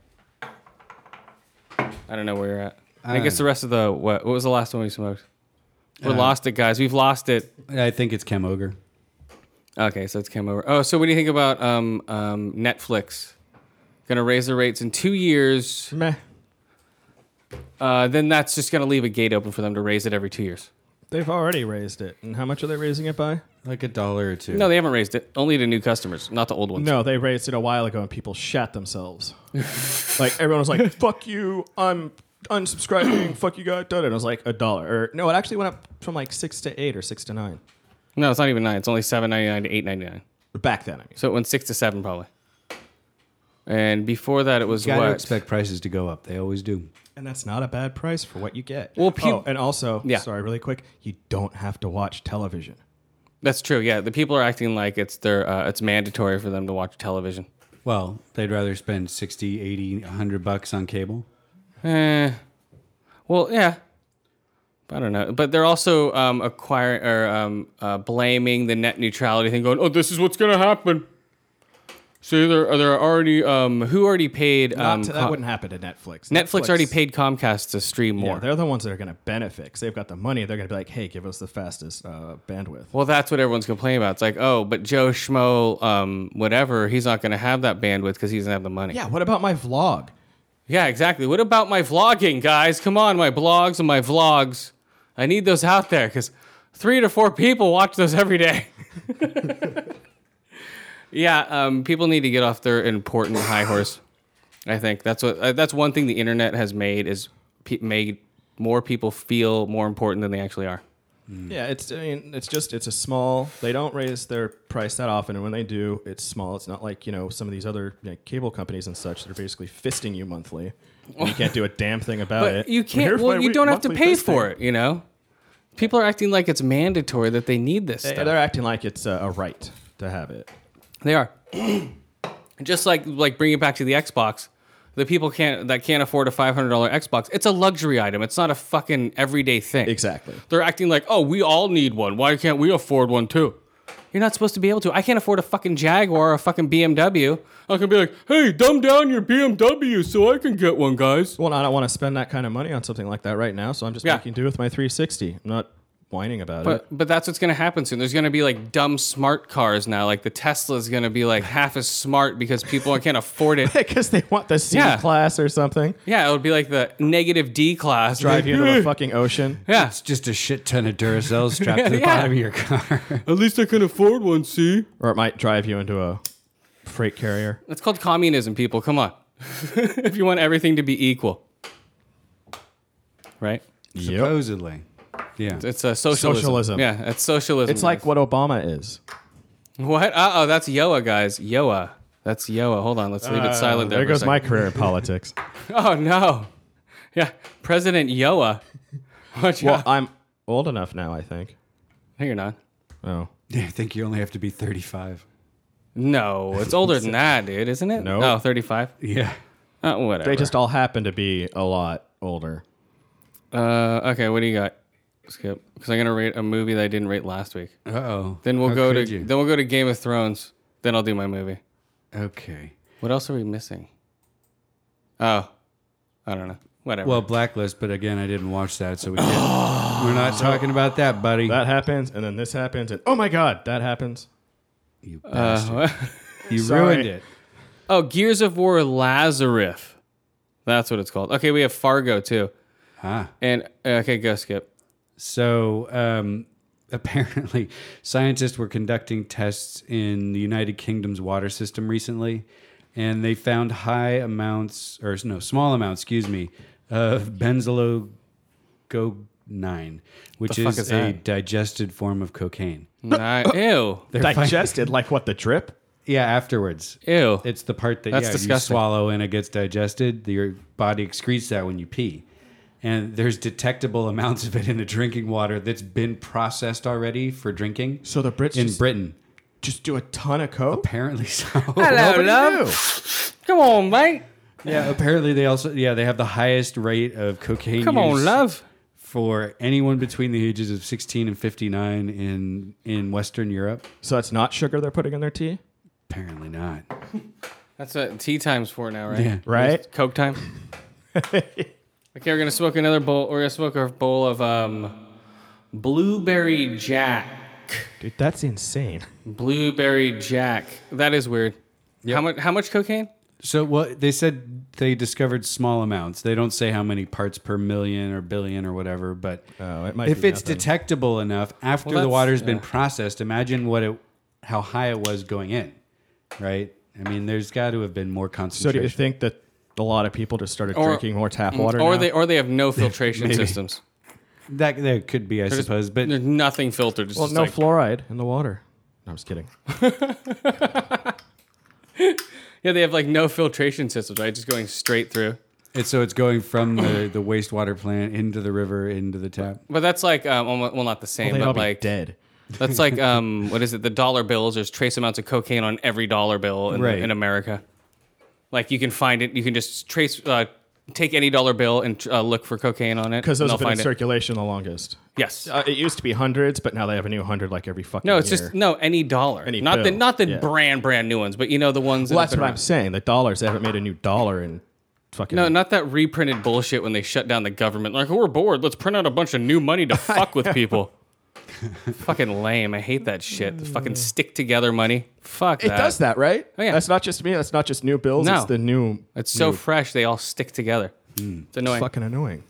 Speaker 2: I don't know where you're at. I think
Speaker 5: Uh,
Speaker 2: it's the rest of the what what was the last one we smoked? We lost it, guys. We've lost it.
Speaker 5: I think it's Chem Ogre.
Speaker 2: Okay, so it's came over. Oh, so what do you think about um, um, Netflix? Going to raise the rates in two years.
Speaker 6: Meh.
Speaker 2: Uh, then that's just going to leave a gate open for them to raise it every two years.
Speaker 6: They've already raised it. And how much are they raising it by?
Speaker 5: Like a dollar or two.
Speaker 2: No, they haven't raised it. Only to new customers, not the old ones.
Speaker 6: No, they raised it a while ago and people
Speaker 2: *laughs*
Speaker 6: shat themselves. like everyone was like, "Fuck you, I'm unsubscribing. fuck you, God." done it." And it was like a dollar. Or no, it actually went up from like six to eight or six to nine.
Speaker 2: no, it's not even nine. It's only seven ninety nine to eight ninety nine.
Speaker 6: Back then, I mean.
Speaker 2: So it went six to seven probably. And before that, it was
Speaker 5: Gotta
Speaker 2: what?
Speaker 5: expect prices to go up. They always do.
Speaker 6: And that's not a bad price for what you get.
Speaker 2: Well, peop-
Speaker 6: oh, and also,
Speaker 2: Yeah.
Speaker 6: sorry, really quick, you don't have to watch television.
Speaker 2: That's true. Yeah, the people are acting like it's their uh, it's mandatory for them to watch television.
Speaker 5: Well, they'd rather spend 60, 80, 100 bucks on cable.
Speaker 2: Eh. Well, yeah. I don't know, but they're also um, acquiring or um, uh, blaming the net neutrality thing, going, "Oh, this is what's going to happen." So they're they're already um, who already paid um,
Speaker 6: Not to-
Speaker 2: Com-
Speaker 6: that wouldn't happen to Netflix.
Speaker 2: Netflix, already paid Comcast to stream
Speaker 6: Yeah,
Speaker 2: more.
Speaker 6: they're the ones that are going to benefit because they've got the money. They're going to be like, "Hey, give us the fastest uh, bandwidth."
Speaker 2: well, that's what everyone's complaining about. It's like, oh, but Joe Schmo, um, whatever, he's not going to have that bandwidth because he doesn't have the money.
Speaker 6: Yeah, what about my vlog?
Speaker 2: Yeah, exactly. What about my vlogging, guys? Come on, my blogs and my vlogs. I need those out there because three to four people watch those every day. *laughs* yeah, um, people need to get off their important high horse. I think that's what uh, that's one thing the internet has made is pe- made more people feel more important than they actually are.
Speaker 6: Mm. Yeah, it's I mean, it's just it's a small. They don't raise their price that often, and when they do, it's small. It's not like you know some of these other you know, cable companies and such that are basically fisting you monthly. and you can't do a damn thing about
Speaker 2: But
Speaker 6: it.
Speaker 2: you can't.
Speaker 6: Oh, Here's
Speaker 2: Well,
Speaker 6: my
Speaker 2: you
Speaker 6: week-
Speaker 2: don't have to
Speaker 6: monthly
Speaker 2: pay
Speaker 6: fisting.
Speaker 2: for it. You know, people are acting like it's mandatory that they need this.
Speaker 6: They,
Speaker 2: stuff.
Speaker 6: they're acting like it's a, a right to have it.
Speaker 2: They are. *clears throat* Just like like bring it back to the Xbox, the people can't that can't afford a five hundred dollar Xbox. It's a luxury item. It's not a fucking everyday thing.
Speaker 6: Exactly.
Speaker 2: They're acting like, oh, we all need one. Why can't we afford one too? You're not supposed to be able to. I can't afford a fucking Jaguar or a fucking BMW. I can be like, hey, dumb down your BMW so I can get one, guys.
Speaker 6: Well, I don't want to spend that kind of money on something like that right now, so I'm just
Speaker 2: Yeah.
Speaker 6: making do with my 360. I'm not whining about
Speaker 2: But
Speaker 6: it.
Speaker 2: but that's what's gonna happen soon. There's gonna be like dumb smart cars now. Like the Tesla's gonna be like half as smart because people can't afford
Speaker 6: *laughs*
Speaker 2: it.
Speaker 6: Because they want the C
Speaker 2: Yeah.
Speaker 6: class or something.
Speaker 2: Yeah, it would be like the negative D class.
Speaker 6: Drive you into the fucking ocean.
Speaker 2: Yeah.
Speaker 5: It's just a shit ton
Speaker 2: *laughs*
Speaker 5: of Duracell strapped to the
Speaker 2: Yeah.
Speaker 5: bottom of your car.
Speaker 2: At least I can afford one, see?
Speaker 6: Or it might drive you into a freight carrier.
Speaker 2: That's called communism, people. Come on. *laughs* if you want everything to be equal. Right?
Speaker 5: Supposedly. Yeah.
Speaker 2: It's a socialism.
Speaker 6: Socialism.
Speaker 2: Yeah, it's socialism.
Speaker 6: It's like
Speaker 2: guys.
Speaker 6: what Obama is.
Speaker 2: what? Uh oh, that's Yoa, guys. Yoa. That's Yoa. Hold on, let's leave it silent there.
Speaker 6: There
Speaker 2: for a
Speaker 6: goes my
Speaker 2: second.
Speaker 6: career in politics.
Speaker 2: Oh no. Yeah. President Yoa. *laughs* Watch
Speaker 6: Well,
Speaker 2: out.
Speaker 6: I'm old enough now, I think.
Speaker 2: no, you're not.
Speaker 6: Oh.
Speaker 5: *laughs* I think you only have to be 35.
Speaker 2: No, it's older than that, dude, isn't it?
Speaker 6: No.
Speaker 2: Oh, 35.
Speaker 5: Yeah.
Speaker 2: Uh, whatever.
Speaker 6: They just all happen to be a lot older.
Speaker 2: uh, okay, what do you got? Skip. Because I'm going to rate a movie that I didn't rate last week.
Speaker 5: Uh oh.
Speaker 2: Then we'll go to then we'll go to Game of Thrones. Then I'll do my movie.
Speaker 5: okay.
Speaker 2: What else are we missing? Oh, I don't know. Whatever.
Speaker 5: Well, Blacklist, but again, I didn't watch that, so we can't. we're
Speaker 2: *gasps*
Speaker 5: not talking about that, buddy.
Speaker 6: That happens, and then this happens, and oh my god, that happens.
Speaker 5: you bastard.
Speaker 2: Uh,
Speaker 5: you
Speaker 6: Sorry.
Speaker 5: ruined it.
Speaker 2: *laughs* oh, Gears of War Lazarus. That's what it's called. Okay, we have Fargo too.
Speaker 5: Ah.
Speaker 2: And uh, okay, go skip.
Speaker 5: So um, *laughs* apparently, scientists were conducting tests in the United Kingdom's water system recently, and they found high amounts, or no, small amounts, excuse me, of benzylo nine, which
Speaker 2: The fuck
Speaker 5: is,
Speaker 2: is
Speaker 5: a
Speaker 2: that?
Speaker 5: digested form of cocaine. *coughs*
Speaker 2: Ni- ew,
Speaker 5: They're fi-
Speaker 6: Digested like what the drip?
Speaker 5: *laughs* yeah, afterwards.
Speaker 2: ew.
Speaker 5: It's the part that
Speaker 2: That's
Speaker 5: yeah,
Speaker 2: disgusting.
Speaker 5: you swallow and it gets digested. Your body excretes that when you pee. And there's detectable amounts of it in the drinking water that's been processed already for drinking.
Speaker 6: So the Brits
Speaker 5: in
Speaker 6: just-
Speaker 5: Britain,
Speaker 6: Just do a ton of coke.
Speaker 5: apparently so.
Speaker 2: Hello,
Speaker 6: Nobody
Speaker 2: love. Come on, mate.
Speaker 5: *laughs* yeah, apparently they also yeah they have the highest rate of cocaine.
Speaker 2: Come on,
Speaker 5: use
Speaker 2: love.
Speaker 5: For anyone between the ages of 16 and 59 in in Western Europe,
Speaker 6: So that's not sugar they're putting in their tea,
Speaker 5: apparently not.
Speaker 2: That's what tea time's for now, right?
Speaker 5: Yeah.
Speaker 6: *laughs* right?
Speaker 2: Coke time. okay, we're gonna smoke another bowl. We're gonna smoke a bowl of um, blueberry jack.
Speaker 6: Dude, that's insane.
Speaker 2: Blueberry jack. That is weird. How much? How much cocaine?
Speaker 5: So well, they said they discovered small amounts. They don't say how many parts per million or billion or whatever, but
Speaker 6: Oh, it might
Speaker 5: if
Speaker 6: be
Speaker 5: it's
Speaker 6: nothing.
Speaker 5: detectable enough after the
Speaker 2: that's-
Speaker 5: water's been processed, imagine what it how high it was going in, right? I mean, there's got to have been more
Speaker 6: So do
Speaker 5: concentration.
Speaker 6: you think that a lot of people just started
Speaker 2: Or-
Speaker 6: drinking more tap water?
Speaker 2: or
Speaker 6: now?
Speaker 2: they or they have
Speaker 6: *laughs*
Speaker 2: no filtration systems.
Speaker 5: that that could be, I suppose, but
Speaker 2: There's nothing filtered. It's
Speaker 6: well,
Speaker 2: just
Speaker 6: no
Speaker 2: like-
Speaker 6: fluoride in the water. No, I'm just kidding.
Speaker 2: yeah, they have like no filtration systems, right? Just going straight through.
Speaker 5: It's so it's going from the, the wastewater plant into the river into the tap.
Speaker 2: But that's like um, almo- well, not the same,
Speaker 6: They'd all
Speaker 2: but
Speaker 6: be
Speaker 2: like
Speaker 6: dead.
Speaker 2: that's like um, what is it? The dollar bills. There's trace amounts of cocaine on every dollar bill in,
Speaker 5: Right.
Speaker 2: in America. Like you can find it. You can just trace. Uh, Take any dollar bill and uh, look for cocaine on it.
Speaker 6: Because
Speaker 2: and
Speaker 6: those have been
Speaker 2: they'll
Speaker 6: in
Speaker 2: find it.
Speaker 6: circulation the longest.
Speaker 2: Yes.
Speaker 6: Uh, it used to be hundreds, but now they have a new hundred like every fucking.
Speaker 2: no, it's
Speaker 6: year.
Speaker 2: just no any dollar.
Speaker 6: Any
Speaker 2: not the
Speaker 6: bill,
Speaker 2: not the
Speaker 6: yeah.
Speaker 2: brand brand new ones, but you know the ones.
Speaker 6: Well,
Speaker 2: that
Speaker 6: that's
Speaker 2: have
Speaker 6: what
Speaker 2: been
Speaker 6: I'm saying. The dollars they haven't made a new dollar in fucking.
Speaker 2: No, not that reprinted bullshit when they shut down the government. Like, oh, we're bored. Let's print out a bunch of new money
Speaker 6: *laughs*
Speaker 2: to fuck with people. fucking lame. I hate that shit. The fucking stick together money. Fuck
Speaker 6: it
Speaker 2: that.
Speaker 6: does that, right?
Speaker 2: Oh, yeah.
Speaker 6: That's not just me. That's not just new bills.
Speaker 2: No.
Speaker 6: It's the new.
Speaker 2: It's so fresh. They all stick together. It's annoying.
Speaker 6: fucking annoying.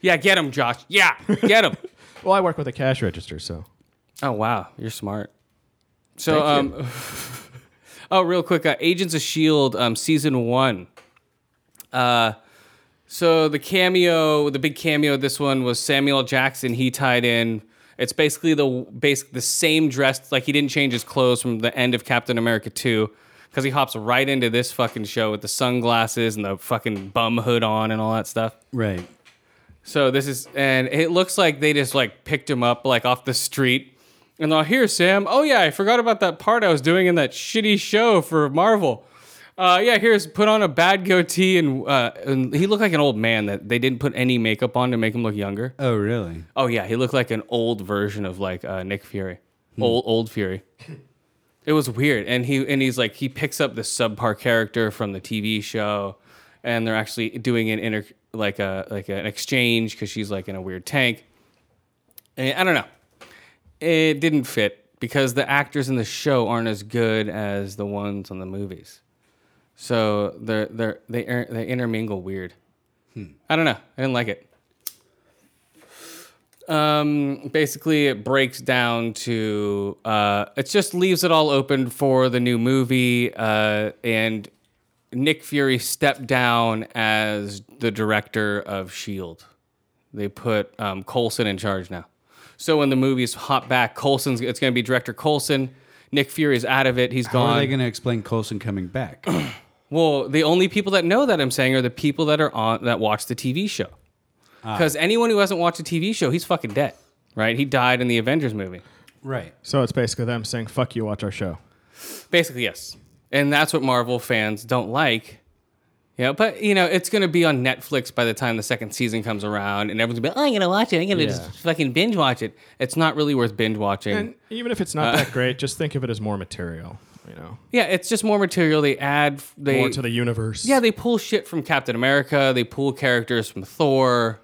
Speaker 2: Yeah, get him, Josh. Yeah, get him.
Speaker 6: Well, I work with a cash register, so
Speaker 2: *laughs* oh, wow. You're smart. So, um, *laughs* oh, real quick uh, Agents of S.H.I.E.L.D. Um, season one. Uh, So the cameo, the big cameo, of this one was Samuel L. Jackson. He tied in. It's basically the basic the same dress. Like he didn't change his clothes from the end of Captain America Two, because he hops right into this fucking show with the sunglasses and the fucking bum hood on and all that stuff.
Speaker 5: Right.
Speaker 2: So this is, and it looks like they just like picked him up like off the street, and they're like, here, Sam. Oh yeah, I forgot about that part I was doing in that shitty show for Marvel. Uh, yeah, here's put on a bad goatee, and uh, and he looked like an old man that they didn't put any makeup on to make him look younger.
Speaker 5: Oh, really?
Speaker 2: Oh yeah, he looked like an old version of like uh, Nick Fury, old old Fury. It was weird, and he and he's like he picks up this subpar character from the TV show, and they're actually doing an inter like a like an exchange because she's like in a weird tank. And I don't know, it didn't fit because the actors in the show aren't as good as the ones on the movies, so they're they're they are, they intermingle weird.
Speaker 5: Hmm.
Speaker 2: I don't know, I didn't like it. Um, basically, it breaks down to uh, it just leaves it all open for the new movie, uh, and Nick Fury stepped down as the director of Shield. E They put um, Colson in charge now. So when the movies hop back, Colson's it's going to be director Colson. Nick Fury's out of it. He's
Speaker 5: How
Speaker 2: gone.
Speaker 5: are they going to explain Colson coming
Speaker 6: *coughs*
Speaker 5: back?
Speaker 2: Well, the only people that know that I'm saying are the people that are on that watch the TV show.
Speaker 6: Ah.
Speaker 2: Because anyone who hasn't watched a TV show, he's fucking dead, right? He died in the Avengers movie.
Speaker 5: right.
Speaker 6: so it's basically them saying, "Fuck you, watch our show."
Speaker 2: Basically, yes. And that's what Marvel fans don't like. Yeah, but you know, it's gonna be on Netflix by the time the second season comes around and everyone's gonna be, oh, I'm gonna watch it, I'm gonna just fucking binge watch it. It's not really worth binge watching.
Speaker 6: Uh. And even if it's not that great, just think of it as more material. you know,
Speaker 2: Yeah, it's just more material they add. They
Speaker 6: more to the universe.
Speaker 2: yeah, they pull shit from Captain America. They pull characters from Thor.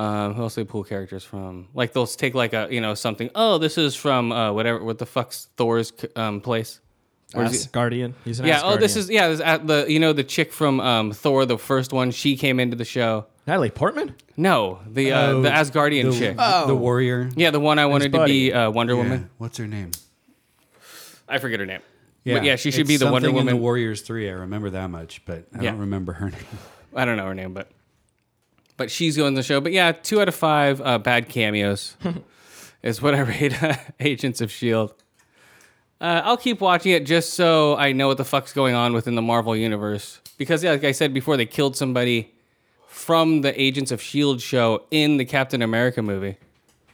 Speaker 2: Um, who else they pull characters from? Like they'll take like a you know something. Oh, this is from uh, whatever. What the fuck's Thor's um, place?
Speaker 6: Asgardian. He's an
Speaker 2: Yeah. Oh, this
Speaker 6: Asgardian.
Speaker 2: is yeah. This at the you know the chick from um, Thor, the first one. She came into the show.
Speaker 6: Natalie Portman.
Speaker 2: No, the uh, the Asgardian chick.
Speaker 5: Oh,
Speaker 2: Oh.
Speaker 5: The warrior.
Speaker 2: yeah, the one I wanted to be uh, Wonder
Speaker 5: Yeah.
Speaker 2: Woman.
Speaker 5: What's her name?
Speaker 2: I forget her name. But yeah, she should be
Speaker 5: It's
Speaker 2: the Wonder
Speaker 5: something
Speaker 2: Woman.
Speaker 5: In the Warriors Three, I remember that much, but I
Speaker 2: Yeah.
Speaker 5: don't remember her name.
Speaker 2: I don't know her name, but but she's going to the show. But yeah, two out of five uh, bad cameos *laughs* is what I rate uh, Agents of Shield. Uh, I'll keep watching it just so I know what the fuck's going on within the Marvel universe. Because yeah, like I said before, they killed somebody from the Agents of Shield E show in the Captain America movie,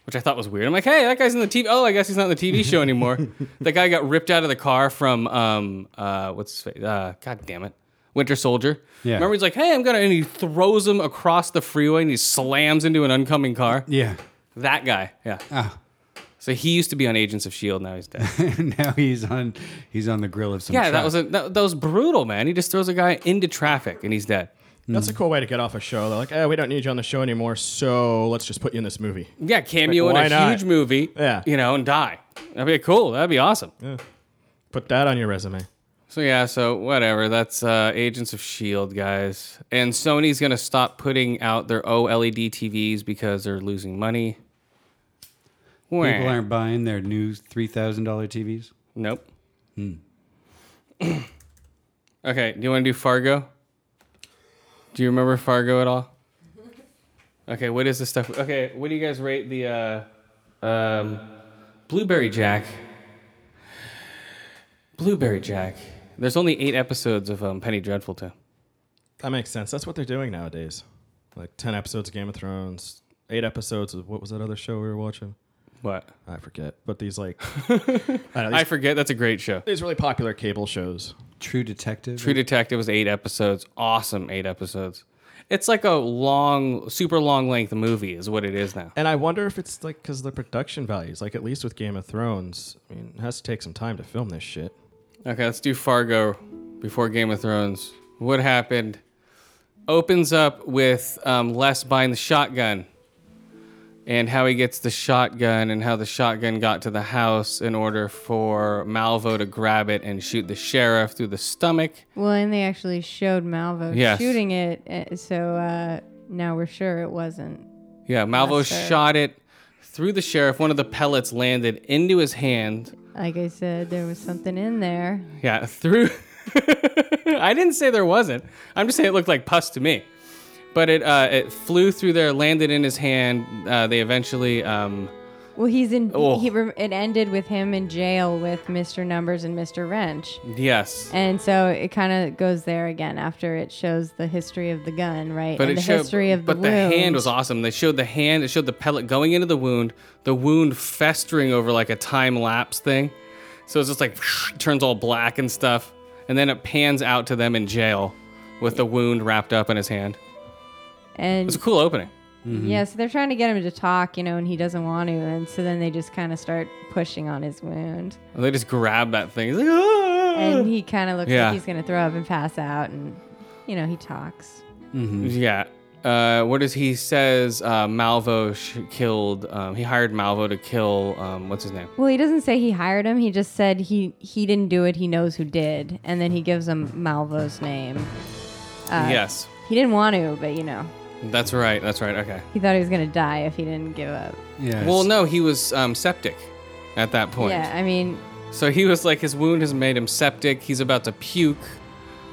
Speaker 2: which I thought was weird. I'm like, hey, that guy's in the TV. Oh, I guess he's not in the TV show anymore. that guy got ripped out of the car from um uh what's his face? Uh, God damn it, Winter Soldier.
Speaker 5: Yeah.
Speaker 2: Remember, he's like, hey, I'm gonna, and he throws him across the freeway and he slams into an oncoming car.
Speaker 5: Yeah. *laughs*
Speaker 2: That guy. Yeah.
Speaker 5: Ah.
Speaker 2: So he used to be on Agents of Shield. E Now he's dead.
Speaker 5: now he's on he's on the grill of some
Speaker 2: Yeah,
Speaker 5: truck.
Speaker 2: that was a, that, that was brutal, man. He just throws a guy into traffic and he's dead.
Speaker 6: That's
Speaker 2: Mm.
Speaker 6: a cool way to get off a show. They're like, eh, we don't need you on the show anymore, so let's just put you in this movie.
Speaker 2: Yeah, cameo
Speaker 6: why
Speaker 2: in a
Speaker 6: not?
Speaker 2: huge movie.
Speaker 6: Yeah.
Speaker 2: you know, and die. That'd be cool. That'd be awesome.
Speaker 6: Put that on your resume.
Speaker 2: So yeah, so whatever. That's uh, Agents of Shield, guys. And Sony's gonna stop putting out their E OLED TVs because they're losing money.
Speaker 5: People
Speaker 2: Wah.
Speaker 5: aren't buying their new three thousand dollar TVs.
Speaker 2: Nope. *clears throat* okay, do you want to do Fargo? Do you remember Fargo at all? Okay, what is the stuff? Okay, what do you guys rate the uh, um, Blueberry Jack? Blueberry Jack. There's only eight episodes of um, Penny Dreadful too.
Speaker 6: That makes sense. That's what they're doing nowadays. Like ten episodes of Game of Thrones, eight episodes of what was that other show we were watching?
Speaker 2: What?
Speaker 6: I forget. But
Speaker 2: *laughs*
Speaker 6: these like
Speaker 2: I forget. That's a great show.
Speaker 6: these really popular cable shows.
Speaker 5: True Detective.
Speaker 2: True Detective was eight episodes. Awesome, eight episodes. It's like a long, super long length movie, is what it is now.
Speaker 6: And I wonder if it's like because the production values, like at least with Game of Thrones, I mean, it has to take some time to film this shit.
Speaker 2: Okay, let's do Fargo before Game of Thrones. What happened? Opens up with um, Les buying the shotgun and how he gets the shotgun and how the shotgun got to the house in order for Malvo to grab it and shoot the sheriff through the stomach.
Speaker 7: Well, and they actually showed Malvo
Speaker 2: Yes.
Speaker 7: shooting it, eh, so uh, now we're sure it wasn't.
Speaker 2: Yeah, Malvo
Speaker 7: Yes, sir.
Speaker 2: shot it through the sheriff. One of the pellets landed into his hand.
Speaker 7: Like I said, there was something in there.
Speaker 2: Yeah, *laughs* through. I didn't say there wasn't. I'm just saying it looked like pus to me. But it uh, it flew through there, landed in his hand. Uh, they eventually. Um,
Speaker 7: Well, he's in.
Speaker 2: Oh.
Speaker 7: He rem- it ended with him in jail with Mr. Numbers and Mr. Wrench,
Speaker 2: Mm. yes.
Speaker 7: and so it kind of goes there again after it shows the history of the gun, right?
Speaker 2: But
Speaker 7: and
Speaker 2: it
Speaker 7: the
Speaker 2: showed,
Speaker 7: history of
Speaker 2: but
Speaker 7: the
Speaker 2: the hand
Speaker 7: wound.
Speaker 2: was awesome. They showed the hand. It showed the pellet going into the wound, the wound festering over like a time lapse thing. So it's just like *laughs* turns all black and stuff, and then it pans out to them in jail with the wound wrapped up in his hand.
Speaker 7: and
Speaker 2: It's a cool opening. Mm-hmm.
Speaker 7: Yeah, so they're trying to get him to talk, you know, and he doesn't want to. And so then they just kind of start pushing on his wound.
Speaker 2: They just grab that thing. It's like, *laughs* "Ah!"
Speaker 7: And he kind of looks
Speaker 2: Yeah.
Speaker 7: like he's going to throw up and pass out. And, you know, he talks.
Speaker 2: Yeah. Uh, what does he says? Uh, Malvo sh- killed. Um, he hired Malvo to kill. Um, what's his name?
Speaker 7: Well, he doesn't say he hired him. He just said he, he didn't do it. He knows who did. And then he gives him Malvo's name. Uh,
Speaker 2: yes,
Speaker 7: He didn't want to, but, you know,
Speaker 2: that's right. That's right. Okay.
Speaker 7: he thought he was going to die if he didn't give up.
Speaker 5: Yes.
Speaker 2: Well, no, he was um, septic at that point.
Speaker 7: Yeah, I mean,
Speaker 2: So he was like, his wound has made him septic. He's about to puke.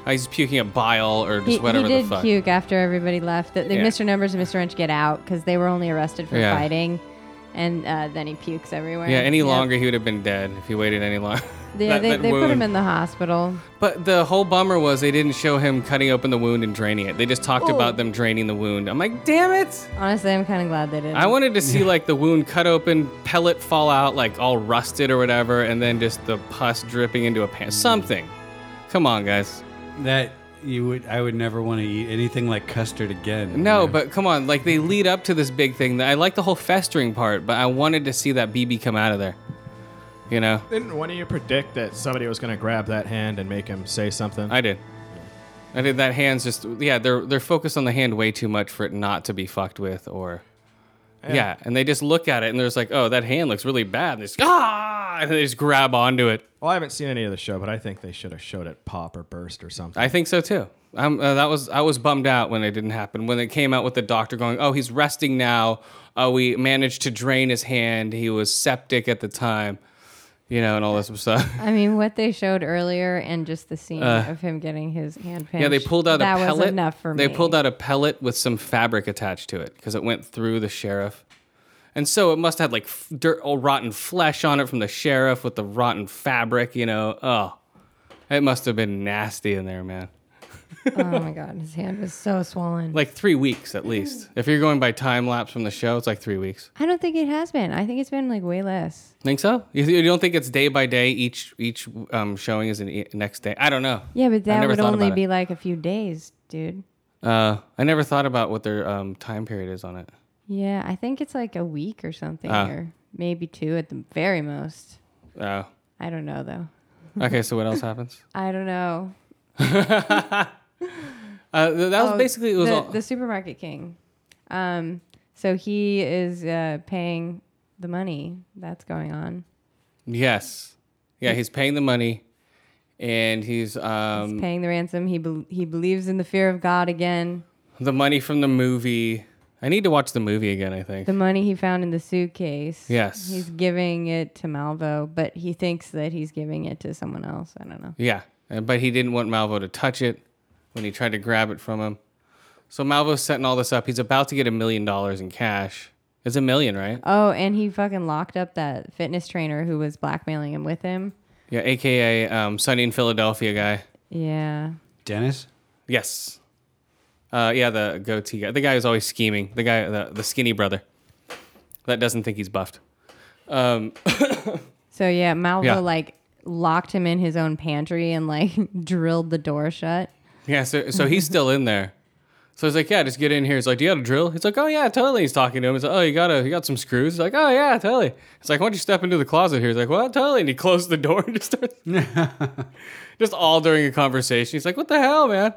Speaker 2: Uh, he's puking up bile or just
Speaker 7: he, he
Speaker 2: whatever
Speaker 7: did
Speaker 2: the fuck.
Speaker 7: puke after everybody left. The, the
Speaker 2: Yeah.
Speaker 7: Mr. Numbers and Mr. Wrench get out because they were only arrested for
Speaker 2: Yeah.
Speaker 7: fighting. And uh, then he pukes everywhere.
Speaker 2: Yeah. Any
Speaker 7: Yep.
Speaker 2: longer, he would have been dead if he waited *laughs* any longer.
Speaker 7: Yeah,
Speaker 2: That-
Speaker 7: they,
Speaker 2: that
Speaker 7: they put him
Speaker 2: wound.
Speaker 7: in the hospital.
Speaker 2: But the whole bummer was they didn't show him cutting open the wound and draining it. They just talked about them draining the wound. I'm like, damn it.
Speaker 7: Honestly, I'm kind of glad they didn't.
Speaker 2: I wanted to see like the wound cut open, pellet fall out, like all rusted or whatever, and then just the pus dripping into a pan. Something. Come on, guys.
Speaker 5: that you would I would never want to eat anything like custard again.
Speaker 2: No, but come on. Like they lead up to this big thing. I like the whole festering part, but I wanted to see that BB come out of there. You know,
Speaker 6: Didn't one of you predict that somebody was going to grab that hand and make him say something?
Speaker 2: I did. I did. That hand's just yeah. They're they're focused on the hand way too much for it not to be fucked with or. Yeah. and they just look at it and they're just like, "Oh, that hand looks really bad." And they just ah, and they just grab onto it.
Speaker 6: well, I haven't seen any of the show, but I think they should have showed it pop or burst or something.
Speaker 2: I think so too. I'm, uh, that was I was bummed out when it didn't happen. When it came out with the doctor going, "Oh, he's resting now. Uh, we managed to drain his hand. He was septic at the time, you know, and all this
Speaker 7: *laughs*
Speaker 2: stuff."
Speaker 7: I mean, what they showed earlier and just the scene of him getting his hand pinched.
Speaker 2: Uh, yeah, they pulled out
Speaker 7: that
Speaker 2: a pellet.
Speaker 7: was enough for
Speaker 2: they
Speaker 7: me.
Speaker 2: pulled out a pellet with some fabric attached to it because it went through the sheriff, and so it must have had like f- dirt, all rotten flesh on it from the sheriff with the rotten fabric. You know, oh, it must have been nasty in there, man.
Speaker 7: Oh my god, his hand was so swollen.
Speaker 2: like three weeks at least.
Speaker 7: Mm.
Speaker 2: If you're going by time lapse from the show, it's like three weeks.
Speaker 7: I don't think it has been. I think it's been like way less.
Speaker 2: Think so? You, you don't think it's day by day? Each each um, showing is an e- next day. I don't know.
Speaker 7: Yeah, but
Speaker 2: I
Speaker 7: that
Speaker 2: never
Speaker 7: would
Speaker 2: thought
Speaker 7: only
Speaker 2: about
Speaker 7: be
Speaker 2: it.
Speaker 7: like a few days, dude.
Speaker 2: Uh, I never thought about what their um, time period is on it.
Speaker 7: Yeah, I think it's like a week or something,
Speaker 2: Ah.
Speaker 7: or maybe two at the very most. *laughs*
Speaker 2: Uh,
Speaker 7: I don't know though.
Speaker 2: okay, so what else happens?
Speaker 7: I don't know.
Speaker 2: Uh, th- that was
Speaker 7: Oh,
Speaker 2: basically it was
Speaker 7: the,
Speaker 2: all.
Speaker 7: the supermarket king. Um, so he is uh, paying the money that's going on.
Speaker 2: yes, yeah, he's paying the money, and he's um,
Speaker 7: He's paying the ransom. He bel he believes in the fear of God again.
Speaker 2: the money from the movie. I need to watch the movie again. I think.
Speaker 7: The money he found in the suitcase.
Speaker 2: Yes.
Speaker 7: He's giving it to Malvo, but he thinks that he's giving it to someone else. I don't know.
Speaker 2: Yeah, uh, but he didn't want Malvo to touch it when he tried to grab it from him. So Malvo's setting all this up. He's about to get a million dollars in cash. It's a million, right?
Speaker 7: Oh, and he fucking locked up that fitness trainer who was blackmailing him with him.
Speaker 2: Yeah, aka um, Sunny in Philadelphia guy.
Speaker 7: Yeah.
Speaker 5: Dennis?
Speaker 2: Yes. Uh, yeah, the goatee guy, the guy who's always scheming, the guy, the, the skinny brother, that doesn't think he's buffed. Um,
Speaker 7: So yeah, Malvo
Speaker 2: Yeah.
Speaker 7: like locked him in his own pantry and like *laughs* drilled the door shut.
Speaker 2: yeah, so so
Speaker 7: *laughs*
Speaker 2: he's still in there. So he's like, yeah, just get in here. He's like, do you got a drill? He's like, oh yeah, totally. He's talking to him. He's like, oh, you got a, you got some screws? He's like, oh yeah, totally. It's like, why don't you step into the closet here? He's like, well, totally. And he closed the door *laughs* and just starts,
Speaker 7: *laughs*
Speaker 2: just all during a conversation. He's like, what the hell, man?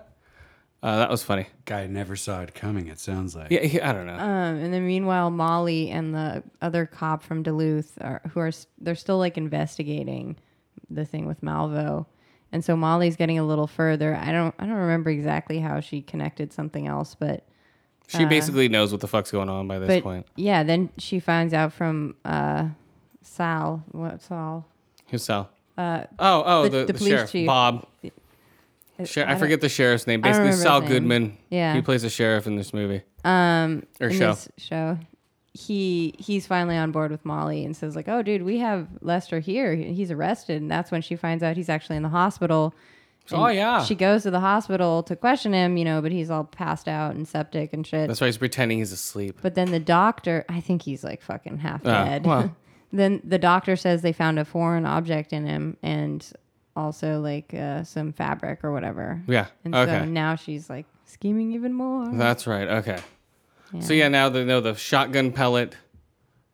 Speaker 2: Uh, that was funny.
Speaker 5: Guy never saw it coming, it sounds like.
Speaker 2: Yeah, he, I don't know.
Speaker 7: Um, and then meanwhile, Molly and the other cop from Duluth are who are s- they're still like investigating the thing with Malvo. And so Molly's getting a little further. I don't I don't remember exactly how she connected something else, but
Speaker 2: she basically knows what the fuck's going on by this
Speaker 7: but
Speaker 2: point.
Speaker 7: yeah, then she finds out from uh, Sal what Sal
Speaker 2: Who's Sal? oh, oh,
Speaker 7: uh, the-
Speaker 2: the,
Speaker 7: the
Speaker 2: the
Speaker 7: police
Speaker 2: sheriff,
Speaker 7: chief.
Speaker 2: Bob. Sher-
Speaker 7: I
Speaker 2: I,
Speaker 7: don't-
Speaker 2: forget the sheriff's name.
Speaker 7: I don't
Speaker 2: Basically,
Speaker 7: remember
Speaker 2: Sal
Speaker 7: his name.
Speaker 2: Goodman.
Speaker 7: Yeah.
Speaker 2: he plays the sheriff in this movie
Speaker 7: um
Speaker 2: or
Speaker 7: in
Speaker 2: show.
Speaker 7: this show he he's finally on board with molly and says like oh dude we have lester here He- he's arrested and that's when she finds out he's actually in the hospital
Speaker 2: oh yeah,
Speaker 7: she goes to the hospital to question him you know but he's all passed out and septic and shit
Speaker 2: that's why he's pretending he's asleep.
Speaker 7: but then the doctor i think he's like fucking half
Speaker 2: Ah,
Speaker 7: dead
Speaker 2: well.
Speaker 7: *laughs* then the doctor says they found a foreign object in him and also like uh, some fabric or whatever
Speaker 2: Yeah.
Speaker 7: and so
Speaker 2: Okay.
Speaker 7: now she's like scheming even more
Speaker 2: That's right. Okay. So yeah, now they know the shotgun pellet.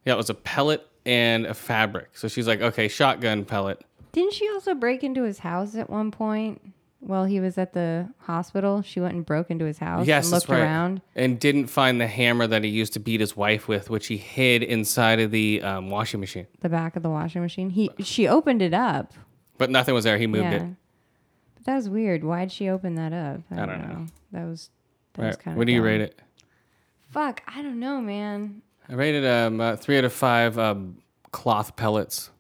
Speaker 2: Yeah, it was a pellet and a fabric. So she's like, okay, shotgun pellet.
Speaker 7: Didn't she also break into his house at one point while he was at the hospital? Oh, She went and broke into his house
Speaker 2: Yes,
Speaker 7: and
Speaker 2: that's
Speaker 7: looked
Speaker 2: right.
Speaker 7: around.
Speaker 2: And didn't find the hammer that he used to beat his wife with, which he hid inside of the um, washing machine.
Speaker 7: The back of the washing machine. He she opened it up.
Speaker 2: But nothing was there. He moved
Speaker 7: yeah.
Speaker 2: it.
Speaker 7: But that was weird. Why'd she open that up? I,
Speaker 2: don't know.
Speaker 7: That was that was
Speaker 2: Right.
Speaker 7: kind of
Speaker 2: What do you rate it?
Speaker 7: Fuck, I don't know, man.
Speaker 2: I rated um uh, three out of five um, cloth pellets,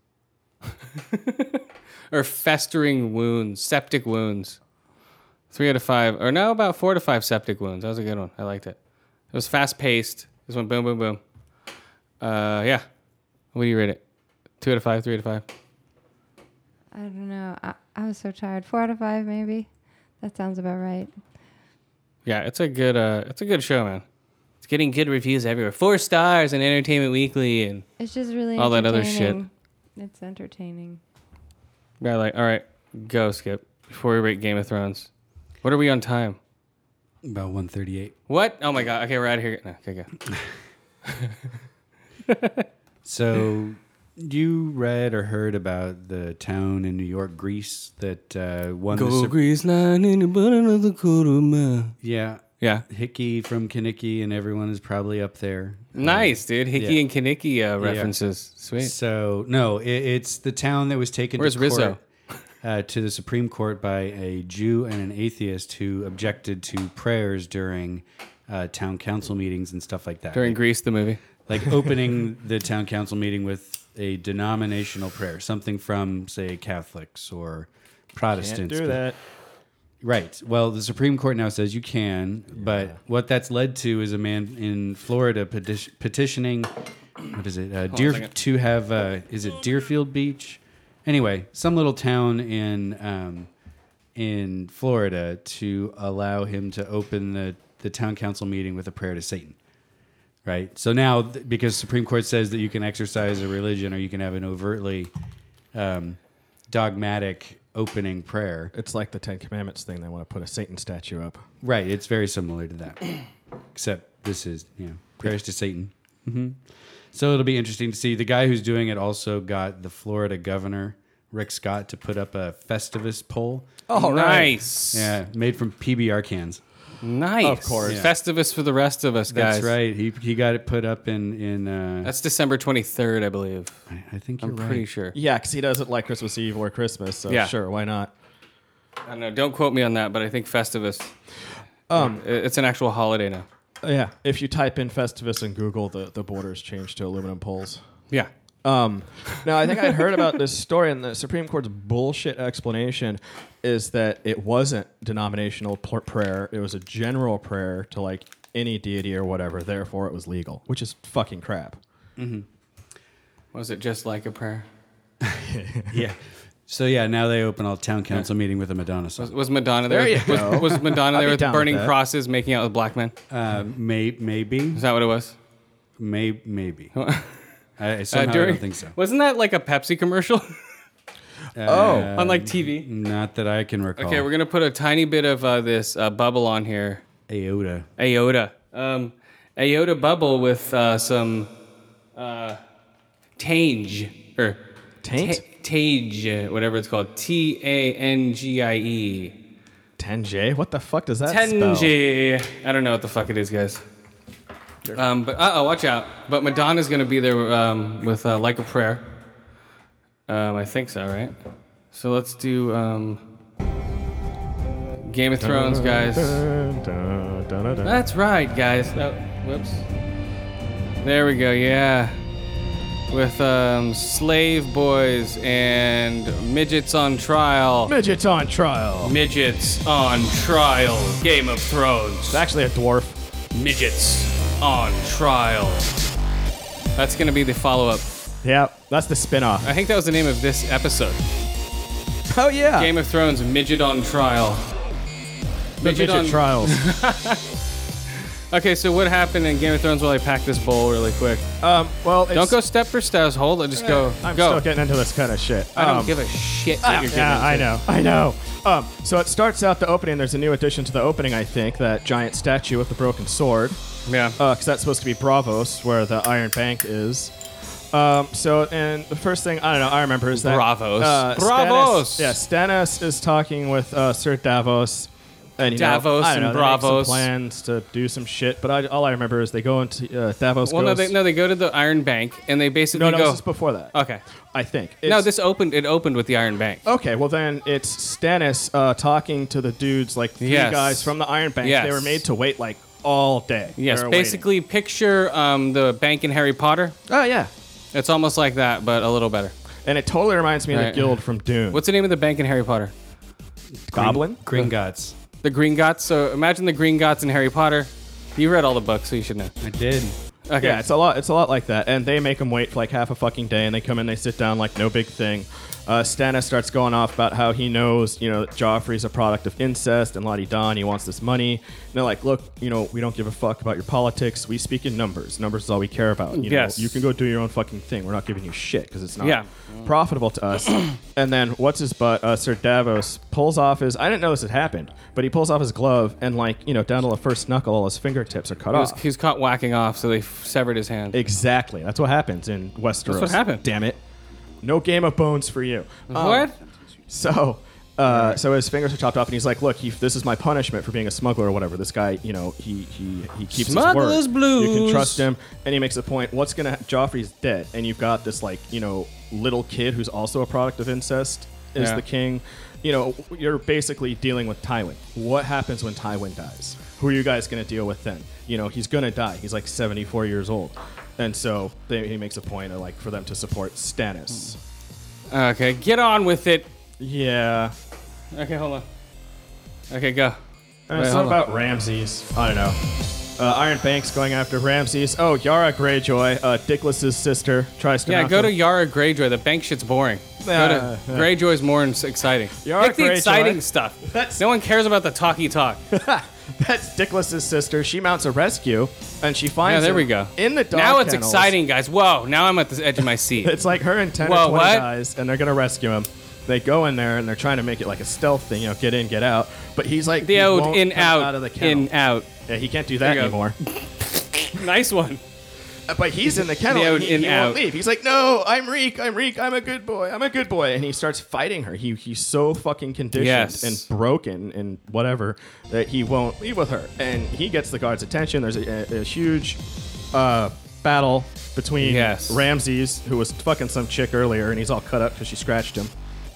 Speaker 2: *laughs* or festering wounds, septic wounds. Three out of five, or no, about four to five septic wounds. That was a good one. I liked it. It was fast paced. This one, boom, boom, boom. Uh, yeah. What do you rate it? Two out of five, three out of five.
Speaker 7: I don't know. I, I was so tired. Four out of five maybe. That sounds about right.
Speaker 2: Yeah, it's a good uh, it's a good show, man. It's getting good reviews everywhere. Four stars in Entertainment Weekly, and
Speaker 7: It's just really
Speaker 2: All that other shit.
Speaker 7: entertaining. It's entertaining.
Speaker 2: yeah, like all right, go skip before we rate Game of Thrones. What are we on time?
Speaker 5: About 138.
Speaker 2: What? Oh my god. Okay, we're out of here. No, okay, go.
Speaker 5: So you read or heard about the town in New York, Greece, that uh, won the
Speaker 2: Go
Speaker 5: Sup-
Speaker 2: grease line in the bottom of the kuruma.
Speaker 5: yeah
Speaker 2: Yeah.
Speaker 5: Hickey from Kinnicky, and everyone is probably up there.
Speaker 2: Nice, dude. Hickey
Speaker 5: Yeah.
Speaker 2: and Kaneki uh, references. Sweet.
Speaker 5: So no, it, it's the town that was taken.
Speaker 2: Where's
Speaker 5: to
Speaker 2: Rizzo?
Speaker 5: court, uh, to the Supreme Court by a Jew and an atheist who objected to prayers during uh, town council meetings and stuff like that.
Speaker 2: During Grease, the movie.
Speaker 5: like opening the town council meeting with a denominational prayer, something from say Catholics or
Speaker 6: Can't
Speaker 5: Protestants.
Speaker 6: do
Speaker 5: but-
Speaker 6: that.
Speaker 5: Right. Well, the Supreme Court now says you can, but what that's led to is a man in Florida peti- petitioning. What is it? Uh, Deer to have uh, is it Deerfield Beach? Anyway, some little town in um, in Florida to allow him to open the the town council meeting with a prayer to Satan. Right. So now, th- because Supreme Court says that you can exercise a religion or you can have an overtly um, dogmatic opening prayer.
Speaker 6: It's like the Ten Commandments thing. They want to put a Satan statue up.
Speaker 5: Right, it's very similar to that, *clears throat* except this is you know prayers to Satan. hmm So it'll be interesting to see. The guy who's doing it also got the Florida governor Rick Scott to put up a Festivus pole.
Speaker 2: Oh, nice.
Speaker 5: Yeah, made from PBR cans.
Speaker 2: Nice. Of course.
Speaker 5: Yeah.
Speaker 2: Festivus for the rest of us, guys.
Speaker 5: That's right. He he got it put up in in. Uh,
Speaker 2: That's December 23rd, I believe.
Speaker 5: I, I think you're
Speaker 2: I'm
Speaker 5: right.
Speaker 2: pretty sure.
Speaker 6: Yeah, because he doesn't like Christmas Eve or Christmas. So
Speaker 2: Yeah.
Speaker 6: sure, why not?
Speaker 2: I don't know. Don't quote me on that, but I think Festivus. Um, it's an actual holiday now.
Speaker 6: Uh, yeah, if you type in Festivus in Google, the, the borders change to aluminum poles.
Speaker 2: Yeah.
Speaker 6: Um, now, I think I heard about *laughs* this story, and the Supreme Court's bullshit explanation is that it wasn't denominational pl- prayer. It was a general prayer to like any deity or whatever. Therefore, it was legal, which is fucking crap.
Speaker 2: Was it just like a prayer?
Speaker 5: Yeah. So yeah, now they open all town council meeting with a Madonna song.
Speaker 2: Was Madonna there?
Speaker 6: There you
Speaker 2: was,
Speaker 6: go.
Speaker 2: was Madonna there
Speaker 6: be
Speaker 2: with
Speaker 6: down with
Speaker 2: burning
Speaker 6: that.
Speaker 2: crosses, making out with black men?
Speaker 5: Uh, may, maybe,
Speaker 2: Is that what it was? *laughs*
Speaker 5: may, maybe. I- I,
Speaker 2: Uh,
Speaker 5: somehow I
Speaker 2: *laughs*
Speaker 5: don't think so.
Speaker 2: Wasn't that like a Pepsi commercial *laughs*
Speaker 5: oh,
Speaker 2: on like TV?
Speaker 5: not that I can recall.
Speaker 2: Okay, we're gonna put a tiny bit of uh, this uh, bubble on here.
Speaker 5: Aota.
Speaker 2: Aota. Um, Aota bubble with uh, some uh, tange or
Speaker 6: Taint?
Speaker 2: ta- tage, uh, whatever it's called. T A N G I E.
Speaker 6: Tenje? What the fuck does that spell?
Speaker 2: Tange. I don't know what the fuck it is, guys. Um, but uh oh, watch out. But Madonna's gonna be there um, with uh, Like a Prayer. Um, I think so, right? So let's do um, Game of Thrones, guys. That's right, guys. Oh, whoops. There we go. Yeah, with um, slave boys and midgets on trial.
Speaker 6: Midget's on trial.
Speaker 2: Midgets on trial. Game of Thrones.
Speaker 6: It's actually a dwarf.
Speaker 2: Midgets on trial. That's gonna be the follow-up.
Speaker 6: Yeah, that's the spin-off.
Speaker 2: I think that was the name of this episode.
Speaker 6: Oh yeah,
Speaker 2: Game of Thrones. Midget on trial.
Speaker 6: the midget
Speaker 2: on-
Speaker 6: trials.
Speaker 2: *laughs* Okay, so what happened in Game of Thrones? While I pack this bowl really quick.
Speaker 6: um, well, it's,
Speaker 2: Don't go step for step. Hold it. Just go.
Speaker 6: I'm
Speaker 2: go.
Speaker 6: still getting into this kind of shit.
Speaker 2: I don't
Speaker 6: Um,
Speaker 2: give a shit what you're
Speaker 6: yeah,
Speaker 2: giving.
Speaker 6: I know, I know. Um, so it starts out the opening. There's a new addition to the opening, I think. That giant statue with the broken sword,
Speaker 2: Yeah.
Speaker 6: because Uh, that's supposed to be Bravos, where the Iron Bank is. Um, so, and the first thing I don't know I remember is that
Speaker 2: Bravos.
Speaker 6: uh,
Speaker 2: Bravos!
Speaker 6: Stannis, yeah, Stannis is talking with uh, Sir Davos, and you know,
Speaker 2: Davos
Speaker 6: I don't know,
Speaker 2: and
Speaker 6: they make some
Speaker 2: Bravos.
Speaker 6: plans to do some shit. But I, all I remember is they go into uh, Davos.
Speaker 2: well, no,
Speaker 6: goes,
Speaker 2: they, no, they go to the Iron Bank and they basically
Speaker 6: no, no,
Speaker 2: go.
Speaker 6: this is before that.
Speaker 2: okay.
Speaker 6: I think
Speaker 2: no,
Speaker 6: It's- Oh,
Speaker 2: this opened. It opened with the Iron Bank.
Speaker 6: Okay, well then it's Stannis uh, talking to the dudes, like three
Speaker 2: Yes.
Speaker 6: guys from the Iron Bank.
Speaker 2: Yes.
Speaker 6: They were made to wait like all day.
Speaker 2: yes,
Speaker 6: They were
Speaker 2: basically picture um, the bank in Harry Potter.
Speaker 6: waiting. Oh yeah,
Speaker 2: It's almost like that, but a little better.
Speaker 6: and it totally reminds me of
Speaker 2: Right.
Speaker 6: the Guild from Doom.
Speaker 2: What's the name of the bank in Harry Potter?
Speaker 6: Goblin?
Speaker 5: Gringotts.
Speaker 2: The Green Gots. So imagine the Green Gots in Harry Potter. You read all the books, so you should know.
Speaker 5: I did.
Speaker 2: Okay.
Speaker 6: Yeah, it's a lot. It's a lot like that. And they make them wait for like half a fucking day, and they come in, they sit down, like no big thing. Uh, Stannis starts going off about how he knows, you know, that Joffrey's a product of incest and la di da, and he wants this money. And they're like, look, you know, we don't give a fuck about your politics. We speak in numbers. Numbers is all we care about. You know,
Speaker 2: Yes.
Speaker 6: You can go do your own fucking thing. We're not giving you shit because it's not
Speaker 2: Yeah.
Speaker 6: profitable
Speaker 2: *clears throat*
Speaker 6: to us. and then what's his butt? Uh, Sir Davos pulls off his. I didn't know this had happened, but he pulls off his glove and like, you know, down to the first knuckle, all his fingertips are cut
Speaker 2: He
Speaker 6: off.
Speaker 2: was, he was caught whacking off, so they f- severed his hand.
Speaker 6: Exactly. That's what happens in Westeros.
Speaker 2: what happened.
Speaker 6: Damn it. No game of bones for you. Um,
Speaker 2: What?
Speaker 6: So, uh, so his fingers are chopped off, and he's like, "Look, he, this is my punishment for being a smuggler or whatever. This guy, you know, he he he keeps his
Speaker 2: Smuggler's
Speaker 6: word. You can
Speaker 2: blues.
Speaker 6: trust him." And he makes a point. What's gonna? Joffrey's dead, and you've got this like you know little kid who's also a product of incest is
Speaker 2: Yeah.
Speaker 6: the king. You know, you're basically dealing with Tywin. What happens when Tywin dies? Who are you guys gonna deal with then? You know, he's gonna die. He's like 74 years old, and so they, he makes a point of like for them to support
Speaker 2: Hmm.
Speaker 6: Stannis. Oh.
Speaker 2: Okay, get on with it.
Speaker 6: Yeah.
Speaker 2: Okay, hold on. Okay, go.
Speaker 6: Uh, it's not
Speaker 2: hold
Speaker 6: about Ramses. I don't know. Uh, Iron Bank's going after Ramses. Oh, Yara Greyjoy, uh, Dickless's sister, tries to.
Speaker 2: Yeah,
Speaker 6: knock
Speaker 2: go to
Speaker 6: him-
Speaker 2: Yara Greyjoy. The bank shit's boring. go to
Speaker 6: Uh, yeah.
Speaker 2: Greyjoy's more ins- exciting.
Speaker 6: Yara
Speaker 2: Pick the
Speaker 6: Greyjoy.
Speaker 2: exciting stuff.
Speaker 6: That's-
Speaker 2: No one cares about the talky talk.
Speaker 6: *laughs* That's Dickless's sister. She mounts a rescue, and she finds.
Speaker 2: Yeah, there
Speaker 6: him
Speaker 2: we go.
Speaker 6: In the dog
Speaker 2: Now it's
Speaker 6: kennels.
Speaker 2: exciting, guys. Whoa, now I'm at the edge of my
Speaker 6: *laughs*
Speaker 2: seat.
Speaker 6: It's like her and ten
Speaker 2: Whoa,
Speaker 6: or twenty
Speaker 2: what?
Speaker 6: guys, and they're gonna rescue him. They go in there and they're trying to make it like a stealth thing, you know, get in, get out. But he's like
Speaker 2: the
Speaker 6: he
Speaker 2: old
Speaker 6: won't
Speaker 2: in
Speaker 6: come
Speaker 2: out,
Speaker 6: out of the kennel.
Speaker 2: in
Speaker 6: *laughs*
Speaker 2: out.
Speaker 6: Yeah, he can't do that
Speaker 2: you go.
Speaker 6: anymore.
Speaker 2: Nice one.
Speaker 6: Uh, but he's in the kennel.
Speaker 2: Yeah,
Speaker 6: and he,
Speaker 2: in,
Speaker 6: he won't
Speaker 2: out.
Speaker 6: leave. He's like, "No, I'm Reek. I'm Reek. I'm a good boy. I'm a good boy." And he starts fighting her. He he's so fucking conditioned
Speaker 2: Yes.
Speaker 6: and broken and whatever that he won't leave with her. And he gets the guards' attention. There's a, a, a huge uh, battle between
Speaker 2: Yes.
Speaker 6: Ramses, who was fucking some chick earlier, and he's all cut up because she scratched him,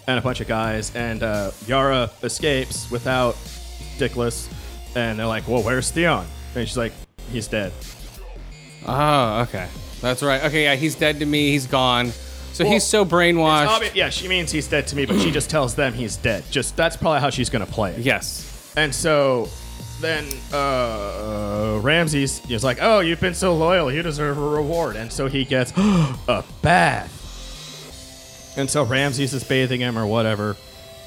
Speaker 6: and a bunch of guys. And uh, Yara escapes without Dickless, and they're like, "Well, where's Theon?" And she's like, "He's dead."
Speaker 2: Oh, okay. That's right. Okay, yeah, he's dead to me. He's gone. So he's so brainwashed.
Speaker 6: Obvi- yeah, she means he's dead to me, but she just tells them he's dead. Just that's probably how she's gonna play it.
Speaker 2: yes.
Speaker 6: And so then uh, Ramses is like, "Oh, you've been so loyal, you deserve a reward." And so he gets *gasps* a bath. And so Ramses is bathing him or whatever.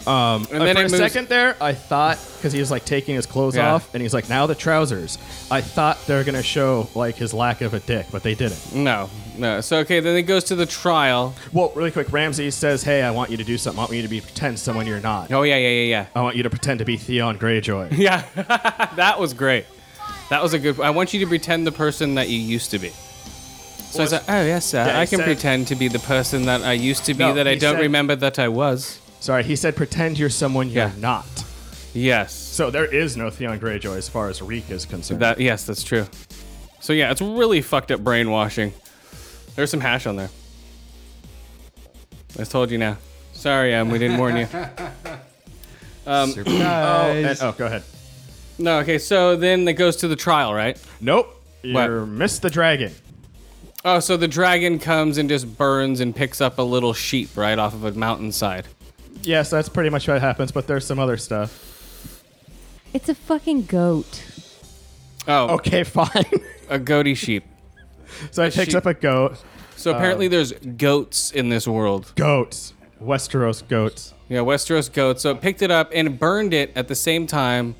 Speaker 6: Um, and
Speaker 2: then
Speaker 6: for
Speaker 2: it
Speaker 6: a
Speaker 2: moves-
Speaker 6: second there, I thought because he was like taking his clothes
Speaker 2: Yeah.
Speaker 6: off, and he's like, "Now the trousers." I thought they were gonna show like his lack of a dick, but they didn't.
Speaker 2: No. No. So okay, then it goes to the trial.
Speaker 6: Well, really quick, Ramses says, "Hey, I want you to do something. I want you to be pretend someone you're not."
Speaker 2: Oh yeah, yeah, yeah,
Speaker 6: I want you to pretend to be Theon
Speaker 2: *laughs*
Speaker 6: Greyjoy.
Speaker 2: yeah. Yeah. that was great. That was a good. I want you to pretend the person that you used to be. So I was like, oh yes, sir.
Speaker 6: Yeah,
Speaker 2: I
Speaker 6: he
Speaker 2: can
Speaker 6: said-
Speaker 2: pretend to be the person that I used to be
Speaker 6: No,
Speaker 2: that I
Speaker 6: he
Speaker 2: don't
Speaker 6: said-
Speaker 2: remember that I was.
Speaker 6: Sorry, he said pretend you're someone you're
Speaker 2: Yeah.
Speaker 6: not.
Speaker 2: Yes.
Speaker 6: So there is no Theon Greyjoy as far as Reek is concerned.
Speaker 2: That yes, that's true. So yeah, it's really fucked up brainwashing. There's some hash on there. I told you now. Sorry, um, we didn't warn
Speaker 6: *laughs*
Speaker 2: you.
Speaker 6: And- oh, go ahead.
Speaker 2: No, okay. So then it goes to the trial, right?
Speaker 6: Nope. You missed the dragon.
Speaker 2: Oh, so the dragon comes and just burns and picks up a little sheep right off of a mountainside.
Speaker 6: Yes, that's pretty much what happens, but there's some other stuff.
Speaker 7: It's a fucking goat.
Speaker 2: Oh,
Speaker 6: Okay, *laughs* fine.
Speaker 2: a goaty sheep.
Speaker 6: so he picks
Speaker 2: she-
Speaker 6: up a goat.
Speaker 2: So apparently
Speaker 6: Um,
Speaker 2: there's goats in this world.
Speaker 6: Goats. Westeros goats.
Speaker 2: Yeah, Westeros goats. So it picked it up and burned it at the same time,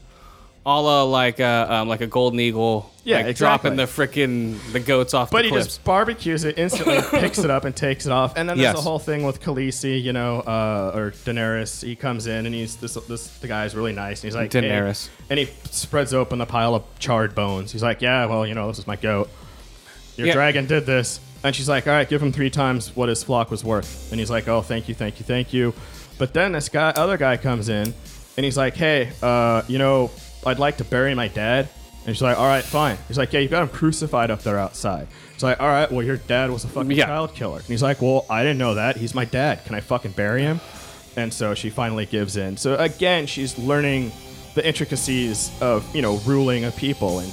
Speaker 2: a la like a um, like a golden eagle.
Speaker 6: Yeah,
Speaker 2: like
Speaker 6: exactly.
Speaker 2: dropping the frickin' the goats off
Speaker 6: But
Speaker 2: the
Speaker 6: he
Speaker 2: cliffs.
Speaker 6: just barbecues
Speaker 2: *laughs*
Speaker 6: it instantly, picks it up, and takes it off. And then there's
Speaker 2: Yes.
Speaker 6: the whole thing with Khaleesi, you know, uh, or Daenerys. He comes in and he's this, this the guy's really nice, and he's like hey.
Speaker 2: Daenerys.
Speaker 6: and he spreads open the pile of charred bones. He's like, yeah, well, you know, this is my goat. Your
Speaker 2: Yeah.
Speaker 6: dragon did this, and she's like, all right, give him three times what his flock was worth. And he's like, oh, thank you, thank you, thank you. But then this guy, other guy, comes in, and he's like, hey, uh, you know, I'd like to bury my dad. And she's like, all right, fine. He's like, yeah, you got him crucified up there outside. She's like, all right, well, your dad was a fucking
Speaker 2: Yeah.
Speaker 6: child killer. And he's like, well, I didn't know that. He's my dad. Can I fucking bury him? And so she finally gives in. So again, she's learning the intricacies of, you know, ruling a people and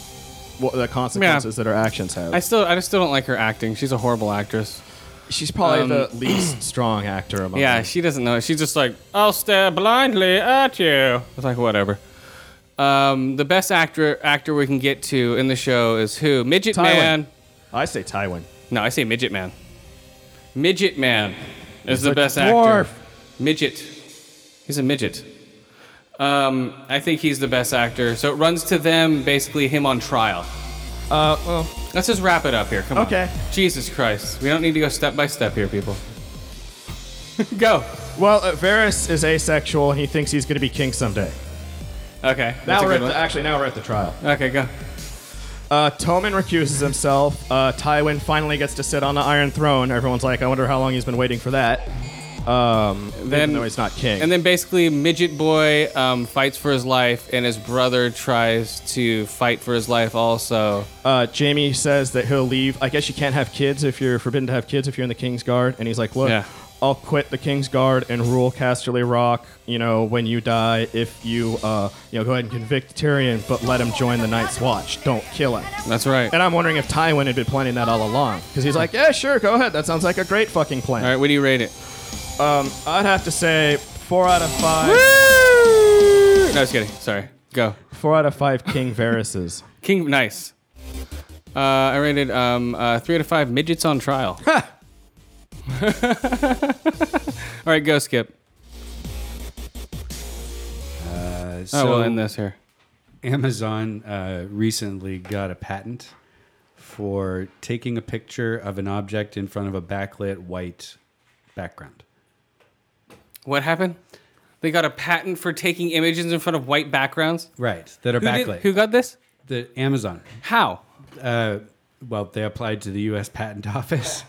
Speaker 6: what the consequences that her actions have.
Speaker 2: I still I just still don't like her acting. She's a horrible actress.
Speaker 6: She's probably
Speaker 2: *clears throat*
Speaker 6: the least strong actor among
Speaker 2: Um, Yeah,
Speaker 6: them.
Speaker 2: she doesn't know. She's just like, I'll stare blindly at you. It's like whatever. Um, the best actor actor we can get to in the show is who? Midget
Speaker 6: Tywin.
Speaker 2: Man.
Speaker 6: I say Tywin.
Speaker 2: No, I say Midget Man. Midget Man is the
Speaker 6: a
Speaker 2: best
Speaker 6: dwarf.
Speaker 2: actor. Midget. He's a midget. Um, I think he's the best actor. So it runs to them, basically him on trial.
Speaker 6: Uh, well,
Speaker 2: Let's just wrap it up here. Come on.
Speaker 6: Okay.
Speaker 2: Jesus Christ. We don't need to go step by step here, people. *laughs* go.
Speaker 6: well, uh, Varys is asexual. He thinks he's going to be king someday.
Speaker 2: Okay. that's
Speaker 6: Now
Speaker 2: a
Speaker 6: we're
Speaker 2: good
Speaker 6: at
Speaker 2: one.
Speaker 6: the, actually now we're at the trial.
Speaker 2: Okay, go.
Speaker 6: Uh, Toman recuses himself. Uh, Tywin finally gets to sit on the Iron Throne. Everyone's like, I wonder how long he's been waiting for that. Um,
Speaker 2: Then-
Speaker 6: then, even though he's not king.
Speaker 2: And then basically, Midget Boy um, fights for his life, and his brother tries to fight for his life also.
Speaker 6: uh, Jamie says that he'll leave. I guess you can't have kids if you're forbidden to have kids if you're in the King's Guard. And he's like, Look,
Speaker 2: Yeah.
Speaker 6: I'll quit the King's Guard and rule Casterly Rock. You know, when you die, if you uh, you know, go ahead and convict Tyrion, but let him join the Night's Watch. Don't kill him.
Speaker 2: That's right.
Speaker 6: And I'm wondering if Tywin had been planning that all along, because he's like, "Yeah, sure, go ahead. That sounds like a great fucking plan." Um,
Speaker 2: All right, what do you rate it?
Speaker 6: I'd have to say four out of five.
Speaker 2: No, I was kidding. Sorry. Go.
Speaker 6: Four out of five King Varises.
Speaker 2: King, nice. Uh, I rated um, uh, three out of five midgets on trial. All *laughs* right, go skip.
Speaker 5: Uh,
Speaker 2: Oh,
Speaker 5: so
Speaker 2: we'll end this here.
Speaker 5: Amazon uh, recently got a patent for taking a picture of an object in front of a backlit white background.
Speaker 2: What happened? They got a patent for taking images in front of white backgrounds.
Speaker 5: Right, that are
Speaker 2: Who, did-
Speaker 5: backlit.
Speaker 2: who got this?
Speaker 5: the Amazon.
Speaker 2: How?
Speaker 5: Uh, well, they applied to the U.S. *laughs* Patent Office.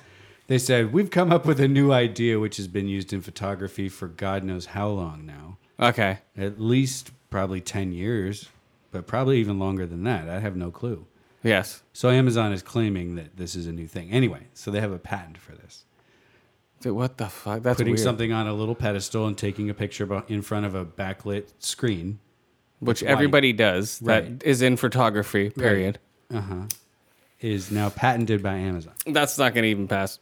Speaker 5: They said we've come up with a new idea which has been used in photography for God knows how long now.
Speaker 2: Okay.
Speaker 5: At least probably ten years, but probably even longer than that. I have no clue.
Speaker 2: Yes.
Speaker 5: So Amazon is claiming that this is a new thing. Anyway, so they have a patent for this.
Speaker 2: Dude, what the fuck? That's
Speaker 5: putting
Speaker 2: weird.
Speaker 5: something on a little pedestal and taking a picture bo- in front of a backlit screen.
Speaker 2: which everybody does.
Speaker 5: Right.
Speaker 2: That is in photography. Period.
Speaker 5: Uh huh. Is now patented by Amazon.
Speaker 2: That's not going to even pass.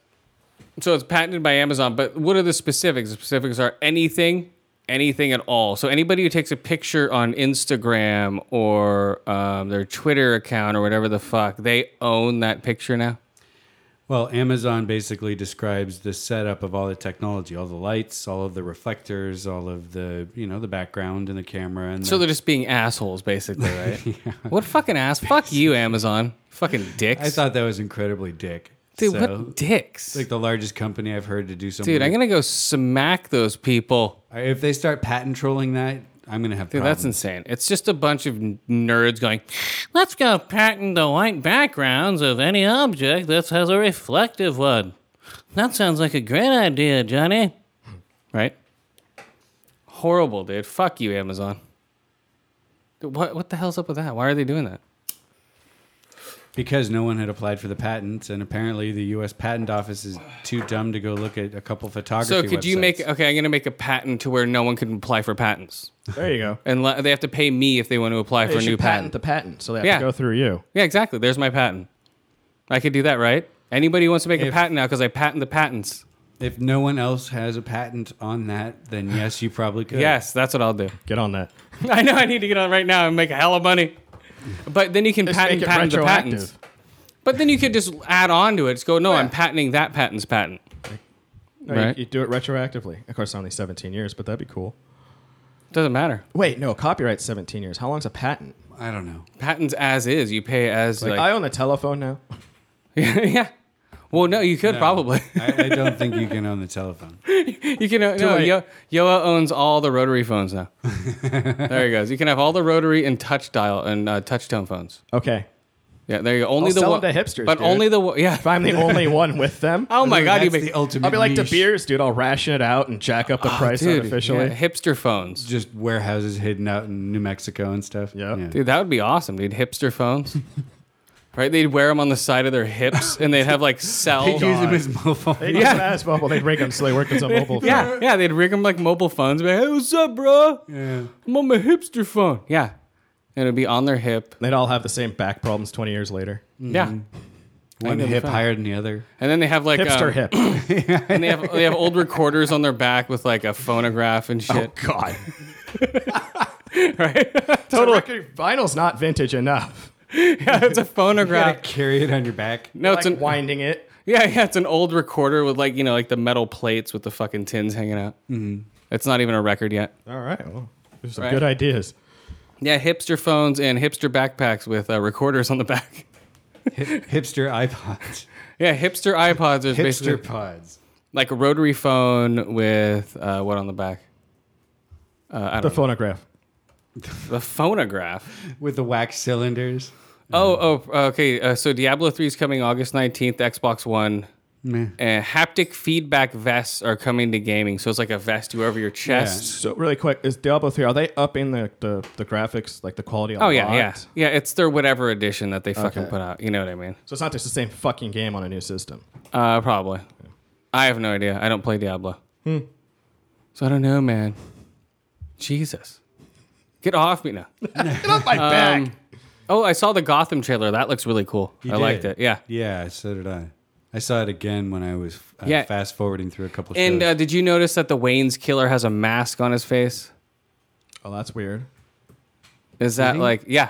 Speaker 2: So it's patented by Amazon, but what are the specifics? The specifics are anything, anything at all. So anybody who takes a picture on Instagram or um, their Twitter account or whatever the fuck, they own that picture now.
Speaker 5: Well, Amazon basically describes the setup of all the technology, all the lights, all of the reflectors, all of the you know the background and the camera and
Speaker 2: So
Speaker 5: the,
Speaker 2: they're just being assholes,
Speaker 5: *laughs*
Speaker 2: basically, right? What fucking ass? Fuck you, Amazon. Fucking dicks.
Speaker 5: I thought that was incredibly dick.
Speaker 2: Dude,
Speaker 5: so,
Speaker 2: what dicks?
Speaker 5: Like the largest company I've heard to do something.
Speaker 2: Dude, I'm going to go smack those people.
Speaker 5: if they start patent trolling that, I'm gonna have
Speaker 2: Dude,
Speaker 5: problems.
Speaker 2: that's insane. It's just a bunch of n- nerds going, let's go patent the white backgrounds of any object that has a reflective one. That sounds like a great idea, Johnny. Right? Horrible, dude. Fuck you, Amazon. Dude, What, what the hell's up with that? Why are they doing that?
Speaker 5: Because no one had applied for the patent, and apparently the U.S. Patent Office is too dumb to go look at a couple photography.
Speaker 2: So, could you make,
Speaker 5: websites.
Speaker 2: okay, I'm going to make a patent to where no one can apply for patents.
Speaker 6: there you go.
Speaker 2: And le- they have to pay me if they want to apply for
Speaker 6: They
Speaker 2: a
Speaker 6: should
Speaker 2: new patent.
Speaker 6: the patent, so they have
Speaker 2: Yeah.
Speaker 6: to go through you.
Speaker 2: Yeah, exactly. There's my patent. I could do that, right? Anybody who wants to make a
Speaker 5: If-
Speaker 2: patent now because I patent the patents.
Speaker 5: If no one else has a patent on that, then yes, you probably could.
Speaker 2: Yes, that's what I'll do. *laughs*
Speaker 6: Get on that.
Speaker 2: I know I need to get on right now and make a hell of money. But then you can
Speaker 6: Just
Speaker 2: patent
Speaker 6: make it
Speaker 2: patent the
Speaker 6: retroactive.
Speaker 2: patents. But then you could just add on to it. Just go, no, I'm patenting that patent's patent.
Speaker 6: No,
Speaker 2: Right.
Speaker 6: you, you do it retroactively. Of course, only 17 years, but that'd be cool.
Speaker 2: Doesn't matter.
Speaker 6: Wait, no, copyright's 17 years. How long's a patent?
Speaker 5: I don't know.
Speaker 2: Patents as is. You pay as
Speaker 6: Like,
Speaker 2: like,
Speaker 6: I own the telephone now.
Speaker 2: *laughs* yeah. Well, no, you could
Speaker 5: No.
Speaker 2: *laughs* probably.
Speaker 5: I, I don't think you can own the telephone.
Speaker 2: *laughs* You can uh, no.
Speaker 6: late.
Speaker 2: Yo, Yoa owns all the rotary phones
Speaker 6: *laughs*
Speaker 2: now. there he goes. You can have all the rotary and touch dial and uh, touch tone phones.
Speaker 6: Okay.
Speaker 2: Yeah, there you go. Only
Speaker 6: I'll
Speaker 2: the
Speaker 6: sell
Speaker 2: one,
Speaker 6: them to hipsters,
Speaker 2: but
Speaker 6: dude.
Speaker 2: only the one. Yeah.
Speaker 6: If I'm the *laughs* only one with them,
Speaker 2: Oh my god, you
Speaker 5: That's
Speaker 2: make
Speaker 6: *laughs*
Speaker 5: the ultimate.
Speaker 6: I'll be like the
Speaker 5: niche.
Speaker 6: beers, dude. I'll ration it out and jack up the price
Speaker 2: dude,
Speaker 6: artificially. *laughs*
Speaker 2: yeah, hipster phones.
Speaker 5: Just warehouses hidden out in New Mexico and stuff.
Speaker 6: Yeah.
Speaker 2: Dude, that would be awesome, dude. Hipster phones. *laughs* right? They'd wear them on the side of their hips, and they'd have
Speaker 6: *laughs*
Speaker 2: like cell.
Speaker 5: They use them as mobile
Speaker 6: Oh They use
Speaker 5: phones.
Speaker 6: an ass bubble. They rig them so they work as a mobile phone.
Speaker 2: yeah, yeah. They'd rig them like mobile phones. Be like, hey, what's up, bro?
Speaker 5: Yeah.
Speaker 2: I'm on my hipster phone. Yeah, and it'd be on their hip.
Speaker 6: They'd all have the same back problems 20 years later.
Speaker 2: Yeah,
Speaker 5: One
Speaker 2: never
Speaker 5: hip
Speaker 2: found-
Speaker 5: higher than the other.
Speaker 2: and then they have like
Speaker 6: Hipster
Speaker 2: um,
Speaker 6: hip.
Speaker 2: and they have they have old recorders on their back with like a phonograph
Speaker 6: *laughs*
Speaker 2: and shit.
Speaker 6: Oh, God.
Speaker 2: *laughs* Right? *laughs*
Speaker 6: Total. *laughs* Vinyl's not vintage enough.
Speaker 2: yeah, it's a phonograph.
Speaker 5: Carry it on your back.
Speaker 2: No, it's
Speaker 6: like
Speaker 2: an
Speaker 6: winding it.
Speaker 2: Yeah, yeah, it's an old recorder with like you know like the metal plates with the fucking tins hanging out. Mm-hmm. It's not even a record yet.
Speaker 6: All right. Well, there's some
Speaker 2: Right.
Speaker 6: good ideas.
Speaker 2: Yeah, hipster phones and hipster backpacks with uh, recorders on the back. *laughs*
Speaker 5: Hip, hipster iPods.
Speaker 2: Yeah, hipster iPods is basically
Speaker 5: Hipster pods.
Speaker 2: like a rotary phone with uh, what on the back?
Speaker 6: The phonograph.
Speaker 2: The phonograph.
Speaker 5: With the wax cylinders.
Speaker 2: Oh, oh, okay. Uh, so Diablo 3 is coming August 19th, Xbox One.
Speaker 5: Mm.
Speaker 2: And haptic feedback vests are coming to gaming. So it's like a vest you wear over your chest.
Speaker 6: So really quick, is Diablo three? Are they upping the, the, the graphics, like the quality? A
Speaker 2: Oh, yeah,
Speaker 6: lot?
Speaker 2: yeah. Yeah, it's their whatever edition that they fucking
Speaker 6: Okay.
Speaker 2: put out. You know what I mean?
Speaker 6: So it's not just the same fucking game on a new system.
Speaker 2: Uh, probably. I have no idea. I don't play Diablo.
Speaker 6: Hmm.
Speaker 2: So I don't know, man. Jesus. Get off me now.
Speaker 6: *laughs* Get off my back!
Speaker 2: Oh, I saw the Gotham trailer. That looks really cool. I
Speaker 5: did.
Speaker 2: liked it. Yeah.
Speaker 5: Yeah, so did I. I saw it again when I was uh,
Speaker 2: Yeah.
Speaker 5: fast forwarding through a couple.
Speaker 2: And
Speaker 5: shows.
Speaker 2: uh, did you notice that the Wayne's killer has a mask on his face?
Speaker 6: Oh, that's weird.
Speaker 2: Is that like yeah,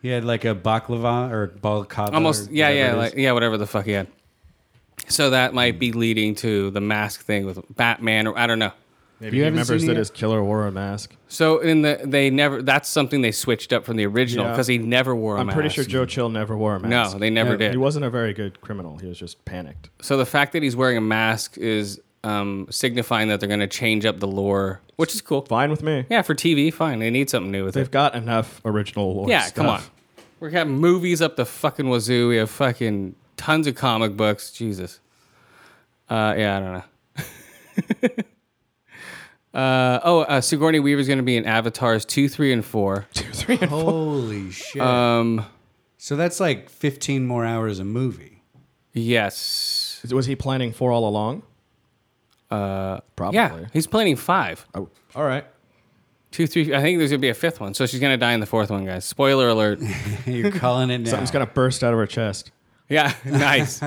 Speaker 5: he had like a baklava or balkava.
Speaker 2: almost
Speaker 5: or
Speaker 2: yeah,
Speaker 5: whatever
Speaker 2: yeah,
Speaker 5: it is.
Speaker 2: like yeah, whatever the fuck he had. So that might be leading to the mask thing with Batman, or I don't know.
Speaker 6: Maybe
Speaker 5: You
Speaker 6: he
Speaker 5: haven't
Speaker 6: remembers
Speaker 5: seen
Speaker 6: that
Speaker 5: it
Speaker 6: his killer wore a mask.
Speaker 2: So in the they never that's something they switched up from the original
Speaker 6: Yeah.
Speaker 2: because he never wore a
Speaker 6: I'm
Speaker 2: mask.
Speaker 6: pretty sure Joe Chill never wore a mask.
Speaker 2: No, they never
Speaker 5: No,
Speaker 2: did.
Speaker 6: He wasn't a very good criminal. He was just panicked.
Speaker 2: So the fact that he's wearing a mask is um, signifying that they're going to change up the lore, which is cool.
Speaker 6: Fine with me.
Speaker 2: Yeah, for TV, fine. They need something new with it.
Speaker 6: They've got enough original lore.
Speaker 2: Yeah,
Speaker 6: stuff. *laughs*
Speaker 2: come on. We have movies up the fucking wazoo. We have fucking tons of comic books. Jesus. Uh, yeah, I don't know. *laughs* uh, oh, uh, Sigourney Weaver's going to be in Avatars 2, 3, and 4. *laughs*
Speaker 5: Holy shit!
Speaker 2: Um,
Speaker 5: so that's like 15 more hours a movie. *laughs*
Speaker 2: Yes.
Speaker 6: Is- Was he planning four all along? Uh, probably.
Speaker 2: Yeah, he's planning five.
Speaker 6: Oh, all right.
Speaker 2: Two, three. I think there's going to be a fifth one. So she's going to die in the fourth one, guys. Spoiler alert.
Speaker 5: You're calling it now.
Speaker 6: Something's gonna burst out of her chest.
Speaker 2: Yeah, *laughs* nice.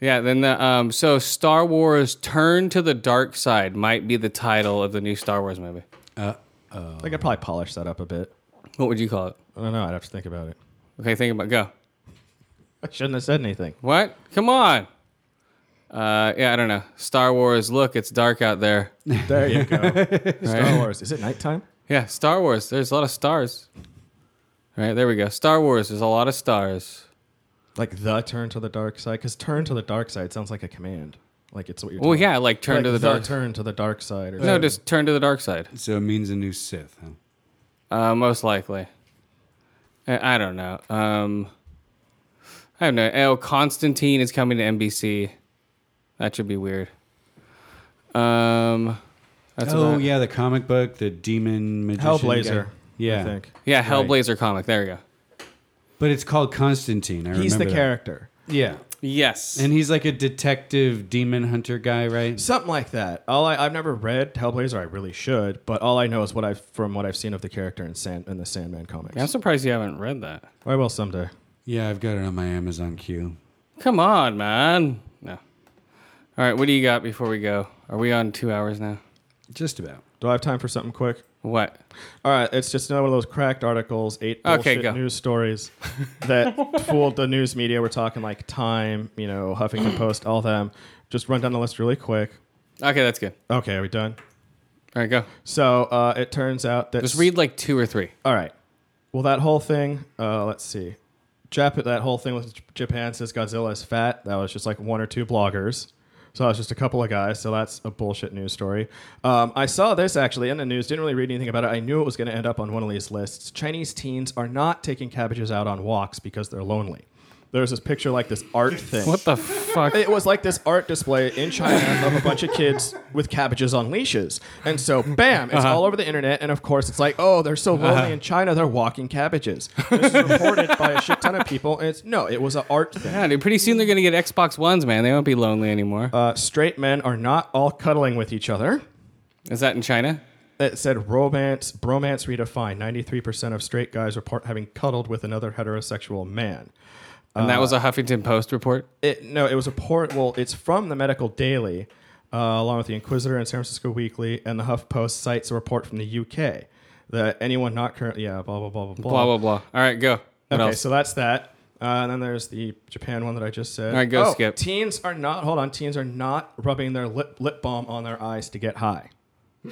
Speaker 2: yeah, then the um so Star Wars Turn to the Dark Side might be the title of the new Star Wars movie.
Speaker 6: I think I'd probably polish that up a bit.
Speaker 2: What would you call it?
Speaker 6: I don't know. I'd have to think about it.
Speaker 2: Okay, think about go.
Speaker 6: I shouldn't have said anything.
Speaker 2: What? Come on. Uh yeah, I don't know. Star Wars, look, it's dark out
Speaker 6: *laughs*
Speaker 2: there.
Speaker 6: There you go.
Speaker 2: *laughs*
Speaker 6: Star Wars. Oh, Is it nighttime?
Speaker 2: Yeah, Star Wars. There's a lot of stars. Right, there we go. Star Wars, there's a lot of stars.
Speaker 6: Like the turn to the dark side? Because turn to the dark side sounds like a command. Like it's what you're.
Speaker 2: Well,
Speaker 6: telling-
Speaker 2: yeah, like turn
Speaker 6: like
Speaker 2: to the dark.
Speaker 6: Turn to the dark side. Or
Speaker 2: No, just turn to the dark side.
Speaker 5: so it means a new Sith. Huh?
Speaker 2: Uh, most likely. I, I don't know. Um, I don't know. Oh, Constantine is coming to NBC. That should be weird. Um, that's
Speaker 5: oh
Speaker 2: about-
Speaker 5: yeah, the comic book, the demon magician.
Speaker 6: Hellblazer.
Speaker 5: guy. Yeah,
Speaker 6: I think.
Speaker 2: yeah, Hellblazer comic. There you go.
Speaker 5: but it's called Constantine. I
Speaker 6: He's the
Speaker 5: remember that.
Speaker 6: character.
Speaker 5: Yeah,
Speaker 2: Yes.
Speaker 5: and he's like a detective demon hunter guy, right?
Speaker 6: Something like that. All I, I've never read Hellblazer. I really should, but all I know is what I've from what I've seen of the character in Sand in the Sandman comics.
Speaker 2: I'm surprised you haven't read that.
Speaker 6: I will someday.
Speaker 5: Yeah, I've got it on my Amazon queue.
Speaker 2: Come on, man. No. All right. What do you got before we go? Are we on two hours now?
Speaker 5: Just about.
Speaker 6: Do I have time for something quick?
Speaker 2: What?
Speaker 6: All right, it's just another one of those cracked articles, eight bullshit
Speaker 2: Okay, go.
Speaker 6: news stories
Speaker 2: *laughs*
Speaker 6: that fooled the news media. We're talking like Time, you know, Huffington Post, all them. Just run down the list really quick.
Speaker 2: Okay, that's good.
Speaker 6: Okay, are we done?
Speaker 2: All right, go.
Speaker 6: So uh, it turns out that
Speaker 2: Just read like two or three.
Speaker 6: All right. Well, that whole thing. Uh, let's see. Jap- that whole thing with J- Japan says Godzilla is fat. That was just like one or two bloggers. So that was just a couple of guys. So that's a bullshit news story. Um, I saw this actually in the news. Didn't really read anything about it. I knew it was going to end up on one of these lists. Chinese teens are not taking cabbages out on walks because they're lonely. There's this picture like this art thing.
Speaker 2: What
Speaker 5: *laughs*
Speaker 2: the fuck?
Speaker 6: It was like this art display in China of a bunch of kids with cabbages on leashes. And so, bam, it's all over the internet. And of course, it's like, oh, they're so lonely in China, they're walking cabbages. This is reported by a shit ton of people. And it's, no, it was an art thing.
Speaker 2: Yeah, dude, pretty soon they're gonna get Xbox Ones, man. They won't be lonely anymore.
Speaker 6: Uh, straight men are not all cuddling with each other.
Speaker 2: Is that in China?
Speaker 6: It said romance, bromance redefined. 93% of straight guys report having cuddled with another heterosexual man.
Speaker 2: And that
Speaker 6: Uh,
Speaker 2: was a Huffington Post report.
Speaker 6: It, no, it was a port. Well, it's from the Medical Daily, uh, along with the Inquisitor and San Francisco Weekly, and the HuffPost cites a report from the UK that anyone not currently, yeah, blah blah blah blah blah.
Speaker 2: Blah blah blah. All right, go. What
Speaker 6: okay,
Speaker 2: else?
Speaker 6: so that's that. Uh, and then there's the Japan one that I just said. All
Speaker 2: right, go,
Speaker 6: oh,
Speaker 2: Skip.
Speaker 6: Teens are not. Hold on, teens are not rubbing their lip lip balm on their eyes to
Speaker 2: *laughs*
Speaker 6: get high. oh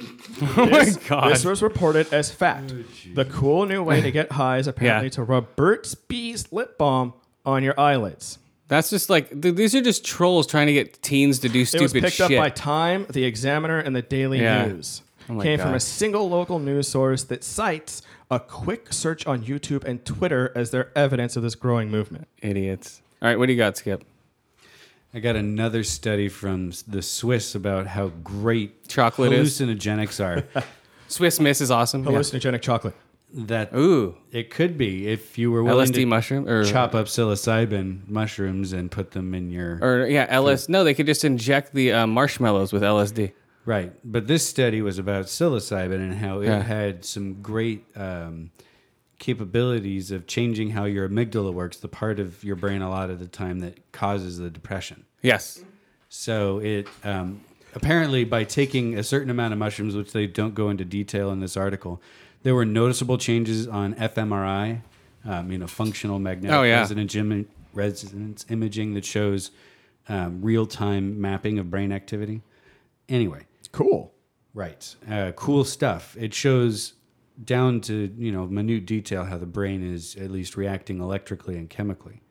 Speaker 6: this, my
Speaker 2: God.
Speaker 6: This was reported as fact. the cool new way to get high is
Speaker 2: *laughs*
Speaker 6: apparently to rub Burt's Bees lip balm on your eyelids.
Speaker 2: That's just like th- these are just trolls trying to get teens to do
Speaker 6: It was
Speaker 2: stupid
Speaker 6: picked
Speaker 2: shit.
Speaker 6: up by Time, the Examiner, and the Daily
Speaker 2: Yeah. Oh
Speaker 6: News.
Speaker 2: my
Speaker 6: Came from
Speaker 2: God.
Speaker 6: a single local news source that cites a quick search on YouTube and Twitter as their evidence of this growing movement.
Speaker 2: Idiots. All right, what do you got, Skip?
Speaker 5: I got another study from s- the Swiss about how great
Speaker 2: Chocolate is.
Speaker 5: hallucinogenics
Speaker 2: *laughs*
Speaker 5: are.
Speaker 2: Swiss Miss is awesome. Yeah.
Speaker 6: Hallucinogenic chocolate.
Speaker 5: that
Speaker 2: Ooh,
Speaker 5: it could be if you were willing
Speaker 2: LSD
Speaker 5: to
Speaker 2: mushroom or-
Speaker 5: chop up psilocybin mushrooms and put them in your
Speaker 2: or yeah, LS. No, they could just inject the uh, marshmallows with LSD.
Speaker 5: Right, but this study was about psilocybin and how it
Speaker 2: Yeah.
Speaker 5: had some great um, capabilities of changing how your amygdala works, the part of your brain a lot of the time that causes the depression.
Speaker 2: Yes.
Speaker 5: So it um, apparently by taking a certain amount of mushrooms, which they don't go into detail in this article, there were noticeable changes on fMRI, um, you know, functional magnetic
Speaker 2: Oh, yeah.
Speaker 5: resonance, im- resonance imaging that shows um, real time mapping of brain activity. Anyway.
Speaker 6: Cool.
Speaker 5: Right. Uh, cool stuff. It shows down to you know minute detail how the brain is at least reacting electrically and chemically.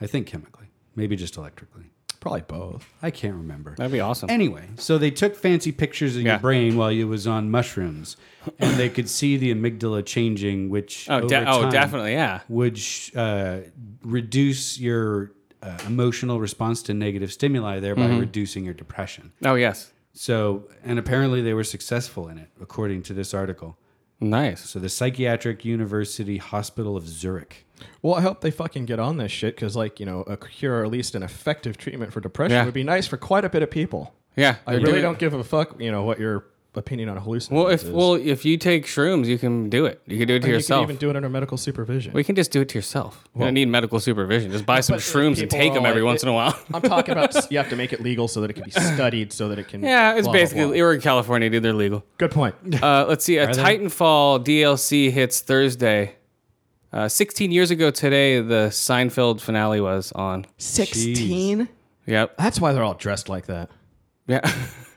Speaker 5: I think chemically, maybe just electrically.
Speaker 6: Probably both.
Speaker 5: I can't remember.
Speaker 2: That'd be awesome.
Speaker 5: Anyway, so they took fancy pictures of
Speaker 2: Yeah.
Speaker 5: your brain while you was on mushrooms, and they could see the amygdala changing, which
Speaker 2: Oh,
Speaker 5: over
Speaker 2: de- oh,
Speaker 5: time
Speaker 2: definitely, yeah.
Speaker 5: would sh- uh, reduce your uh, emotional response to negative stimuli, thereby
Speaker 2: Mm-hmm.
Speaker 5: reducing your depression.
Speaker 2: Oh, yes.
Speaker 5: So, and apparently they were successful in it, according to this article.
Speaker 2: Nice.
Speaker 5: So, the Psychiatric University Hospital of Zurich.
Speaker 6: Well, I hope they fucking get on this shit because, like, you know, a cure or at least an effective treatment for depression
Speaker 2: Yeah.
Speaker 6: would be nice for quite a bit of people.
Speaker 2: Yeah.
Speaker 6: I
Speaker 2: they're
Speaker 6: really
Speaker 2: doing-
Speaker 6: don't give a fuck, you know, what your opinion on hallucinogens
Speaker 2: Well, if
Speaker 6: is.
Speaker 2: well, if you take shrooms, you can do it. You can do it to
Speaker 6: And you
Speaker 2: yourself.
Speaker 6: can even do it under medical supervision.
Speaker 2: we can just do it to yourself. You don't need medical supervision. Just buy some
Speaker 6: But uh,
Speaker 2: shrooms and
Speaker 6: people
Speaker 2: take
Speaker 6: are
Speaker 2: them every
Speaker 6: like-
Speaker 2: once in a
Speaker 6: *laughs*
Speaker 2: while.
Speaker 6: I'm talking about s- you have to make it legal so that it can be studied, so that it
Speaker 2: *laughs* *laughs*
Speaker 6: can.
Speaker 2: yeah, it's
Speaker 6: blah, blah,
Speaker 2: basically
Speaker 6: blah.
Speaker 2: we're in California, dude. They're legal.
Speaker 6: Good point.
Speaker 2: Uh, let's see. A
Speaker 5: they?
Speaker 2: Titanfall DLC hits Thursday. Uh, 16 years ago today, the Seinfeld finale was on.
Speaker 9: 16?
Speaker 2: Yep.
Speaker 6: *laughs*
Speaker 2: *laughs*
Speaker 6: That's why they're all dressed like that.
Speaker 2: Yeah.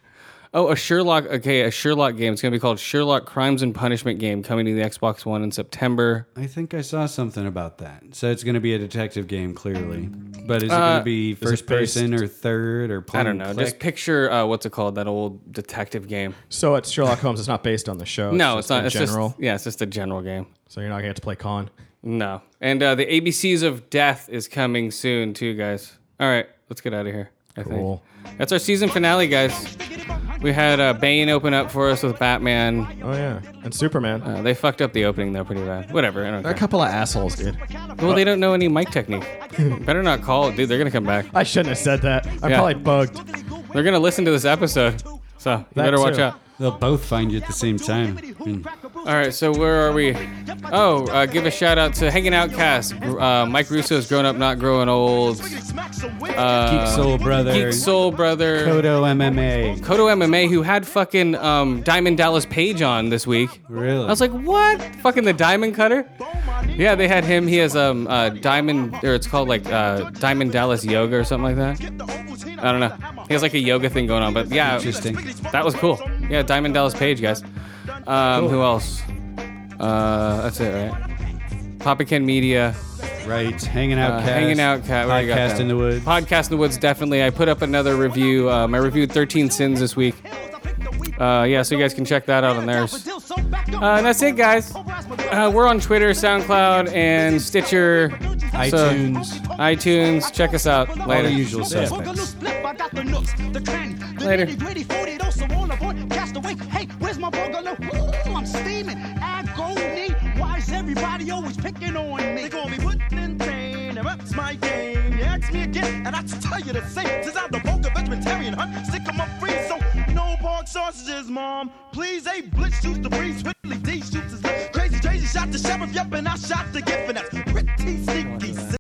Speaker 2: *laughs* oh, a Sherlock. Okay, a Sherlock game. It's gonna be called Sherlock Crimes and Punishment game, coming to the Xbox One in September.
Speaker 5: I think I saw something about that. So, it's going to be a detective game, clearly. But is it
Speaker 2: Uh,
Speaker 5: going to be first person or third or
Speaker 2: I
Speaker 5: point
Speaker 2: don't
Speaker 5: and
Speaker 2: know. Just
Speaker 5: click?
Speaker 2: picture uh, what's it called? That old detective game.
Speaker 6: So it's Sherlock Holmes. It's not based on the show.
Speaker 2: no,
Speaker 6: just
Speaker 2: it's not.
Speaker 6: in
Speaker 2: It's
Speaker 6: general.
Speaker 2: just yeah, it's just a general game.
Speaker 6: so you're not gonna have to play con.
Speaker 2: No, and uh, the ABCs of Death is coming soon too, guys. All right, let's get out of here. I
Speaker 6: Cool.
Speaker 2: think that's our season finale, guys. We had uh, Bane open up for us with Batman.
Speaker 6: Oh yeah, and Superman.
Speaker 2: Uh, they fucked up the opening though, pretty bad. Whatever. I don't
Speaker 6: they're a
Speaker 2: care.
Speaker 6: couple of assholes, dude.
Speaker 2: Well, they don't know any mic
Speaker 6: *laughs*
Speaker 2: technique. Better not call it, dude. They're gonna come back.
Speaker 6: I shouldn't have said that. I'm
Speaker 2: Yeah.
Speaker 6: probably bugged.
Speaker 2: They're gonna listen to this episode, so you better watch
Speaker 6: too.
Speaker 2: out.
Speaker 5: They'll both find you at the same time. Mm.
Speaker 2: All right, so where are we? Oh, uh, give a shout out to Hanging Out Cast, uh, Mike Russo's Grown Up Not Growing Old, uh,
Speaker 5: Geek Soul Brother,
Speaker 2: Geek Soul Brother,
Speaker 5: Kodo MMA.
Speaker 2: Kodo MMA, who had fucking um, Diamond Dallas Page on this week.
Speaker 5: Really?
Speaker 2: I was like, what? Fucking the Diamond Cutter? Yeah, they had him. He has um uh, Diamond, or it's called like uh, Diamond Dallas Yoga or something like that. I don't know. He has like a yoga thing going on, but yeah,
Speaker 5: Interesting.
Speaker 2: that was cool. Yeah, Diamond Dallas Page, guys. Um, Who else? Uh, that's it, right? Papa Ken Media,
Speaker 5: Right. Hanging out,
Speaker 2: uh,
Speaker 5: cast.
Speaker 2: hanging out, cat. Where you got
Speaker 5: Podcast
Speaker 2: that?
Speaker 5: in the woods.
Speaker 2: Podcast in the woods, definitely. I put up another review. Um, I reviewed 13 Sins this week. Uh, yeah, so you guys can check that out on theirs. Uh, and that's it, guys. Uh, we're on Twitter, SoundCloud, and Stitcher,
Speaker 5: iTunes.
Speaker 2: So, iTunes. Check us out
Speaker 5: all the
Speaker 2: later.
Speaker 5: usual suspects.
Speaker 2: Later.
Speaker 8: Hey, where's my bungalow? Ooh, I'm steaming. I go need. Why is everybody always picking on me? They call me Putin Tane, and that's my game. You ask me again, and I just tell you the same. Since I'm the vulgar vegetarian, huh? Sick of my free, so no pork sausages, mom. Please, a blitz shoots the breeze. Whitley D shoots his lip. Crazy, crazy, shot the sheriff, yep, and I shot the gift, and that's pretty sneaky.